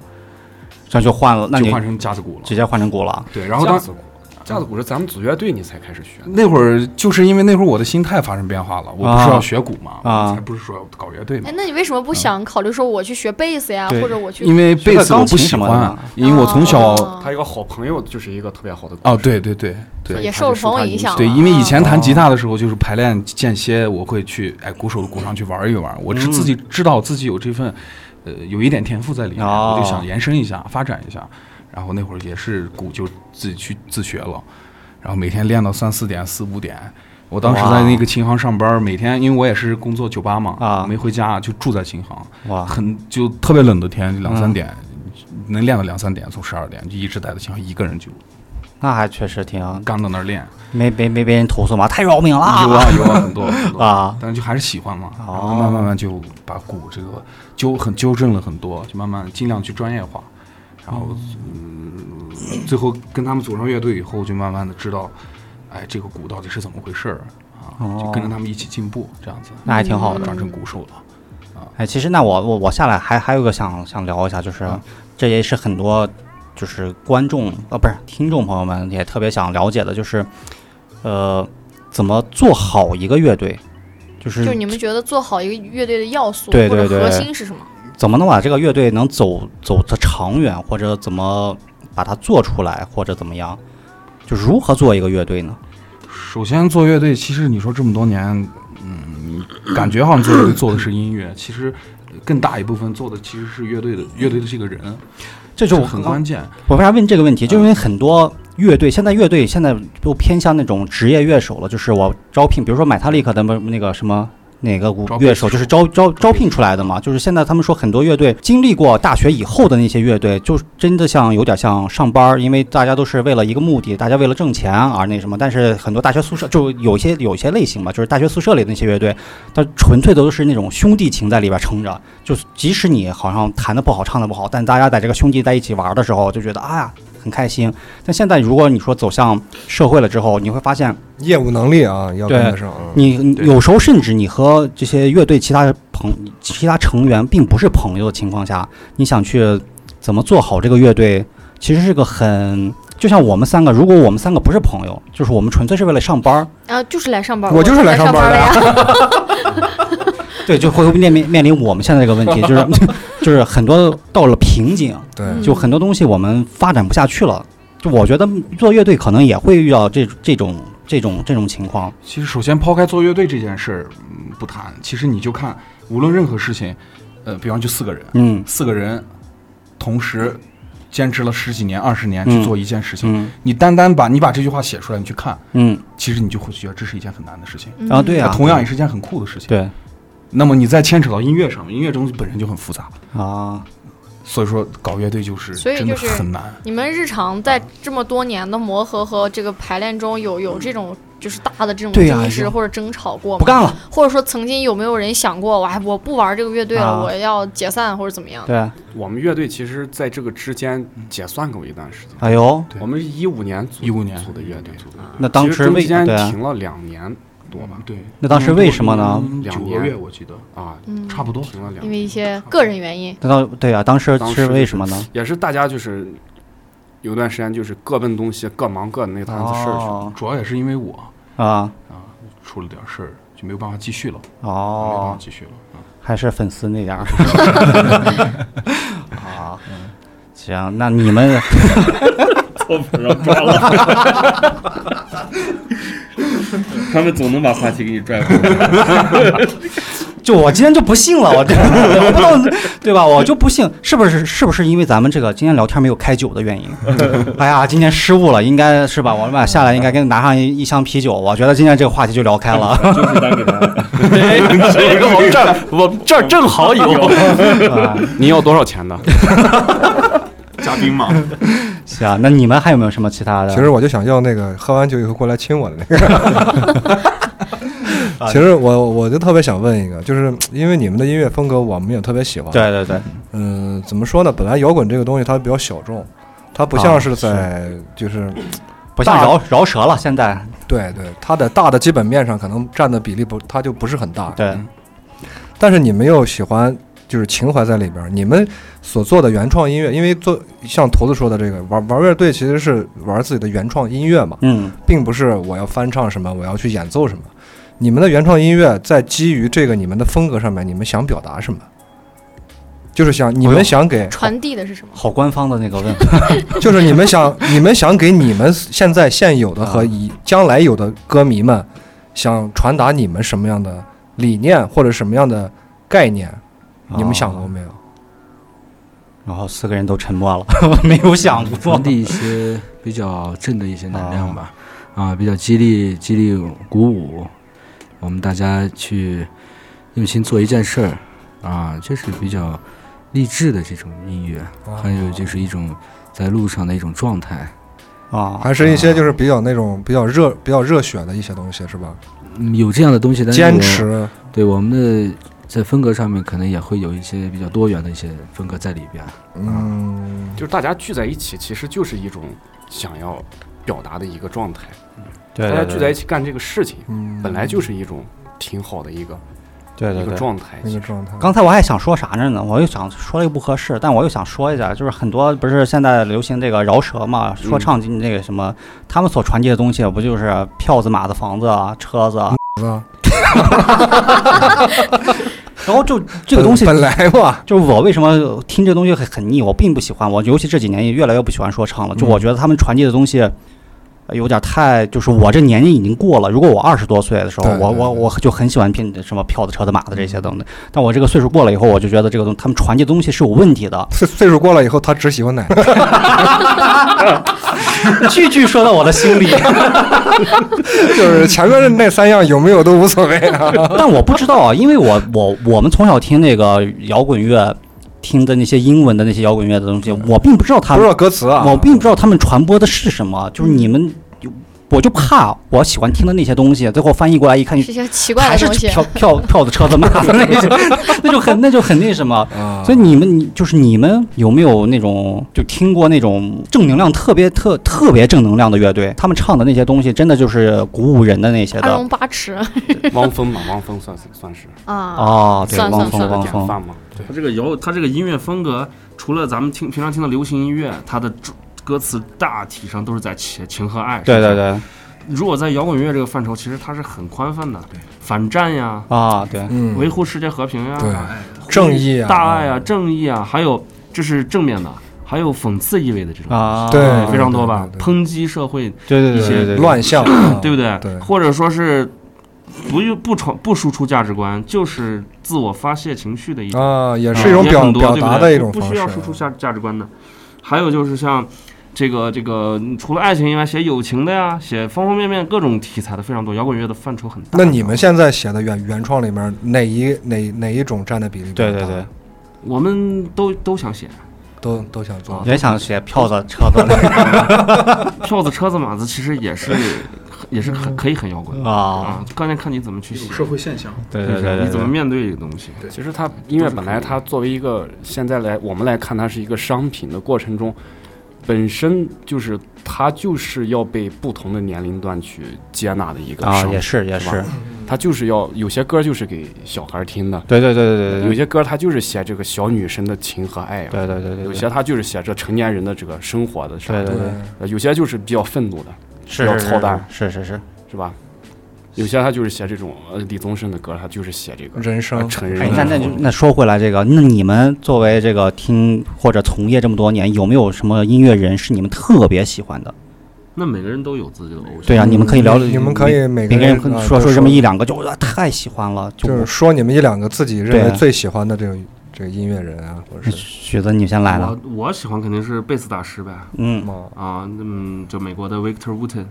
Speaker 1: 这就换了，那
Speaker 7: 就
Speaker 1: 你
Speaker 7: 换成架子鼓了。
Speaker 1: 直接换成鼓了。
Speaker 7: 对，然后当
Speaker 5: 架子鼓，架子鼓是咱们组乐队你才开始学的，
Speaker 7: 那会儿就是因为那会儿我的心态发生变化了，我不是
Speaker 1: 啊
Speaker 7: 要学鼓嘛，
Speaker 1: 啊
Speaker 7: 我才不是说要搞乐队嘛
Speaker 2: 哎，，那你为什么不想考虑说我去学贝斯呀，
Speaker 1: 对
Speaker 2: 或者我去？
Speaker 7: 因为贝斯我不
Speaker 1: 学个钢琴
Speaker 7: 喜
Speaker 1: 什么的
Speaker 7: 欢
Speaker 1: 嘛，
Speaker 7: 因为我从小
Speaker 2: 哦
Speaker 5: 他一个好朋友就是一个特别好的鼓
Speaker 7: 哦，
Speaker 5: 手，
Speaker 7: 对对对对
Speaker 2: 也受朋友影响了。嗯
Speaker 7: 对，因为以前弹
Speaker 1: 哦
Speaker 7: 吉他的时候，就是排练间歇，我会去哎鼓手的鼓上去玩一玩，我
Speaker 1: 嗯
Speaker 7: 是自己知道自己有这份，呃，有一点天赋在里面，
Speaker 1: 哦
Speaker 7: 我就想延伸一下，发展一下。然后那会儿也是鼓就自己去自学了，然后每天练到三四点、四五点。我当时
Speaker 1: 哇
Speaker 7: 在那个琴行上班，每天因为我也是工作酒吧嘛，
Speaker 1: 啊
Speaker 7: 没回家就住在琴行，
Speaker 1: 哇，
Speaker 7: 很就特别冷的天，两三
Speaker 1: 嗯
Speaker 7: 点、能练到两三点，从十二点就一直待在琴行，一个人就
Speaker 1: 那还确实挺
Speaker 7: 干到那
Speaker 1: [laughs]
Speaker 7: 儿练。
Speaker 1: 没没没被人投诉吗？太扰民了
Speaker 7: 嗯有啊有啊，很多很
Speaker 1: [laughs]
Speaker 7: 多
Speaker 1: 啊
Speaker 7: 但是就还是喜欢嘛，然
Speaker 1: 哦
Speaker 7: 后慢慢慢就把鼓这个纠很纠正了很多，就慢慢尽量去专业化，然后嗯，最后跟他们组上乐队以后，就慢慢的知道，哎，这个鼓到底是怎么回事儿
Speaker 1: 哦
Speaker 7: 啊，就跟着他们一起进步，这样子，
Speaker 1: 那还挺好的
Speaker 7: 转成鼓手了。
Speaker 1: 哎，其实那我我我下来还还有一个想想聊一下，就是、
Speaker 7: 嗯
Speaker 1: 这也是很多就是观众呃不是听众朋友们也特别想了解的，就是呃怎么做好一个乐队，就是
Speaker 2: 就是你们觉得做好一个乐队的要素
Speaker 1: 对对
Speaker 2: 或者
Speaker 1: 对
Speaker 2: 核心是什么？
Speaker 1: 怎么能把这个乐队能走走得长远，或者怎么把它做出来，或者怎么样，就如何做一个乐队呢？
Speaker 7: 首先做乐队，其实你说这么多年，嗯，感觉好像做乐队做的是音乐，其实更大一部分做的其实是乐队的乐队的这个人，
Speaker 1: 这就
Speaker 7: 这很关键。
Speaker 1: 我为啥问这个问题？就因为
Speaker 7: 嗯
Speaker 1: 很多乐队，现在乐队现在都偏向那种职业乐手了，就是我招聘，比如说买他利克的那那个什么。哪个舞
Speaker 7: 招聘
Speaker 1: 乐手就是招招招聘出来的嘛？就是现在他们说很多乐队经历过大学以后的那些乐队，就是真的像有点像上班儿，因为大家都是为了一个目的，大家为了挣钱而那什么。但是很多大学宿舍就有一些有一些类型嘛，就是大学宿舍里的那些乐队，它纯粹的都是那种兄弟情在里边撑着，就是即使你好像弹的不好，唱的不好，但大家在这个兄弟在一起玩的时候，就觉得啊很开心。但现在如果你说走向社会了之后，你会发现
Speaker 3: 业务能力啊要跟
Speaker 1: 对
Speaker 3: 得上。嗯
Speaker 1: 你，你
Speaker 7: 对
Speaker 1: 有时候甚至你和这些乐队其他朋其他成员并不是朋友的情况下，你想去怎么做好这个乐队，其实是个很就像我们三个，如果我们三个不是朋友，就是我们纯粹是为了上班儿，
Speaker 2: 啊，就是来上班，
Speaker 3: 我就是
Speaker 2: 来
Speaker 3: 来上班
Speaker 2: 班
Speaker 3: 的
Speaker 2: 呀。
Speaker 1: 对，就会面面面临我们现在这个问题，就是 [laughs] 就是很多到了瓶颈。
Speaker 3: 对，
Speaker 2: 嗯
Speaker 1: 就很多东西我们发展不下去了。就我觉得做乐队可能也会遇到这这种这种这种情况。
Speaker 7: 其实，首先抛开做乐队这件事儿、嗯、不谈，其实你就看，无论任何事情，呃，比方就四个人，
Speaker 1: 嗯
Speaker 7: 四个人同时坚持了十几年、二十年
Speaker 1: 嗯
Speaker 7: 去做一件事情，
Speaker 1: 嗯
Speaker 7: 你单单把你把这句话写出来，你去看，
Speaker 1: 嗯
Speaker 7: 其实你就会觉得这是一件很难的事情，
Speaker 2: 嗯
Speaker 1: 啊，对啊，
Speaker 7: 同样也是一件很酷的事情。，
Speaker 1: 对
Speaker 7: 那么你再牵扯到音乐上面，音乐东西本身就很复杂，
Speaker 1: 啊，
Speaker 7: 所以说搞乐队就是
Speaker 2: 所以
Speaker 7: 真的
Speaker 2: 就是
Speaker 7: 很难。
Speaker 2: 嗯你们日常在这么多年的磨合和这个排练中有，有这种就是大的这种
Speaker 1: 对呀
Speaker 2: 争执
Speaker 1: 有
Speaker 2: 或者争吵过吗？
Speaker 1: 不干了，
Speaker 2: 或者说曾经有没有人想过，我还我不玩这个乐队了，
Speaker 1: 啊
Speaker 2: 我要解散或者怎么样？
Speaker 1: 对，
Speaker 5: 我们乐队其实在这个之间解散过一段时间，
Speaker 1: 哎呦，
Speaker 7: 对
Speaker 5: 我们是一五年组
Speaker 7: 15年
Speaker 5: 组的乐队，
Speaker 1: 那当
Speaker 5: 其实
Speaker 1: 时
Speaker 5: 中
Speaker 1: 为
Speaker 5: 间
Speaker 1: 对啊
Speaker 5: 停了两年多吧，
Speaker 7: 对，
Speaker 1: 那当时为什么呢？
Speaker 7: 嗯九
Speaker 5: 两
Speaker 7: 个
Speaker 5: 年
Speaker 7: 月我记得，
Speaker 5: 啊，
Speaker 2: 嗯，
Speaker 7: 差不多。
Speaker 5: 停了两
Speaker 2: 因
Speaker 5: 年，
Speaker 2: 为一些个人原因，
Speaker 1: 那当对啊，当时
Speaker 5: 当时
Speaker 1: 是
Speaker 5: 就
Speaker 1: 为
Speaker 5: 是
Speaker 1: 什么呢？
Speaker 5: 也是大家就是有段时间就是各奔东西，各忙各的那摊子事
Speaker 9: [laughs]
Speaker 5: 儿去了。
Speaker 1: 哦
Speaker 7: 主要也是因为我
Speaker 1: 啊
Speaker 7: 啊出了点事儿，就没有办法继续了，没有办法
Speaker 1: 哦，
Speaker 7: 继续了。啊
Speaker 1: 还是粉丝那点儿
Speaker 5: [laughs]
Speaker 1: 啊。行，那你们
Speaker 8: 错不了，抓了。他们总能把话题给你拽回来。
Speaker 1: 就我今天就不信了，我这我不知道，对吧？我就不信，是不是是不是因为咱们这个今天聊天没有开酒的
Speaker 5: [laughs]
Speaker 1: 原因？哎呀，今天失误了，应该是吧？我们俩下来应该给你拿上一一箱啤酒，我觉得今天这个话题就聊开
Speaker 5: [laughs]
Speaker 1: 了。
Speaker 8: 就是单给他，
Speaker 5: 哎这个我们这儿我们这儿正好有，
Speaker 1: 啊
Speaker 5: 你要多少钱的？
Speaker 9: [laughs] 嘉宾嘛，
Speaker 1: 行、啊，那你们还有没有啊什么其他的？
Speaker 3: [laughs] 其实我就想要那个喝完酒以后过来亲我的那个。
Speaker 1: 啊
Speaker 3: 其实我我就特别想问一个，就是因为你们的音乐风格我们也特别喜欢。，
Speaker 1: 对对对，
Speaker 3: 嗯，怎么说呢？本来摇滚这个东西它比较小众，它不像是
Speaker 1: 啊
Speaker 3: 在就是
Speaker 1: 不像
Speaker 3: 大
Speaker 1: 饶饶舌了，现在
Speaker 3: 对对，它的大的基本面上可能占的比例不，它就不是很大。
Speaker 1: 对
Speaker 3: 但是你们又喜欢就是情怀在里边儿，你们所做的原创音乐，因为做像头子说的这个玩玩乐队其实是玩自己的原创音乐嘛，
Speaker 1: 嗯
Speaker 3: 并不是我要翻唱什么，我要去演奏什么。你们的原创音乐在基于这个你们的风格上面，你们想表达什么？就是想你们想给，
Speaker 2: 传递的是什么？
Speaker 1: 好官方的那个问，
Speaker 5: [laughs]
Speaker 3: 就是你们想你们想给你们现在现有的
Speaker 5: 啊
Speaker 3: 和以将来有的歌迷们，想传达你们什么样的理念或者什么样的概念？
Speaker 5: 啊
Speaker 3: 你们想
Speaker 1: 哦
Speaker 3: 过没有？
Speaker 1: 然后四个人都沉默了， [laughs] 没有想过
Speaker 6: 传。递一些比较正的一些能量吧，啊，比较激励、激励、鼓舞我们大家去用心做一件事儿，啊，这是比较励志的这种音乐，
Speaker 5: 啊
Speaker 6: 还有就是一种在路上的一种状态，
Speaker 1: 啊，
Speaker 3: 还是一些就是比较那种比较热、比较热血的一些东西，是吧？
Speaker 6: 嗯有这样的东西，但是
Speaker 3: 坚
Speaker 6: 我
Speaker 3: 持，
Speaker 6: 对我们的在风格上面可能也会有一些比较多元的一些风格在里边。
Speaker 3: 嗯，
Speaker 5: 就是大家聚在一起，其实就是一种想要表达的一个状态。
Speaker 1: [laughs] 对
Speaker 5: 大
Speaker 1: 对
Speaker 5: 家聚在
Speaker 1: 对
Speaker 5: 一起干这个事情，
Speaker 3: 嗯
Speaker 5: 本来就是一种挺好的一个
Speaker 1: 对对
Speaker 5: 一个
Speaker 1: 对。
Speaker 5: 状态。
Speaker 3: 那个状态。
Speaker 1: 刚才我还想说啥着呢，我又想说了一个不合适，但我又想说一下，就是很多不是现在流行这个饶舌嘛，
Speaker 3: 嗯
Speaker 1: 说唱那个什么，他们所传递的东西不就是票子、马子、房子、啊、车子，啊，
Speaker 3: 啊
Speaker 1: 然后就这个东西
Speaker 3: 本来嘛，
Speaker 1: 就是我为什么听这东西很很腻，我并不喜欢，我尤其这几年也越来越不喜欢说唱了。就
Speaker 3: 嗯
Speaker 1: 我觉得他们传递的东西呃有点太，就是我这年纪已经过了。如果我二十多岁的时候
Speaker 3: 对，
Speaker 1: 我
Speaker 3: 对
Speaker 1: 我
Speaker 3: 对。
Speaker 1: 我就很喜欢听什么票子、车子、马子这些等等。但我这个岁数过了以后，我就觉得这个东他们传递的东西是有问题的
Speaker 3: 岁岁数过了以后，他只喜欢奶奶。 [laughs]
Speaker 1: 句句说到我的心里，
Speaker 3: 就是前面那三样有没有都无所谓啊。
Speaker 1: [laughs] 但我不知道啊，因为我我我们从小听那个摇滚乐，听的那些英文的那些摇滚乐的东西，我并不知道他
Speaker 3: 不
Speaker 1: 们
Speaker 3: 知道歌词啊，
Speaker 1: 我并不知道他们传播的是什么，就是
Speaker 2: 嗯
Speaker 1: 你们，我就怕我喜欢听的那些东西，最后翻译过来一看，
Speaker 2: 是一些奇怪
Speaker 1: 还
Speaker 2: 的
Speaker 1: 是
Speaker 2: 东西。
Speaker 1: 票票票子车子骂的那
Speaker 2: [laughs]
Speaker 1: 种，那就很那就很那什么。
Speaker 3: 啊，
Speaker 1: 所以你们，你就是你们有没有那种就听过那种正能量特别特特别正能量的乐队？他们唱的那些东西，真的就是鼓舞人的那些
Speaker 2: 阿
Speaker 1: 的
Speaker 2: 龙八尺
Speaker 5: 汪峰嘛，汪峰算是算是
Speaker 2: 啊，
Speaker 1: 哦，对，
Speaker 2: 算
Speaker 1: 汪
Speaker 2: 算
Speaker 1: 峰，
Speaker 2: 算
Speaker 1: 汪
Speaker 5: 典
Speaker 1: 峰，
Speaker 5: 范嘛。对，
Speaker 4: 他这个摇，他这个音乐风格，除了咱们听平常听的流行音乐，它的主歌词大体上都是在情情和爱。
Speaker 1: 对
Speaker 4: 是
Speaker 1: 对
Speaker 4: 不是。
Speaker 1: 对，
Speaker 4: 如果在摇滚乐这个范畴，其实它是很宽泛的，反战呀，
Speaker 1: 啊，对，
Speaker 4: 维
Speaker 3: 嗯，
Speaker 4: 护世界和平呀，
Speaker 3: 对
Speaker 4: 哎呼吁
Speaker 3: 正义啊
Speaker 4: 大爱啊，正义啊，还有这是正面的，还有讽刺意味的这种。
Speaker 1: 啊，
Speaker 3: 对
Speaker 4: 非常多吧，
Speaker 3: 对对对
Speaker 4: 抨击社会，
Speaker 1: 对对对对对，
Speaker 3: 乱象，
Speaker 4: 对不对？
Speaker 3: 对
Speaker 4: 或者说是不用不传不输出价值观，就是自我发泄情绪的一种，
Speaker 3: 啊，也是一种
Speaker 4: 也
Speaker 3: 表
Speaker 4: 很多
Speaker 3: 表
Speaker 4: 对不
Speaker 3: 达
Speaker 4: 对
Speaker 3: 的一种
Speaker 4: 不
Speaker 3: 方
Speaker 4: 不需
Speaker 3: 式啊
Speaker 4: 要输出价价值观的。还有就是像这个这个，除了爱情以外，写友情的呀，写方方面面各种题材的非常多，摇滚乐的范畴很大。
Speaker 3: 那你们现在写的原原创里面哪一哪哪一种占的比例比较
Speaker 1: 对
Speaker 3: 大？
Speaker 1: 对对，
Speaker 4: 我们都都
Speaker 1: [laughs]
Speaker 4: 想写
Speaker 3: 都都想做。
Speaker 1: 也想写票子车子
Speaker 3: [laughs]
Speaker 4: 票子、车子、马子，其实也是 [laughs] 也是很可以很摇滚的
Speaker 1: 啊，
Speaker 4: 啊，关键看你怎么去写，
Speaker 7: 社会现象，
Speaker 1: 对对对对，对
Speaker 4: 你怎么面对这个东西。
Speaker 5: 其实它音乐本来它作为一个现在来我们来看它是一个商品的过程中，本身就是它就是要被不同的年龄段去接纳的一个
Speaker 1: 啊，
Speaker 5: 商
Speaker 1: 也
Speaker 5: 品，
Speaker 1: 是也
Speaker 5: 是
Speaker 1: 是
Speaker 5: 吧，它就是要有些歌就是给小孩听的，
Speaker 1: 对对对对
Speaker 5: 有
Speaker 1: 对
Speaker 5: 些歌它就是写这个小女生的情和爱啊，
Speaker 1: 对对对对
Speaker 5: 有
Speaker 1: 对，
Speaker 5: 些它就是写这成年人的这个生活的事
Speaker 1: 对
Speaker 5: 儿，
Speaker 1: 对对，
Speaker 5: 呃有些就是比较愤怒的，
Speaker 1: 是
Speaker 5: 比较
Speaker 1: 是
Speaker 5: 操蛋
Speaker 1: 是是是，
Speaker 5: 是吧？有些他就是写这种，呃，李宗盛的歌，他就是写这个
Speaker 3: 人
Speaker 5: 呃
Speaker 3: 生，
Speaker 5: 成人
Speaker 1: 哎那
Speaker 5: 的，
Speaker 1: 那
Speaker 4: 嗯
Speaker 1: 就那说回来这个，那你们作为这个听或者从业这么多年，有没有什么音乐人是你们特别喜欢的？
Speaker 4: 那每个人都有自己的偶像，
Speaker 1: 对啊，你们可以聊，
Speaker 3: 嗯你们可以
Speaker 1: 每
Speaker 3: 每
Speaker 1: 个人
Speaker 3: 人
Speaker 1: 可以
Speaker 3: 啊
Speaker 1: 说
Speaker 3: 都
Speaker 1: 说这么一两个，就我太喜欢了，就
Speaker 3: 就是
Speaker 1: 我
Speaker 3: 说你们一两个自己认为
Speaker 1: 对啊嗯
Speaker 3: 最喜欢的这个这个音乐人啊，或者是
Speaker 1: 许子你先来了，
Speaker 4: 我我喜欢肯定是贝斯大师呗，
Speaker 3: 什
Speaker 1: 嗯，
Speaker 3: 么
Speaker 4: 啊，嗯，就美国的 Victor Wooten，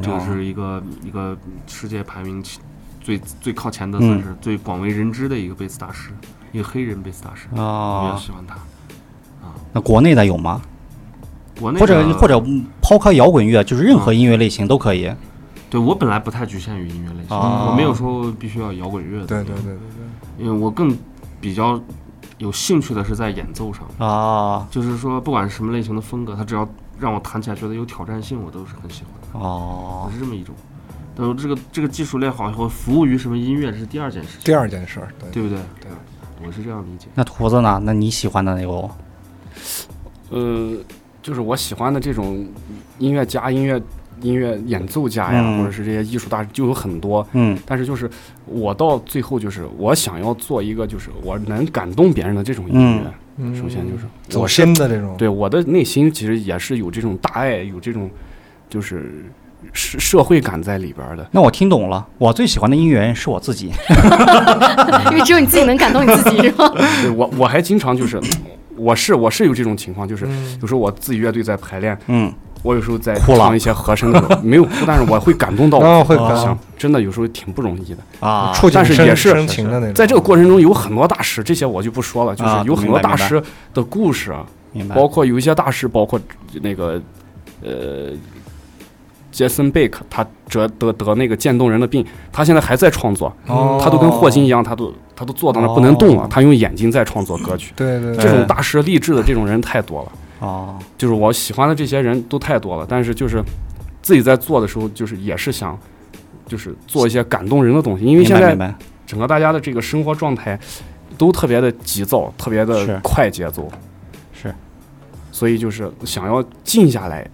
Speaker 4: 这是一
Speaker 1: 哦
Speaker 4: 个一个世界排名其最最靠前的，
Speaker 1: 嗯
Speaker 4: 算是最广为人知的一个贝斯大师，一个黑人贝斯大师，我比较
Speaker 1: 啊，
Speaker 4: 喜欢他。
Speaker 1: 那国内的有吗？
Speaker 4: 国内
Speaker 1: 或者
Speaker 4: 的啊
Speaker 1: 或者抛开摇滚乐，就是任何音乐类型都可以。
Speaker 4: 对我本来不太局限于音乐类型，
Speaker 1: 哦
Speaker 4: 我没有说必须要摇滚乐的，
Speaker 3: 啊对对对对，
Speaker 4: 因为我更比较有兴趣的是在演奏上，
Speaker 1: 啊
Speaker 4: 就是说不管是什么类型的风格，它只要让我弹起来觉得有挑战性，我都是很喜欢的，
Speaker 1: 哦
Speaker 4: 我是这么一种。但是这个这个技术练好以后，服务于什么音乐这是第二件事情，
Speaker 3: 第二件事儿，对，
Speaker 4: 对不对？对，我是这样理解。
Speaker 1: 那胡子呢？那你喜欢的那个
Speaker 5: 呃，就是我喜欢的这种音乐家、音乐音乐演奏家呀，
Speaker 1: 嗯
Speaker 5: 或者是这些艺术大师，就有很多。
Speaker 1: 嗯
Speaker 5: 但是就是我到最后就是我想要做一个就是我能感动别人的这种音乐。
Speaker 3: 嗯
Speaker 5: 首先就是
Speaker 3: 走
Speaker 5: 我是
Speaker 3: 心的这种，
Speaker 5: 对我的内心其实也是有这种大爱，有这种就是社社会感在里边儿的。
Speaker 1: 那我听懂了，我最喜欢的音乐人是我自己。
Speaker 2: 因为只有你自己能感动你自己，是吧？
Speaker 5: 对我我还经常就是我是我是有这种情况，就是
Speaker 3: 嗯
Speaker 5: 有时候我自己乐队在排练，
Speaker 1: 嗯，
Speaker 5: 我有时候在
Speaker 1: 哭了
Speaker 5: 唱一些和声的时候没有哭，但是我会感动到我。
Speaker 3: 啊会
Speaker 1: 哦
Speaker 3: 感
Speaker 5: 想真的有时候挺不容易的，
Speaker 1: 啊，
Speaker 3: 触景
Speaker 5: 但是
Speaker 3: 生
Speaker 5: 也是
Speaker 3: 生情的那种，
Speaker 5: 在这个过程中有很多大师，这些我就不说了，就
Speaker 1: 啊
Speaker 5: 是有很
Speaker 1: 明
Speaker 5: 多
Speaker 1: 白哎
Speaker 5: 大师的故事，啊、
Speaker 1: 明白。
Speaker 5: 包括有一些大师，包括那个呃，杰森贝克，他得得得那个渐冻人的病，他现在还在创作，
Speaker 3: 哦
Speaker 5: 他都跟霍金一样，他都他都坐到那儿不能动了，
Speaker 1: 哦
Speaker 5: 他用眼睛在创作歌曲。
Speaker 3: 对对
Speaker 5: 这
Speaker 3: 对，
Speaker 5: 种大师励志的这种人太多了，
Speaker 1: 哦，
Speaker 5: 就是我喜欢的这些人都太多了，但是就是自己在做的时候，就是也是想。就是做一些感动人的东西，因为
Speaker 1: 明
Speaker 5: 现
Speaker 1: 白
Speaker 5: 在
Speaker 1: 明白。
Speaker 5: 整个大家的这个生活状态都特别的急躁，特别
Speaker 1: 是
Speaker 5: 的快节奏，
Speaker 1: 是，
Speaker 5: 所以就是想要静下来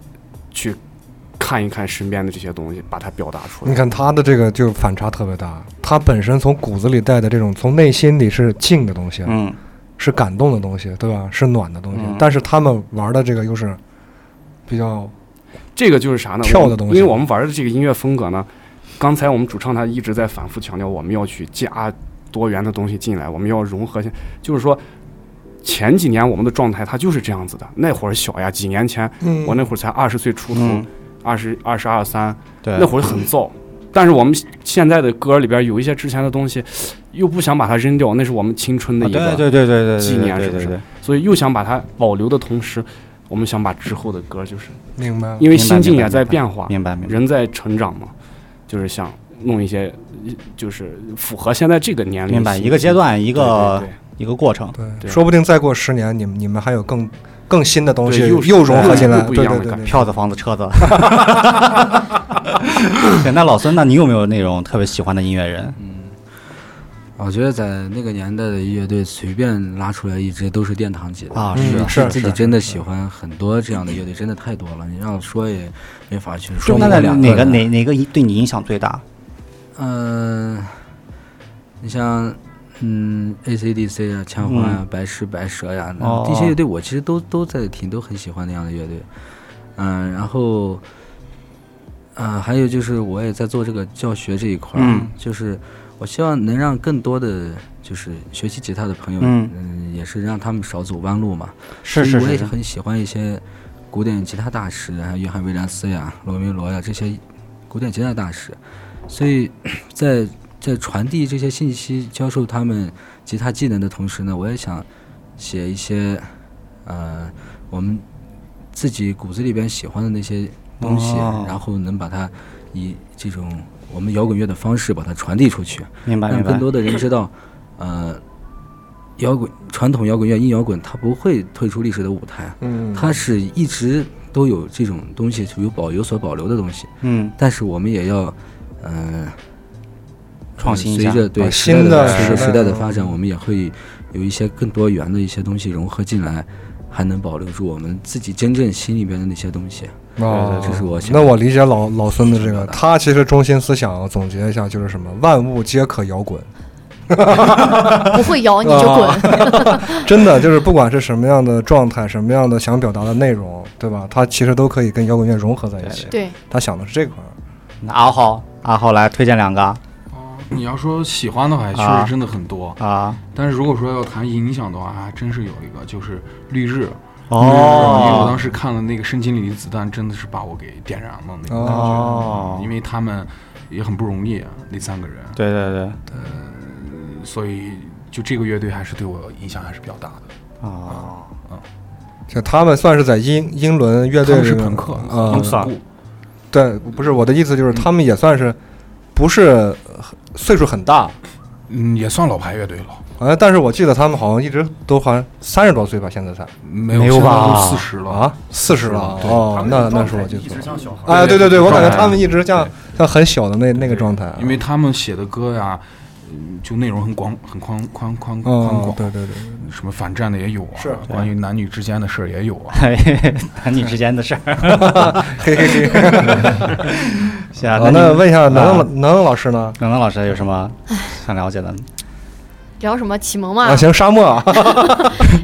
Speaker 5: 去看一看身边的这些东西，把它表达出
Speaker 3: 你
Speaker 5: 来。
Speaker 3: 看他的这个就反差特别大，他本身从骨子里带的这种从内心里是静的东西，啊
Speaker 1: 嗯，
Speaker 3: 是感动的东西，对吧？是暖的东西
Speaker 1: 嗯，
Speaker 3: 但是他们玩的这个又是比较
Speaker 5: 这个就是啥呢？
Speaker 3: 跳的
Speaker 5: 我们
Speaker 3: 东西
Speaker 5: 因为我们玩的这个音乐风格呢，刚才我们主唱他一直在反复强调，我们要去加多元的东西进来，我们要融合性，就是说。前几年我们的状态它就是这样子的，那会儿小呀，几年前、
Speaker 3: 嗯
Speaker 5: 我那会儿才二十岁出头
Speaker 1: 嗯，
Speaker 5: 二十二十二三，
Speaker 1: 对，
Speaker 5: 那会儿很燥。但是我们现在的歌里边有一些之前的东西，又不想把它扔掉，那是我们青春的一个，
Speaker 1: 啊对对对对对对，
Speaker 5: 纪念是不
Speaker 1: 对
Speaker 5: 是
Speaker 1: 对对
Speaker 5: 所以又想把它保留的同时，我们想把之后的歌，就是
Speaker 3: 明白。
Speaker 5: 因
Speaker 1: 明白
Speaker 5: 为心境
Speaker 1: 明白
Speaker 5: 也在
Speaker 1: 明白
Speaker 5: 变化，
Speaker 1: 明白明白。
Speaker 5: 人在成长嘛，就是想弄一些，就是符合现在这个年龄，
Speaker 1: 明白，一个阶，段一
Speaker 5: 一
Speaker 1: 个一个过程，
Speaker 3: 对，
Speaker 5: 对
Speaker 3: 说不定再过十年，你们你们还有更更新的东西
Speaker 5: 对又是
Speaker 3: 又融合进来，
Speaker 5: 又不
Speaker 3: 对
Speaker 5: 一样的
Speaker 3: 对对
Speaker 5: 感
Speaker 3: 对，
Speaker 1: 票子、房子、
Speaker 5: [laughs]
Speaker 1: 车子。对，那老孙，那你有没有那种特别喜欢的音乐人？
Speaker 5: 嗯
Speaker 6: 我觉得在那个年代的乐队，随便拉出来一支都是殿堂级的
Speaker 1: 啊
Speaker 6: 就是
Speaker 1: 啊
Speaker 3: 是
Speaker 6: 自己
Speaker 3: 是
Speaker 6: 真的喜欢很多这样的乐队，真的太多了，你让我说也没法去说。
Speaker 1: 那那哪个哪？哪个对你影响最大？
Speaker 6: 嗯，你像嗯，AC/DC 啊，枪花啊，白痴白蛇呀，那
Speaker 1: 嗯哦
Speaker 6: 这些乐队我其实都都在听，都很喜欢那样的乐队。嗯，然后，呃，还有就是我也在做这个教学这一块儿，
Speaker 1: 嗯
Speaker 6: 就是我希望能让更多的就是学习吉他的朋友，
Speaker 1: 嗯
Speaker 6: 嗯也是让他们少走弯路嘛。
Speaker 1: 是
Speaker 6: 所
Speaker 1: 是
Speaker 6: 以我也
Speaker 1: 是
Speaker 6: 是
Speaker 1: 是，
Speaker 6: 很喜欢一些古典吉他大师，还有约翰威廉斯呀、罗梅罗呀这些古典吉他大师，所以 [clears throat] 在在传递这些信息、教授他们吉他技能的同时呢，我也想写一些呃我们自己骨子里边喜欢的那些东西，
Speaker 1: 哦
Speaker 6: 然后能把它以这种我们摇滚乐的方式把它传递出去。
Speaker 1: 明白
Speaker 6: 让
Speaker 1: 明
Speaker 6: 更
Speaker 1: 白。
Speaker 6: 多的人知道，呃，摇滚传统摇滚乐硬摇滚它不会退出历史的舞台，啊
Speaker 3: 嗯，
Speaker 6: 它是一直都有这种东西有保有所保留的东西，
Speaker 1: 嗯，
Speaker 6: 但是我们也要，呃，
Speaker 1: 创新一
Speaker 6: 随
Speaker 1: 下
Speaker 6: 着对
Speaker 3: 啊
Speaker 6: 时代的
Speaker 3: 新的
Speaker 6: 随着
Speaker 3: 时代
Speaker 6: 时代的
Speaker 3: 嗯
Speaker 6: 发展，我们也会有一些更多元的一些东西融合进来。还能保留住我们自己真正心里边的那些东西，
Speaker 3: 哦，
Speaker 6: 这是我想
Speaker 3: 那我理解老老孙的这个，
Speaker 6: 的
Speaker 3: 他其实中心思想总结一下就是什么，万物皆可摇滚，
Speaker 2: 不会摇你就滚，
Speaker 3: 真的就是不管是什么样的状态，什么样的想表达的内容，对吧？他其实都可以跟摇滚乐融合在一起。
Speaker 2: 对，
Speaker 3: 他想的是这块儿，
Speaker 1: 那阿浩，阿浩来推荐两个
Speaker 7: 你要说喜欢的话，确
Speaker 1: 啊
Speaker 7: 实真的很多。
Speaker 1: 啊。
Speaker 7: 但是如果说要谈影响的话，还真是有一个，就是绿日。
Speaker 5: 嗯
Speaker 7: 因为我当
Speaker 1: 哦
Speaker 7: 时看了那个《深情里的子弹》，真的是把我给点燃了那个感觉。
Speaker 1: 哦
Speaker 7: 因，为他们也很不容易，啊那三个人，
Speaker 1: 对对对，
Speaker 7: 所以就这个乐队还是对我影响还是比较大的。
Speaker 1: 哦，
Speaker 3: 就他们算是在英英伦乐
Speaker 7: 他
Speaker 3: 队
Speaker 7: 们
Speaker 3: 里
Speaker 7: 是
Speaker 3: 面
Speaker 7: 朋克，
Speaker 1: 嗯
Speaker 3: 啊
Speaker 7: 很，
Speaker 1: 算
Speaker 7: 酷，
Speaker 3: 对，不是我的意思就是他们也算是不是岁数很大，
Speaker 7: 嗯，也算老牌乐队了，
Speaker 3: 呃，但是我记得他们好像一直都好像三十多岁吧，现在才
Speaker 7: 没
Speaker 1: 没有
Speaker 7: 有
Speaker 1: 吧
Speaker 7: 四十了
Speaker 3: 啊，四十了
Speaker 7: 对
Speaker 3: 哦，那那是我记
Speaker 9: 一
Speaker 3: 错
Speaker 9: 直
Speaker 3: 了。
Speaker 9: 像小孩儿。
Speaker 3: 哎，对对对，我感觉他们一直
Speaker 7: 状
Speaker 3: 像
Speaker 7: 态
Speaker 3: 像很小的那那个状态啊，
Speaker 7: 因为他们写的歌呀，嗯就内容很广、很宽、宽、宽、宽
Speaker 3: 嗯
Speaker 7: 广，，
Speaker 3: 对对对，
Speaker 7: 什么反战的也有啊，
Speaker 3: 是
Speaker 7: 关于男女之间的事儿也有啊。
Speaker 1: 哎男女之间的事儿。
Speaker 3: 嘿嘿嘿。
Speaker 1: [laughs]
Speaker 7: [laughs]
Speaker 1: 行啊
Speaker 3: 啊，那
Speaker 1: 你
Speaker 3: 问一下能
Speaker 1: 啊
Speaker 3: 能能老师呢？
Speaker 1: 能能老师有什么想了解的？
Speaker 2: 聊什么启蒙嘛
Speaker 3: 啊，？行，沙漠啊，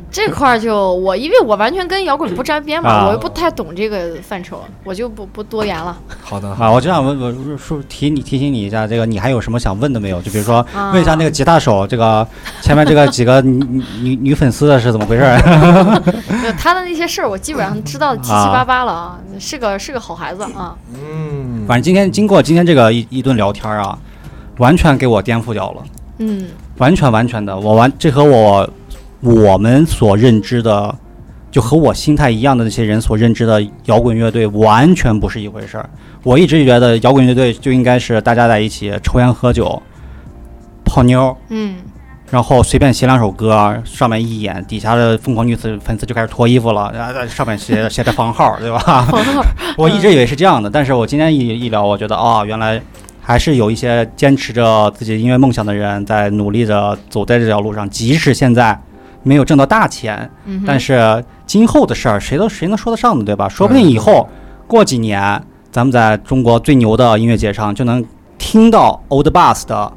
Speaker 2: 这块儿就我，因为我完全跟摇滚不沾边嘛，
Speaker 1: 啊
Speaker 2: 我又不太懂这个范畴，我就不不多言了。
Speaker 3: [laughs] 好的，
Speaker 1: 啊，我就想问问说提你提醒你一下，这个你还有什么想问的没有？就比如说
Speaker 2: 啊
Speaker 1: 问一下那个吉他手，这个前面这个几个女女女女粉丝的是怎么回事儿？ [laughs]
Speaker 2: 就他的那些事儿，我基本上知道的七七八八了啊，是个是个好孩子啊。
Speaker 3: 嗯，
Speaker 1: 反正今天经过今天这个一一顿聊天儿啊，完全给我颠覆掉了，
Speaker 2: 嗯，
Speaker 1: 完全完全的，我完这和我我们所认知的，就和我心态一样的那些人所认知的摇滚乐队完全不是一回事儿。我一直觉得摇滚乐队就应该是大家在一起抽烟喝酒、泡妞儿，
Speaker 2: 嗯，
Speaker 1: 然后随便写两首歌，上面一演，底下的疯狂女子粉丝就开始脱衣服了，然后在上面 [laughs] 写写着房号，嗯对吧？
Speaker 2: 好好，
Speaker 1: [laughs] 我一直以为是这样的，但是我今天一一聊，我觉得啊、原来还是有一些坚持着自己的音乐梦想的人在努力着走在这条路上，即使现在没有挣到大钱，
Speaker 2: 嗯哼，
Speaker 1: 但是今后的事儿，谁都谁能说得上的，对吧？说不
Speaker 2: 嗯
Speaker 1: 定以后过几年，咱们在中国最牛的音乐节上就能听到 Old Bus 的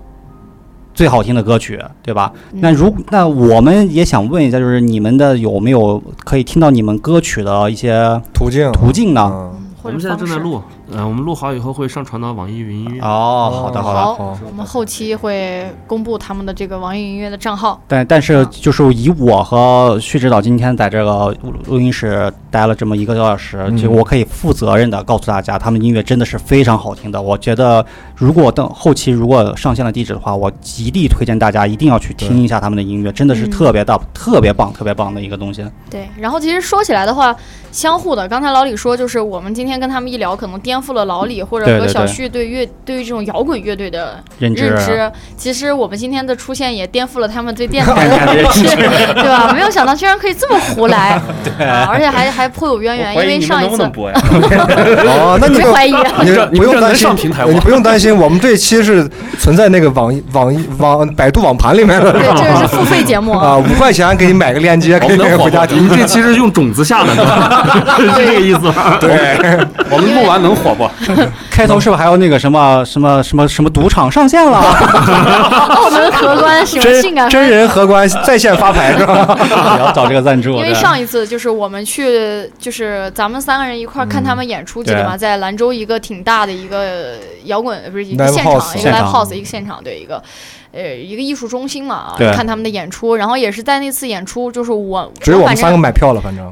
Speaker 1: 最好听的歌曲，对吧？
Speaker 2: 嗯
Speaker 1: 那如那我们也想问一下，就是你们的有没有可以听到你们歌曲的一些
Speaker 3: 途径
Speaker 1: 途径呢？
Speaker 3: 嗯
Speaker 2: 嗯
Speaker 4: 我
Speaker 2: 或者
Speaker 4: 们现在
Speaker 2: 方
Speaker 4: 正在
Speaker 2: 式
Speaker 4: 录，呃，我们录好以后会上传到网易云音乐。
Speaker 3: 啊
Speaker 1: 哦，好的好的。
Speaker 2: 好，我们后期会公布他们的这个网易音乐的账号。
Speaker 1: 但但是
Speaker 2: 嗯
Speaker 1: 就是以我和旭指导今天在这个录录音室待了这么一个多小时，就我可以负责任的告诉大家，他们音乐真的是非常好听的。我觉得如果等后期如果上线了地址的话，我极力推荐大家一定要去听一下他们的音乐，真的是
Speaker 2: 嗯
Speaker 1: 特别大、特别棒、特别棒的一个东西。
Speaker 2: 对，然后其实说起来的话，相互的。刚才老李说，就是我们今天跟他们一聊，可能颠覆了老李或者
Speaker 1: 对
Speaker 2: 和
Speaker 1: 对
Speaker 2: 小
Speaker 1: 对
Speaker 2: 旭对乐对于这种摇滚乐队的
Speaker 1: 认知
Speaker 2: 认知。其实我们今天的出现也颠覆了他们对电台的认知，对吧？没有想到居然可以这么胡来，啊、而且还还颇有渊源，
Speaker 8: 我
Speaker 2: 因
Speaker 8: 怀疑
Speaker 2: 为
Speaker 8: 你
Speaker 2: 上
Speaker 8: 们能
Speaker 2: 一
Speaker 8: 不
Speaker 2: 次
Speaker 8: 能。播呀？
Speaker 3: 哦，那你
Speaker 2: 别
Speaker 3: 就
Speaker 2: 怀疑，
Speaker 3: 你
Speaker 7: 这
Speaker 3: 不
Speaker 7: 你
Speaker 3: 用
Speaker 7: 这
Speaker 3: 担
Speaker 7: 能
Speaker 3: 心
Speaker 7: 上平台吗
Speaker 3: 你不用担心，我们这期是存在那个网易网易网百度网盘里面
Speaker 2: 对，
Speaker 3: 的
Speaker 2: 这是付费节目
Speaker 3: [laughs] 啊，五块钱给你买个链接，可
Speaker 4: 我
Speaker 3: 以
Speaker 4: 们能火
Speaker 3: 回家
Speaker 4: 吗？
Speaker 3: 听。
Speaker 4: 啊你们这期是用种子下的，是吧
Speaker 6: [laughs]
Speaker 4: 是这个意思吧？
Speaker 3: 对，
Speaker 5: 我们录完能火不？
Speaker 1: 开头是不是还有那个什么什么什么什么赌场上线了？ [laughs]
Speaker 2: 澳门荷官什么性
Speaker 3: 真
Speaker 2: 感
Speaker 3: 真人荷官在线发牌是吧？
Speaker 1: 也要找这个赞助。
Speaker 2: 因为
Speaker 1: 对
Speaker 2: 上一次就是我们去，就是咱们三个人一块儿看他
Speaker 3: 嗯
Speaker 2: 们演出，记得吗？在兰州一个挺大的一个摇滚，呃不是一个
Speaker 3: Live
Speaker 2: 现
Speaker 3: house
Speaker 2: 场，一个
Speaker 1: 现
Speaker 2: live
Speaker 1: 场
Speaker 2: house，一个现场，对一个。呃，一个艺术中心嘛啊，
Speaker 1: 对，
Speaker 2: 看他们的演出，然后也是在那次演出，就是我，
Speaker 3: 只有我
Speaker 2: 反
Speaker 3: 们三个
Speaker 2: 正
Speaker 3: 买票了，反正。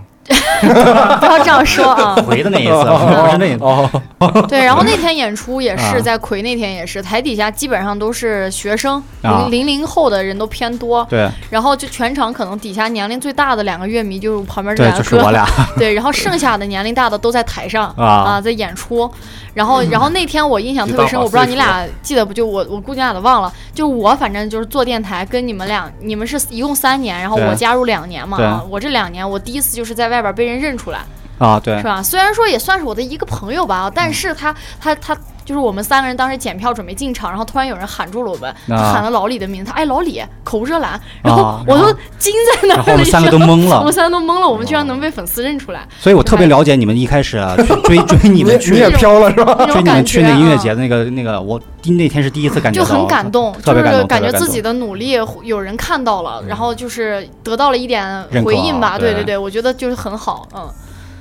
Speaker 2: 不要这样说啊
Speaker 1: 回的那一次，不是那
Speaker 2: [laughs]
Speaker 1: 一次
Speaker 3: 哦，
Speaker 1: [laughs]
Speaker 2: 对，然后那天演出也
Speaker 1: 啊
Speaker 2: 是在魁那天也是，台底下基本上都是学生，
Speaker 1: 啊
Speaker 2: 零零零后的人都偏多，
Speaker 1: 对
Speaker 2: 然后就全场可能底下年龄最大的两个乐迷就是旁边这
Speaker 1: 对，
Speaker 2: 两
Speaker 1: 就
Speaker 2: 个
Speaker 1: 是
Speaker 2: 哥
Speaker 1: 我俩
Speaker 2: [laughs]
Speaker 1: [laughs]
Speaker 2: 对，然后剩下的年龄大的都在台上
Speaker 1: 啊。
Speaker 2: 在演出。然后，然后那天我印象特别深，我不知道你俩记得不？就我，我估计你俩都忘了。就我反正就是做电台，跟你们俩，你们是一共三年，然后
Speaker 1: 对
Speaker 2: 我加入两年嘛。
Speaker 1: 对
Speaker 2: 啊我这两年，我第一次就是在外边被人认出来，
Speaker 1: 啊，对嗯
Speaker 2: 是，吧？虽然说也算是我的一个朋友吧，但是他他他就是我们三个人当时检票准备进场，然后突然有人喊住了我们，他
Speaker 1: 啊
Speaker 2: 喊了老李的名字，他哎老李口无遮拦，然后
Speaker 1: 啊
Speaker 2: 我
Speaker 1: 然后
Speaker 2: 都惊在那
Speaker 1: 然后我
Speaker 2: 儿了
Speaker 1: 们
Speaker 2: 一
Speaker 1: 三
Speaker 2: 下
Speaker 1: 个。
Speaker 2: [laughs]
Speaker 1: 都懵
Speaker 2: 我
Speaker 1: 了哦
Speaker 2: 们，三个都懵了，我们居然能被粉丝认
Speaker 1: [laughs]
Speaker 2: 出来，
Speaker 1: 所以我特别了解你们一开始啊，去追追你
Speaker 2: [laughs]
Speaker 3: 你
Speaker 1: 们去
Speaker 3: 你也飘了是吧？
Speaker 2: 那
Speaker 1: 追
Speaker 2: 种
Speaker 1: 你
Speaker 2: 感
Speaker 1: 们
Speaker 2: 觉
Speaker 1: 去
Speaker 2: 啊嗯
Speaker 1: 那音乐节的那个那个，我第那天是第一次感觉
Speaker 2: 就
Speaker 1: 到，
Speaker 2: 很感动，
Speaker 1: 特别感
Speaker 2: 就是
Speaker 1: 动
Speaker 2: 感
Speaker 1: 特别
Speaker 2: 觉
Speaker 1: 感
Speaker 2: 自己的努力有人看到了，然后就是得到了一点
Speaker 1: 认可
Speaker 2: 回应吧。对
Speaker 1: 对
Speaker 2: 对，我觉得就是很好，嗯。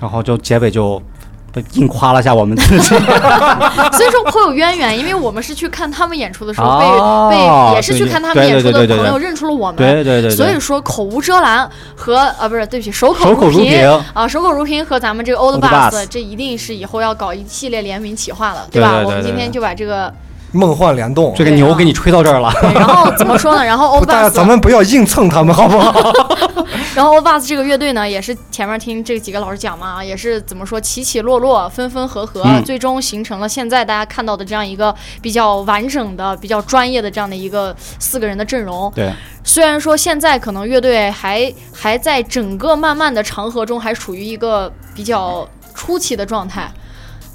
Speaker 1: 然后就结尾就被硬夸了一下我
Speaker 2: [laughs]
Speaker 1: 们自己，
Speaker 2: 所以说颇有渊源，因为我们是去看他们演出的时候，
Speaker 1: 哦
Speaker 2: 被被也是去
Speaker 1: 对
Speaker 2: 看他们
Speaker 1: 对
Speaker 2: 演出的
Speaker 1: 对对对
Speaker 2: 朋友
Speaker 1: 对
Speaker 2: 认出了我们，
Speaker 1: 对对对对，
Speaker 2: 所以说口无遮拦和啊不是对不起守口
Speaker 1: 守口如
Speaker 2: 瓶
Speaker 1: 瓶。
Speaker 2: 啊，守口如瓶和咱们这个 Old
Speaker 1: Old
Speaker 2: Bus，
Speaker 1: Bus
Speaker 2: 这一定是以后要搞一系列联名企划了，
Speaker 1: 对
Speaker 2: 吧？
Speaker 1: 对对
Speaker 2: 我们
Speaker 1: 对
Speaker 2: 今天
Speaker 1: 对
Speaker 2: 就把这个
Speaker 3: 梦幻联动。
Speaker 1: 这个牛给你吹到这儿了，
Speaker 2: 对，然后怎么说呢？然
Speaker 1: [laughs]
Speaker 2: 后
Speaker 3: 不大家
Speaker 2: Obas，
Speaker 3: 咱们不要硬蹭他们，好不好？
Speaker 2: 然后 Obas 这个乐队呢，也是前面听这几个老师讲嘛，也是怎么说起起落落，分分合合，
Speaker 5: 嗯
Speaker 2: 最终形成了现在大家看到的这样一个比较完整的、比较专业的这样的一个四个人的阵容。
Speaker 1: 对，
Speaker 2: 虽然说现在可能乐队还还在整个慢慢的长河中还处于一个比较初期的状态。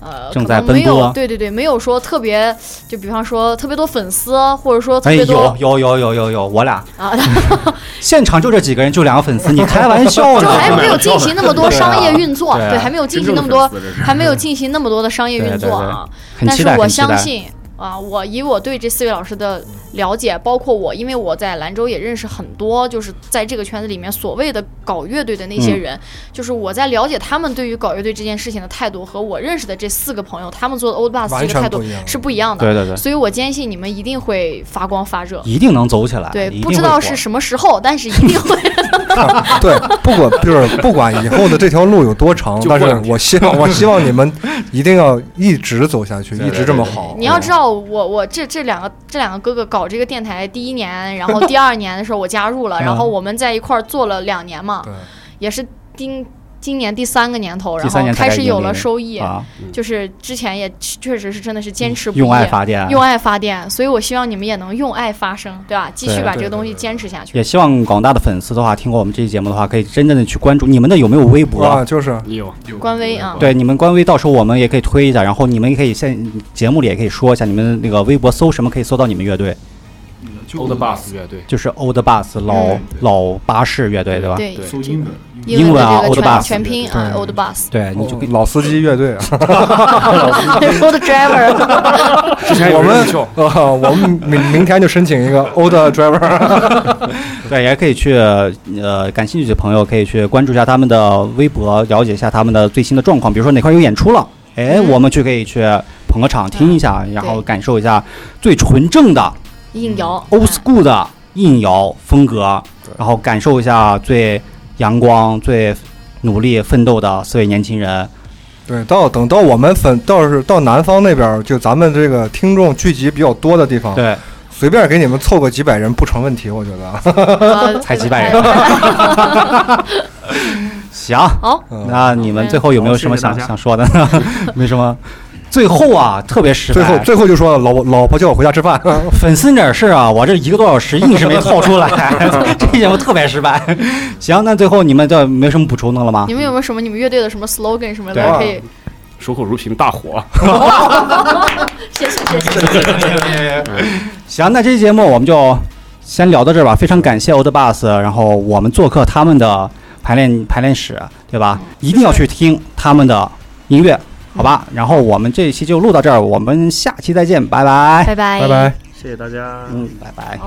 Speaker 2: 呃，
Speaker 1: 正在
Speaker 2: 可能没
Speaker 1: 奔波
Speaker 2: 有，对对对，没有说特别，就比方说特别多粉丝，或者说特
Speaker 1: 哎，
Speaker 2: 别多、
Speaker 1: 有有有有有有，我俩
Speaker 2: 啊， [laughs]
Speaker 1: 现场就这几个人，就两个粉丝，你开玩笑
Speaker 2: 就
Speaker 1: 呢？
Speaker 2: 还没有进行那么多商业运作，
Speaker 1: 对啊
Speaker 2: 对，还没有进行那么多，还没有进行那么多的商业运作啊。
Speaker 1: 很
Speaker 2: 但
Speaker 1: 期
Speaker 2: 是
Speaker 1: 待，
Speaker 2: 我
Speaker 1: 很期
Speaker 2: 相
Speaker 1: 待。
Speaker 2: 信啊，我以我对这四位老师的了解，包括我，因为我在兰州也认识很多，就是在这个圈子里面所谓的搞乐队的那
Speaker 1: 嗯
Speaker 2: 些人，就是我在了解他们对于搞乐队这件事情的态度，和我认识的这四个朋友他们做的 Old Bus
Speaker 3: 完
Speaker 2: 这个态
Speaker 3: 全不
Speaker 2: 度
Speaker 3: 一样。
Speaker 2: 是不一样的。
Speaker 1: 对对对，
Speaker 2: 所以我坚信你们一定会发光发热。
Speaker 1: 一定能走起来。
Speaker 2: 对，
Speaker 1: 一定
Speaker 2: 不
Speaker 1: 会
Speaker 2: 知道
Speaker 1: 火
Speaker 2: 是什么时候，但是一定会。
Speaker 5: [laughs]
Speaker 3: 对，不管就是不管以后的这条路有多长，
Speaker 5: 就
Speaker 3: 但
Speaker 5: 过两
Speaker 3: 是我希望我希望你们一定要一直走下去，一直这么好。
Speaker 2: 你要知道我，我这这两个这两个哥哥搞这个电台第一年，然后第二年的时候我加入了，然后我们在一块儿做了两年嘛，
Speaker 3: 对，
Speaker 2: 也是今今年第三个年头，然
Speaker 1: 第三
Speaker 2: 后
Speaker 1: 年才
Speaker 2: 开
Speaker 1: 开始
Speaker 2: 始有
Speaker 1: 盈利
Speaker 2: 了收益，
Speaker 1: 啊，
Speaker 2: 就是之前也确实是真的是坚持不
Speaker 1: 用爱
Speaker 2: 易。
Speaker 1: 发电，啊
Speaker 2: 用爱发电，所以我希望你们也能用爱发声，对吧？继续
Speaker 1: 对
Speaker 2: 把
Speaker 3: 对
Speaker 2: 这个东西
Speaker 3: 对对
Speaker 2: 坚持下去。
Speaker 1: 也希望广大的粉丝的话，听过我们这期节目的话，可以真正的去关注你们的有没有微博啊
Speaker 3: 啊，就是
Speaker 5: 有
Speaker 2: 官微啊，
Speaker 1: 对，你们官微到时候我们也可以推一下，然后你们也可以现节目里也可以说一下，你们那个微博搜什么可以搜到你们乐队，
Speaker 5: Old Bus 乐队，
Speaker 1: 就是 Old Bus 老
Speaker 2: 嗯
Speaker 1: 老巴士乐队，对吧？
Speaker 2: 对，
Speaker 9: 搜英文，
Speaker 1: 英
Speaker 2: 英
Speaker 1: 文
Speaker 2: 文
Speaker 1: 啊
Speaker 2: 的这个
Speaker 1: Old Bus
Speaker 2: 全全拼啊
Speaker 3: 对
Speaker 2: ，old bus
Speaker 1: 对，你就可以
Speaker 3: 老司机乐队啊，
Speaker 2: old driver，
Speaker 5: [laughs] 之前
Speaker 3: 我
Speaker 5: 有
Speaker 3: 们
Speaker 5: 人秀
Speaker 3: 啊，我们明明天就申请一个 old driver， [laughs]
Speaker 1: 对，也可以去呃，感兴趣的朋友可以去关注一下他们的微博，了解一下他们的最新的状况，比如说哪块有演出了，哎，
Speaker 2: 嗯
Speaker 1: 我们去可以去捧个场听一下，然后
Speaker 2: 对
Speaker 1: 感受一下最纯正的
Speaker 2: 应摇
Speaker 1: old
Speaker 2: 哎
Speaker 1: school 的硬摇风格，然后感受一下最阳光、最努力奋斗的四位年轻人。
Speaker 3: 对，到等到我们粉到是到南方那边儿，就咱们这个听众聚集比较多的地方，
Speaker 1: 对，
Speaker 3: 随便给你们凑个几百人不成问题，我觉得。啊
Speaker 2: 呃
Speaker 1: 才几百人。行，
Speaker 2: 好，
Speaker 3: 嗯
Speaker 1: 那你们最后有没有什么想
Speaker 4: 好谢谢大家
Speaker 1: 想说的呢？
Speaker 3: [laughs]
Speaker 1: 没什么。最后啊，特别实在。
Speaker 3: 最后最后就说了，老老婆叫我回家吃饭，
Speaker 1: [laughs] 粉丝那点事啊，我这一个多小时硬是没套出来， [laughs] 这节目特别失败。行，那最后你们这没什么补充的了吗
Speaker 2: 你？们有没有什么你们乐队的什么 slogan 什么
Speaker 1: 对啊
Speaker 2: 的可以？
Speaker 5: 守口如瓶大火，
Speaker 2: 谢谢谢
Speaker 1: [laughs]
Speaker 2: 谢。
Speaker 1: 行，那这期节目我们就先聊到这儿吧。非常感谢 Old Bus，然后我们做客他们的排练排练室，对吧？一定要去听他们的音乐，好吧？然后我们这一期就录到这儿，我们下期再见，拜拜。
Speaker 2: 拜拜
Speaker 3: 拜拜。
Speaker 8: 谢谢大家。
Speaker 1: 嗯，拜拜。